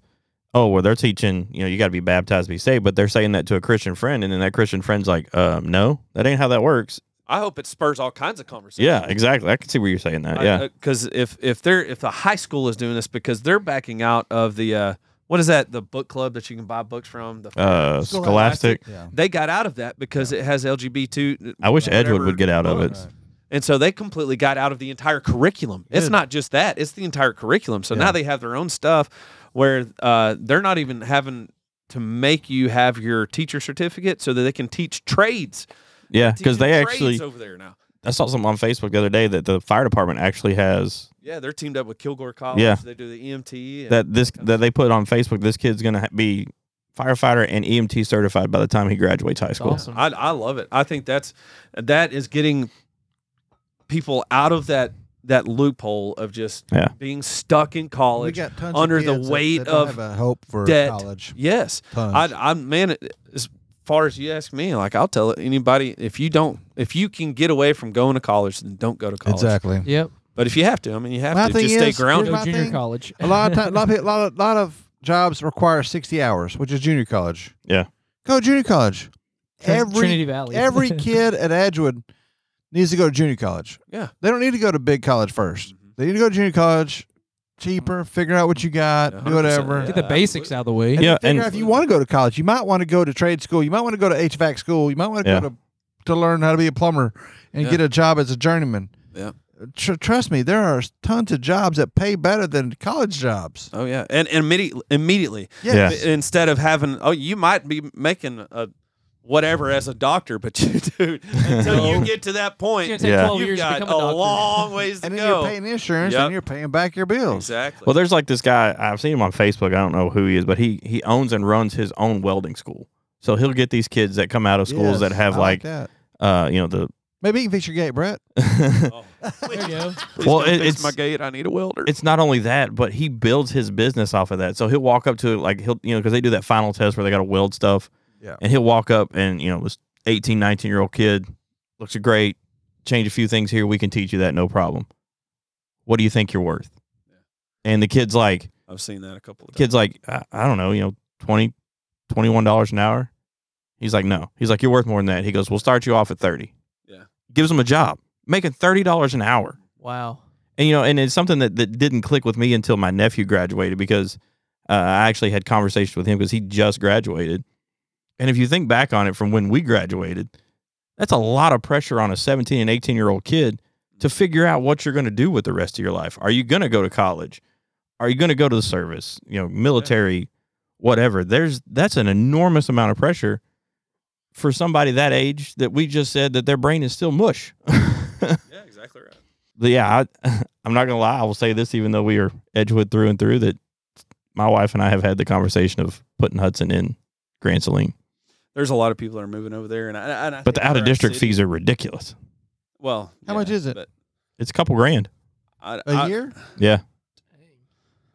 S4: "Oh, well, they're teaching, you know, you got to be baptized to be saved," but they're saying that to a Christian friend, and then that Christian friend's like, "Um, no, that ain't how that works."
S5: I hope it spurs all kinds of conversations.
S4: Yeah, exactly. I can see where you're saying that. Yeah,
S5: because if if they're if the high school is doing this because they're backing out of the uh, what is that the book club that you can buy books from the
S4: uh, Scholastic.
S3: Yeah.
S5: they got out of that because it has LGBT
S4: I wish Edgewood would get out of it.
S3: Right.
S5: and so they completely got out of the entire curriculum it's
S3: Good.
S5: not just that it's the entire curriculum so now they have their own stuff where uh, they're not even having to make you have your teacher certificate so that they can teach trades
S4: Yeah, because
S5: Teaching
S4: they
S5: trades
S4: actually.
S5: over there now
S4: I saw something on Facebook the other day that the fire department actually has
S5: yeah they're teamed up with Kilgore College
S4: Yeah.
S5: they do the EMT and-
S4: that this that they put on Facebook. This kid's gonna ha- be firefighter and EMT certified by the time he graduates high school.
S2: awesome.
S5: I, I love it. I think that's that is getting people out of that that loophole of just
S4: Yeah.
S5: being stuck in
S3: We
S5: college.
S3: got tons
S5: under the
S3: of kids that-
S5: weight
S3: that don't
S5: of
S3: have a hope for
S5: debt.
S3: college.
S5: Yes,
S3: Tons.
S5: I, I'm man. As far as you ask me, like I'll tell anybody if you don't if you can get away from going to college, then don't go to college.
S3: exactly.
S2: Yep.
S5: But if you have to, I mean, you have
S3: My
S5: to
S3: thing
S5: just stay
S3: is-
S5: grounded.
S3: Here's
S2: No
S3: my
S2: junior
S3: thing.
S2: college.
S3: A lot of time, a lot of, peo- a lot of, lot of jobs require 60 hours, which is junior college.
S4: Yeah.
S3: Go to junior college.
S2: Trin-
S3: every
S2: Trinity Valley.
S3: every kid at Edgewood needs to go to junior college.
S5: Yeah. Mm-hmm.
S3: They don't need to go to big college 1st They need to go to junior college, cheaper, figure out what you got, do
S5: 100%,
S3: whatever.
S2: Get
S5: yeah.
S2: the basics out of the way.
S3: And
S4: Yeah,
S3: then figure
S4: and-
S3: out if you want to go to college, you might want to go to trade school. You might want to go to HVAC school. You might want to
S4: Yeah.
S3: go to to learn how to be a plumber and
S5: Yeah.
S3: get a job as a journeyman.
S5: Yeah.
S3: Tr- trust me, there are tons of jobs that pay better than college jobs.
S5: Oh yeah, and, and immediately, immediately
S3: Yes.
S5: I- instead of having oh you might be making a whatever as a doctor, but you dude until you get to that
S2: It's
S5: point,
S2: gonna take
S4: Yeah.
S2: 12
S5: You've
S2: years to
S5: got
S2: become
S5: a,
S2: a doctor.
S5: long ways to
S3: And then
S5: go.
S3: you're paying insurance
S5: Yep.
S3: and you're paying back your bills.
S5: exactly.
S4: Well, there's like this guy I've seen him on Facebook. I don't know who he is, but he he owns and runs his own welding school. So he'll get these kids that come out of schools
S3: Yes,
S4: that have
S3: I
S4: like,
S3: that.
S4: uh you know the
S3: Maybe you can fix your gate, Brett.
S5: oh,
S2: There you go.
S4: Well,
S5: well,
S4: it-
S5: it's
S4: it's-
S5: my gate. I need a welder.
S4: it's not only that, but he builds his business off of that. So he'll walk up to like he'll you know because they do that final test where they got to weld stuff.
S3: Yeah.
S4: And he'll walk up and you know this 18, 19 year old kid looks great. Change a few things here. We can teach you that no problem. What do you think you're worth? And the kid's like,
S5: I've seen that a couple of times.
S4: kid's like, I, I don't know, you know, 20, 21 dollars an hour. He's like, no. He's like, you're worth more than that. He goes, we'll start you off at thirty.
S5: Yeah.
S4: Gives him a job, making thirty dollars an hour
S2: Wow.
S4: and you know, and it's something that, that didn't click with me until my nephew graduated because uh, I actually had conversations with him because he just graduated. And if you think back on it from when we graduated, that's a lot of pressure on a 17 and 18 year old kid to figure out what you're going to do with the rest of your life. Are you going to go to college? Are you going to go to the service? You know, military, whatever. There's that's an enormous amount of pressure for somebody that age that we just said that their brain is still mush.
S5: yeah, exactly right.
S4: But yeah, I, I'm not gonna lie. I will say this, even though we are Edgewood through and through, that my wife and I have had the conversation of putting Hudson in Grand Saline,
S5: There's a lot of people that are moving over there, and I, and I
S4: but the
S5: think for
S4: out of
S5: our
S4: district
S5: city-
S4: fees are ridiculous.
S5: Well,
S3: How much is it?
S5: but
S4: It's a couple grand.
S5: I,
S3: A
S5: I-
S3: year?
S4: Yeah,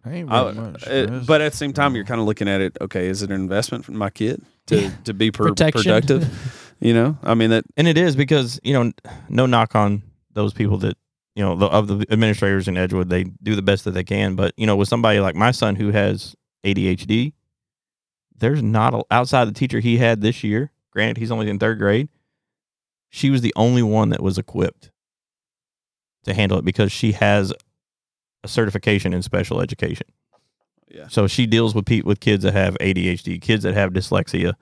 S3: Ain't
S5: I-
S3: very much.
S5: it-
S3: Chris.
S5: but at the same time, you're kind of looking at it. Okay, is it an investment for my kid to to be per-
S2: Protection.
S5: productive? You know, I mean that.
S4: and it is because you know, no knock on those people that you know the, of the administrators in Edgewood, they do the best that they can. But you know, with somebody like my son who has ADHD, there's not a, outside the teacher he had this year. Granted, he's only in third grade. She was the only one that was equipped to handle it because she has a certification in special education.
S5: Yeah.
S4: So she deals with pe- with kids that have ADHD, kids that have dyslexia.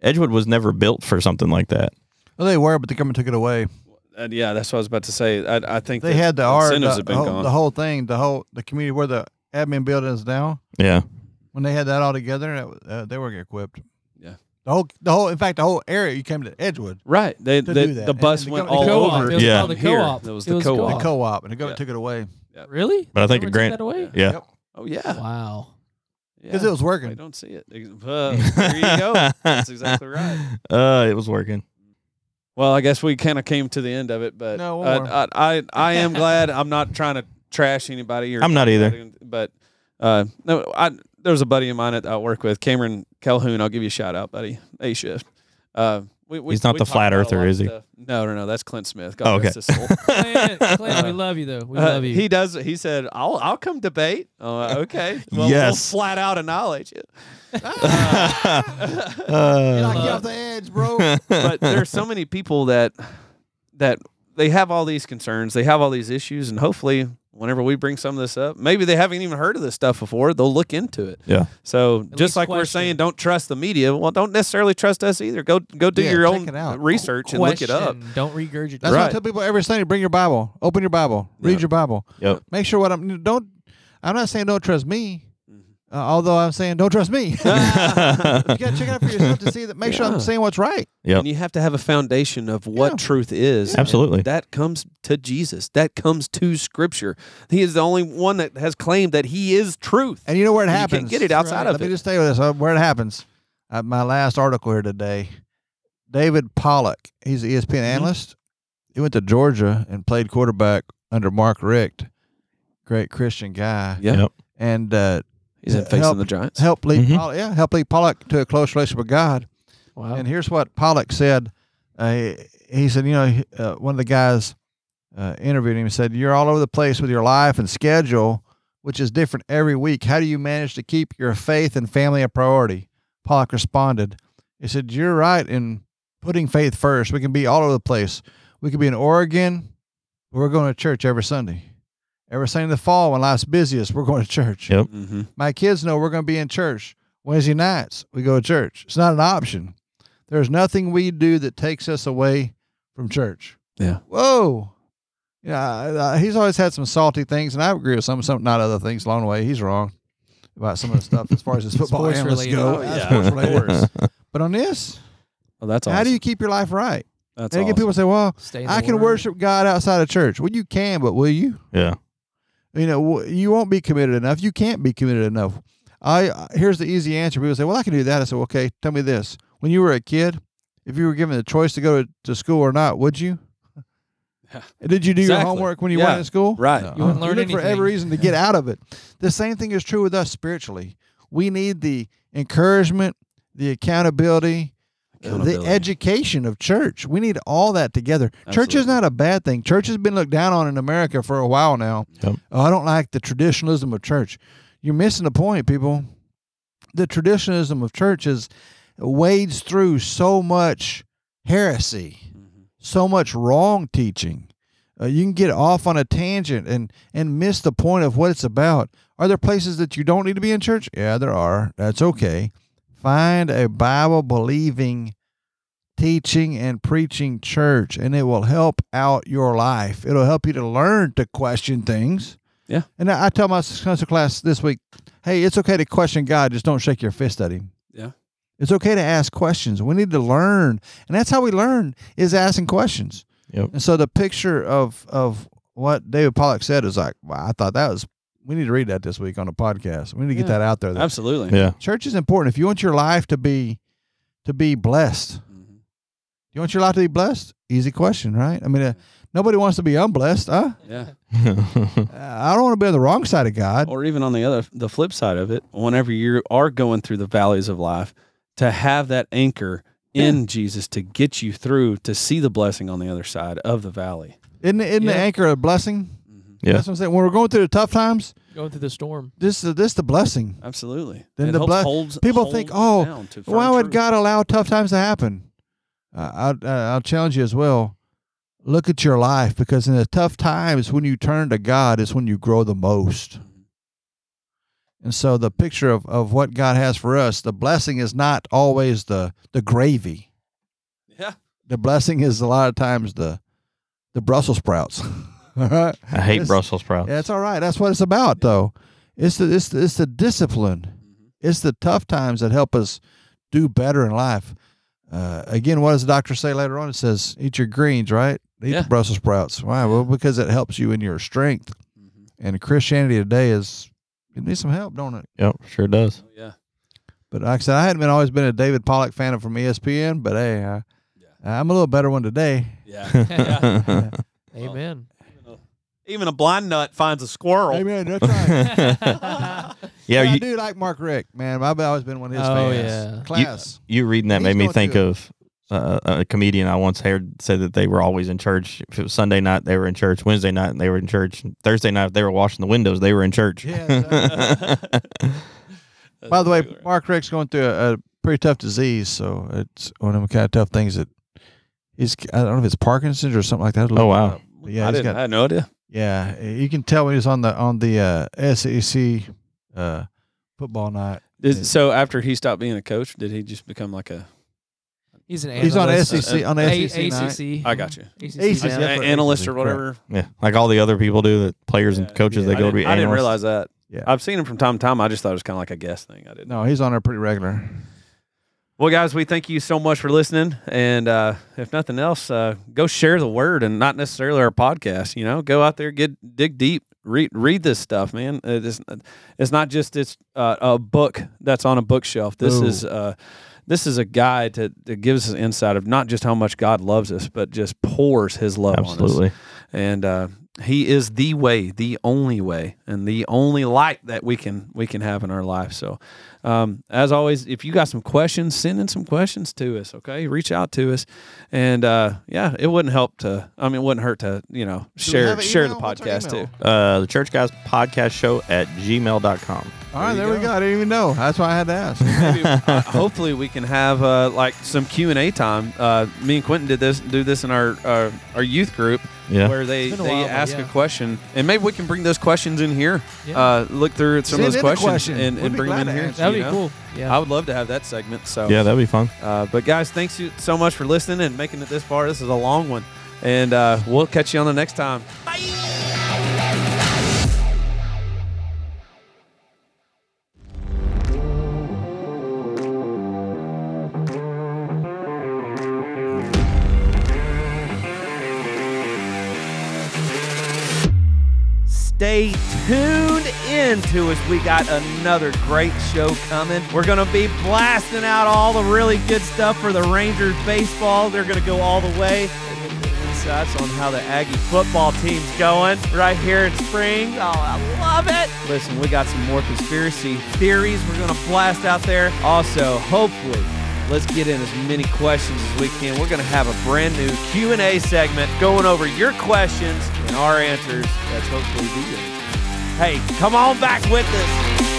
S4: Edgewood was never built for something like that.
S3: Well, they were, but the government took it away.
S5: And yeah, that's what I was about to say. I, I think
S3: They
S5: that
S3: had the
S5: the
S3: art,
S5: incentives
S3: the,
S5: have been
S3: whole-
S5: gone.
S3: the whole thing, the whole the community where the admin building is now.
S4: Yeah.
S3: When they had that all together, that, was- uh, they were equipped.
S5: Yeah.
S3: the whole, the whole, in fact, the whole area. You came to Edgewood,
S5: right. They,
S3: to
S5: they,
S3: do that.
S5: the bus
S3: And the
S5: went
S3: co-
S5: all
S3: the
S2: co-op.
S5: over.
S2: It was
S4: Yeah.
S2: called the
S5: here.
S2: co-op.
S5: It was
S2: It
S5: the
S2: was
S5: co-op.
S3: the
S2: Oh.
S3: co-op, and the government
S5: Yeah.
S3: took it away
S2: Really?
S4: But I think
S2: They
S4: a
S2: took
S4: grant-
S2: that away?
S4: Yeah.
S5: Oh yeah.
S2: Wow.
S3: because
S5: Yeah.
S3: it was
S5: I
S3: working.
S5: don't see it. Ex- uh, there you go. That's exactly right.
S4: Uh, it was working.
S5: Well, I guess we kind of came to the end of it, but
S3: No, one
S5: uh, I, I I am glad. I'm not trying to trash anybody. Or
S4: I'm not either.
S5: But uh, no, I there's a buddy of mine that I work with, Cameron Calhoun. I'll give you a shout out, buddy. A shift. Uh, we, we,
S4: He's not
S5: we
S4: the
S5: talk
S4: flat
S5: about a
S4: earther,
S5: lot of
S4: is he?
S5: stuff. No, no, no. That's Clint Smith. God
S4: Oh, okay.
S5: rest his soul.
S2: Clint, Clint, we love you though. We
S5: Uh,
S2: love you.
S5: He does. He said, "I'll I'll come debate." Uh, okay. Well, We'll
S4: Yes.
S5: flat out acknowledge it.
S3: Knock you
S5: Uh,
S3: off the edge, bro.
S5: but there's so many people that that they have all these concerns, they have all these issues, and hopefully, whenever we bring some of this up, maybe they haven't even heard of this stuff before. They'll look into it.
S4: Yeah.
S5: So
S2: least
S5: just like we're
S2: question
S5: saying,
S2: it.
S5: don't trust the media. Well, don't necessarily trust us either. Go go do
S3: Yeah,
S5: your
S3: check
S5: own
S3: it out.
S5: research and look it up.
S2: Question. Don't regurgitate.
S3: That's what I
S5: Right.
S3: tell people every Sunday. Bring your Bible. Open your Bible. Read
S5: Yeah.
S3: your Bible.
S4: Yep.
S3: Make sure what I'm don't. I'm not saying don't trust me,
S5: Mm-hmm.
S3: uh, although I'm saying don't trust me. you gotta check it out for yourself to see that. Make sure I'm saying what's right.
S4: Yep.
S5: And you have to have a foundation of what
S3: Yeah.
S5: truth is.
S4: Absolutely.
S5: And that comes to Jesus. That comes to Scripture. He is the only one that has claimed that He is truth.
S3: And you know where it
S5: You can't
S3: happens.
S5: get it outside of
S3: Let me
S5: it.
S3: just tell you this: uh, where it happens. Uh, my last article here today, David Pollock. He's an E ESPN
S5: Mm-hmm.
S3: analyst. He went to Georgia and played quarterback under Mark Richt, great Christian guy,
S5: Yeah.
S4: Yep.
S3: and uh,
S5: He's in
S3: Yeah,
S5: facing
S3: help-
S5: the Giants.
S3: helped lead.
S5: Mm-hmm.
S4: Mhm.
S3: Pollock, yeah, helped lead Pollock to a close relationship with God.
S2: Wow.
S3: And here's what Pollock said. Uh, he- he said, you know, he- uh, one of the guys uh, interviewed him said, "You're all over the place with your life and schedule, which is different every week. How do you manage to keep your faith and family a priority?" Pollock responded. He said, "You're right in putting faith first. We can be all over the place. We could be in Oregon. But we're going to church every Sunday. Every Sunday in the fall when life's busiest, we're going to church.
S4: Yep.
S5: Mm-hmm.
S3: My kids know we're going to be in church Wednesday nights. We go to church. It's not an option. There's nothing we do that takes us away from church.
S5: Yeah.
S3: Whoa. Yeah. I- I- he's always had some salty things, and I agree with some, some not other things along the way. He's wrong about some of the stuff as far as his football
S2: Sports
S3: analysts
S2: related.
S3: go.
S2: Oh,
S3: That's
S5: yeah.
S3: sports related. But on this,
S5: Well, that's awesome.
S3: how do you keep your life right?
S5: That's
S3: and again,
S5: awesome.
S3: people say, "Well,
S2: Stay in the
S3: I can
S2: Word.
S3: worship God outside of church." Well, you can, but will you?
S4: yeah.
S3: you know wh- you won't be committed enough you can't be committed enough i I- here's the easy answer people say well i can do that i said okay tell me this when you were a kid if you were given the choice to go to, to school or not would you did you do your
S5: Exactly.
S3: homeworc when you
S5: Yeah.
S3: weren't in school
S5: Right.
S2: You wouldn't
S3: You
S2: learn
S3: look for every
S2: anything.
S3: reason to get out of it the same thing is true with us spiritually we need the encouragement the accountability uh, the
S5: Accountability.
S3: education of church we need all that together church is
S5: Absolutely.
S3: not a bad thing church has been looked down on in america for a while now
S4: Yep.
S3: oh, i don't like the traditionalism of church you're missing the point people the traditionalism of church is wades through so much heresy
S5: Mm-hmm.
S3: so much wrong teaching. Uh, you can get off on a tangent and and miss the point of what it's about. Are there places that you don't need to be in church? Yeah, there are. That's okay. Find a Bible believing teaching and preaching church and it will help out your life. It'll help you to learn to question things.
S5: Yeah.
S3: And I I tell my Sunday class this week, hey, it's okay to question God, just don't shake your fist at him.
S5: Yeah.
S3: It's okay to ask questions. We need to learn. And that's how we learn is asking questions.
S4: Yep.
S3: And so the picture of of what David Pollock said is like, wow, I thought that was we need to read that this week on the podcast. We need to get
S5: Yeah.
S3: that out there. That
S5: Absolutely.
S4: Yeah.
S3: church is important. If you want your life to be to be blessed,
S5: Mhm.
S3: you want your life to be blessed? Easy question, right? I mean, uh, nobody wants to be unblessed, huh?
S5: Yeah.
S3: Uh, I don't want to be on the wrong side of God.
S5: Or even on the other, the flip side of it, whenever you are going through the valleys of life, to have that anchor in Jesus to get you through to see the blessing on the other side of the valley.
S3: Isn't, isn't the
S2: Yeah.
S3: anchor a blessing?
S4: Yeah.
S3: Mm-hmm. That's what I'm saying. When we're going through the tough times,
S2: Going through the storm.
S3: This is this the blessing.
S5: Absolutely.
S3: Then
S5: It
S3: the
S5: helps
S3: blood-
S5: holds-
S3: people think,
S5: holds
S3: "Oh,
S5: down to firm
S3: Why would
S5: truth."
S3: God allow tough times to happen? Uh, I, I, I'll challenge you as well. Look at your life because in the tough times, when you turn to God, is when you grow the most.
S4: Mm-hmm.
S3: And so, the picture of, of what God has for us, the blessing is not always the the gravy.
S5: Yeah.
S3: The blessing is a lot of times the the Brussels sprouts. all right,
S4: I hate
S3: It's-
S4: Brussels sprouts.
S3: that's all right. That's what it's about, though. It's the it's the, it's the discipline.
S5: Mm-hmm.
S3: It's the tough times that help us do better in life. Uh, again, what does the doctor say later on? It says, eat your greens, right? Eat
S5: Yeah.
S3: the Brussels sprouts. Why? Well, because it helps you in your strength.
S5: Mhm.
S3: And Christianity today is, it needs some help, don't it?
S4: Yep, sure does.
S5: Oh, yeah.
S3: But like I said, I hadn't been always been a David Pollock fan from E ESPN, but hey, I, I'm a little better one today.
S5: Yeah.
S2: Oh. Amen.
S5: Even a blind nut finds a squirrel.
S3: Amen. That's right.
S4: yeah,
S3: I
S4: you,
S3: do like Mark Rick, man. I've always been one of his
S2: Oh,
S3: fans.
S2: yeah.
S3: Class.
S4: you reading that
S3: He's
S4: made me
S3: going
S4: think
S3: through it.
S4: of uh, a comedian I once heard said that they were always in church. If it was Sunday night, they were in church. Wednesday night, they were in church. Thursday night, if they were washing the windows, they were in church.
S3: Yeah, By the way, Mark Rick's going through a, a pretty tough disease, so it's one of them kind of tough things that he's. I don't know if it's Parkinson's or something like that.
S4: oh wow,
S3: yeah,
S5: I,
S3: he's
S5: didn't,
S3: got-
S5: I had no idea.
S3: yeah. You can tell when he's on the on the uh, SEC uh, football night.
S5: Is-
S3: Yeah.
S5: so after he stopped being a coach, did he just become like a?
S2: He's an
S3: He's on E
S2: analyst.
S3: SEC on
S2: A-
S3: SEC night.
S2: ACC.
S5: I got you.
S2: ACC.
S3: Yeah,
S5: An
S2: now.
S3: that's what
S5: analyst
S3: it is,
S5: or whatever.
S4: yeah, like all the other people do. That players
S5: Yeah.
S4: and coaches
S3: Yeah.
S4: they go
S5: I,
S4: to be.
S5: didn't, I didn't
S4: analysts.
S5: realize that.
S3: Yeah.
S5: I've seen him from time to time. I just thought it was kind of like a guess thing. I didn't.
S3: No, he's on there pretty regular.
S5: Well, guys, we thank you so much for listening. And uh, if nothing else, uh, go share the word and not necessarily our podcast. You know, go out there, get dig deep, read read this stuff, man. Uh, It's, it's not just it's uh, a book that's on a bookshelf. This
S3: No.
S5: is uh, this is a guide to, that gives us insight of not just how much God loves us, but just pours His love on us
S4: Absolutely.
S5: and uh, he is the way the only way and the only light that we can we can have in our life so um, as always if you got some questions send in some questions to us okay reach out to us and uh, yeah it wouldn't help to i mean it wouldn't hurt to you know share
S3: have an
S5: share the
S3: email? What's our
S5: podcast
S3: email?
S5: too
S4: Uh, the Church Guys Podcast Show at gmail.com.
S3: All right, there, we go. I didn't even know. That's why I had to ask.
S5: Maybe, uh, hopefully we can have uh, like some q&a time uh, me and quentin did this do this in our our, our youth group
S4: Yeah.
S5: where they,
S2: It's
S5: they
S2: been a while, but
S5: ask
S2: yeah.
S5: a question and maybe we can bring those questions in here
S2: Yeah.
S5: uh, look through some
S3: Send
S5: of
S3: in
S5: those
S3: a
S5: questions
S3: question.
S5: and,
S3: We'd
S5: and
S3: be
S5: bring
S3: glad
S5: them in
S3: to
S5: here
S3: answer,
S2: That'd
S5: you
S2: be
S5: know?
S2: cool.
S5: i
S2: Yeah.
S5: would love to have that segment so
S4: Yeah, that'd be fun.
S5: uh, but guys thanks you so much for listening and making it this far this is a long one and uh, we'll catch you on the next time
S1: Stay tuned in to us. We got another great show coming. We're going to be blasting out all the really good stuff for the Rangers baseball. They're going to go all the way. And we'll get Insights on how the Aggie football team's going right here in Springs. Oh, I love it. Listen, we got some more conspiracy theories we're going to blast out there. Also, hopefully, Let's get in as many questions as we can. We're going to have a brand new Q&A segment going over your questions and our answers. That's hopefully the answer. Hey, come on back with us.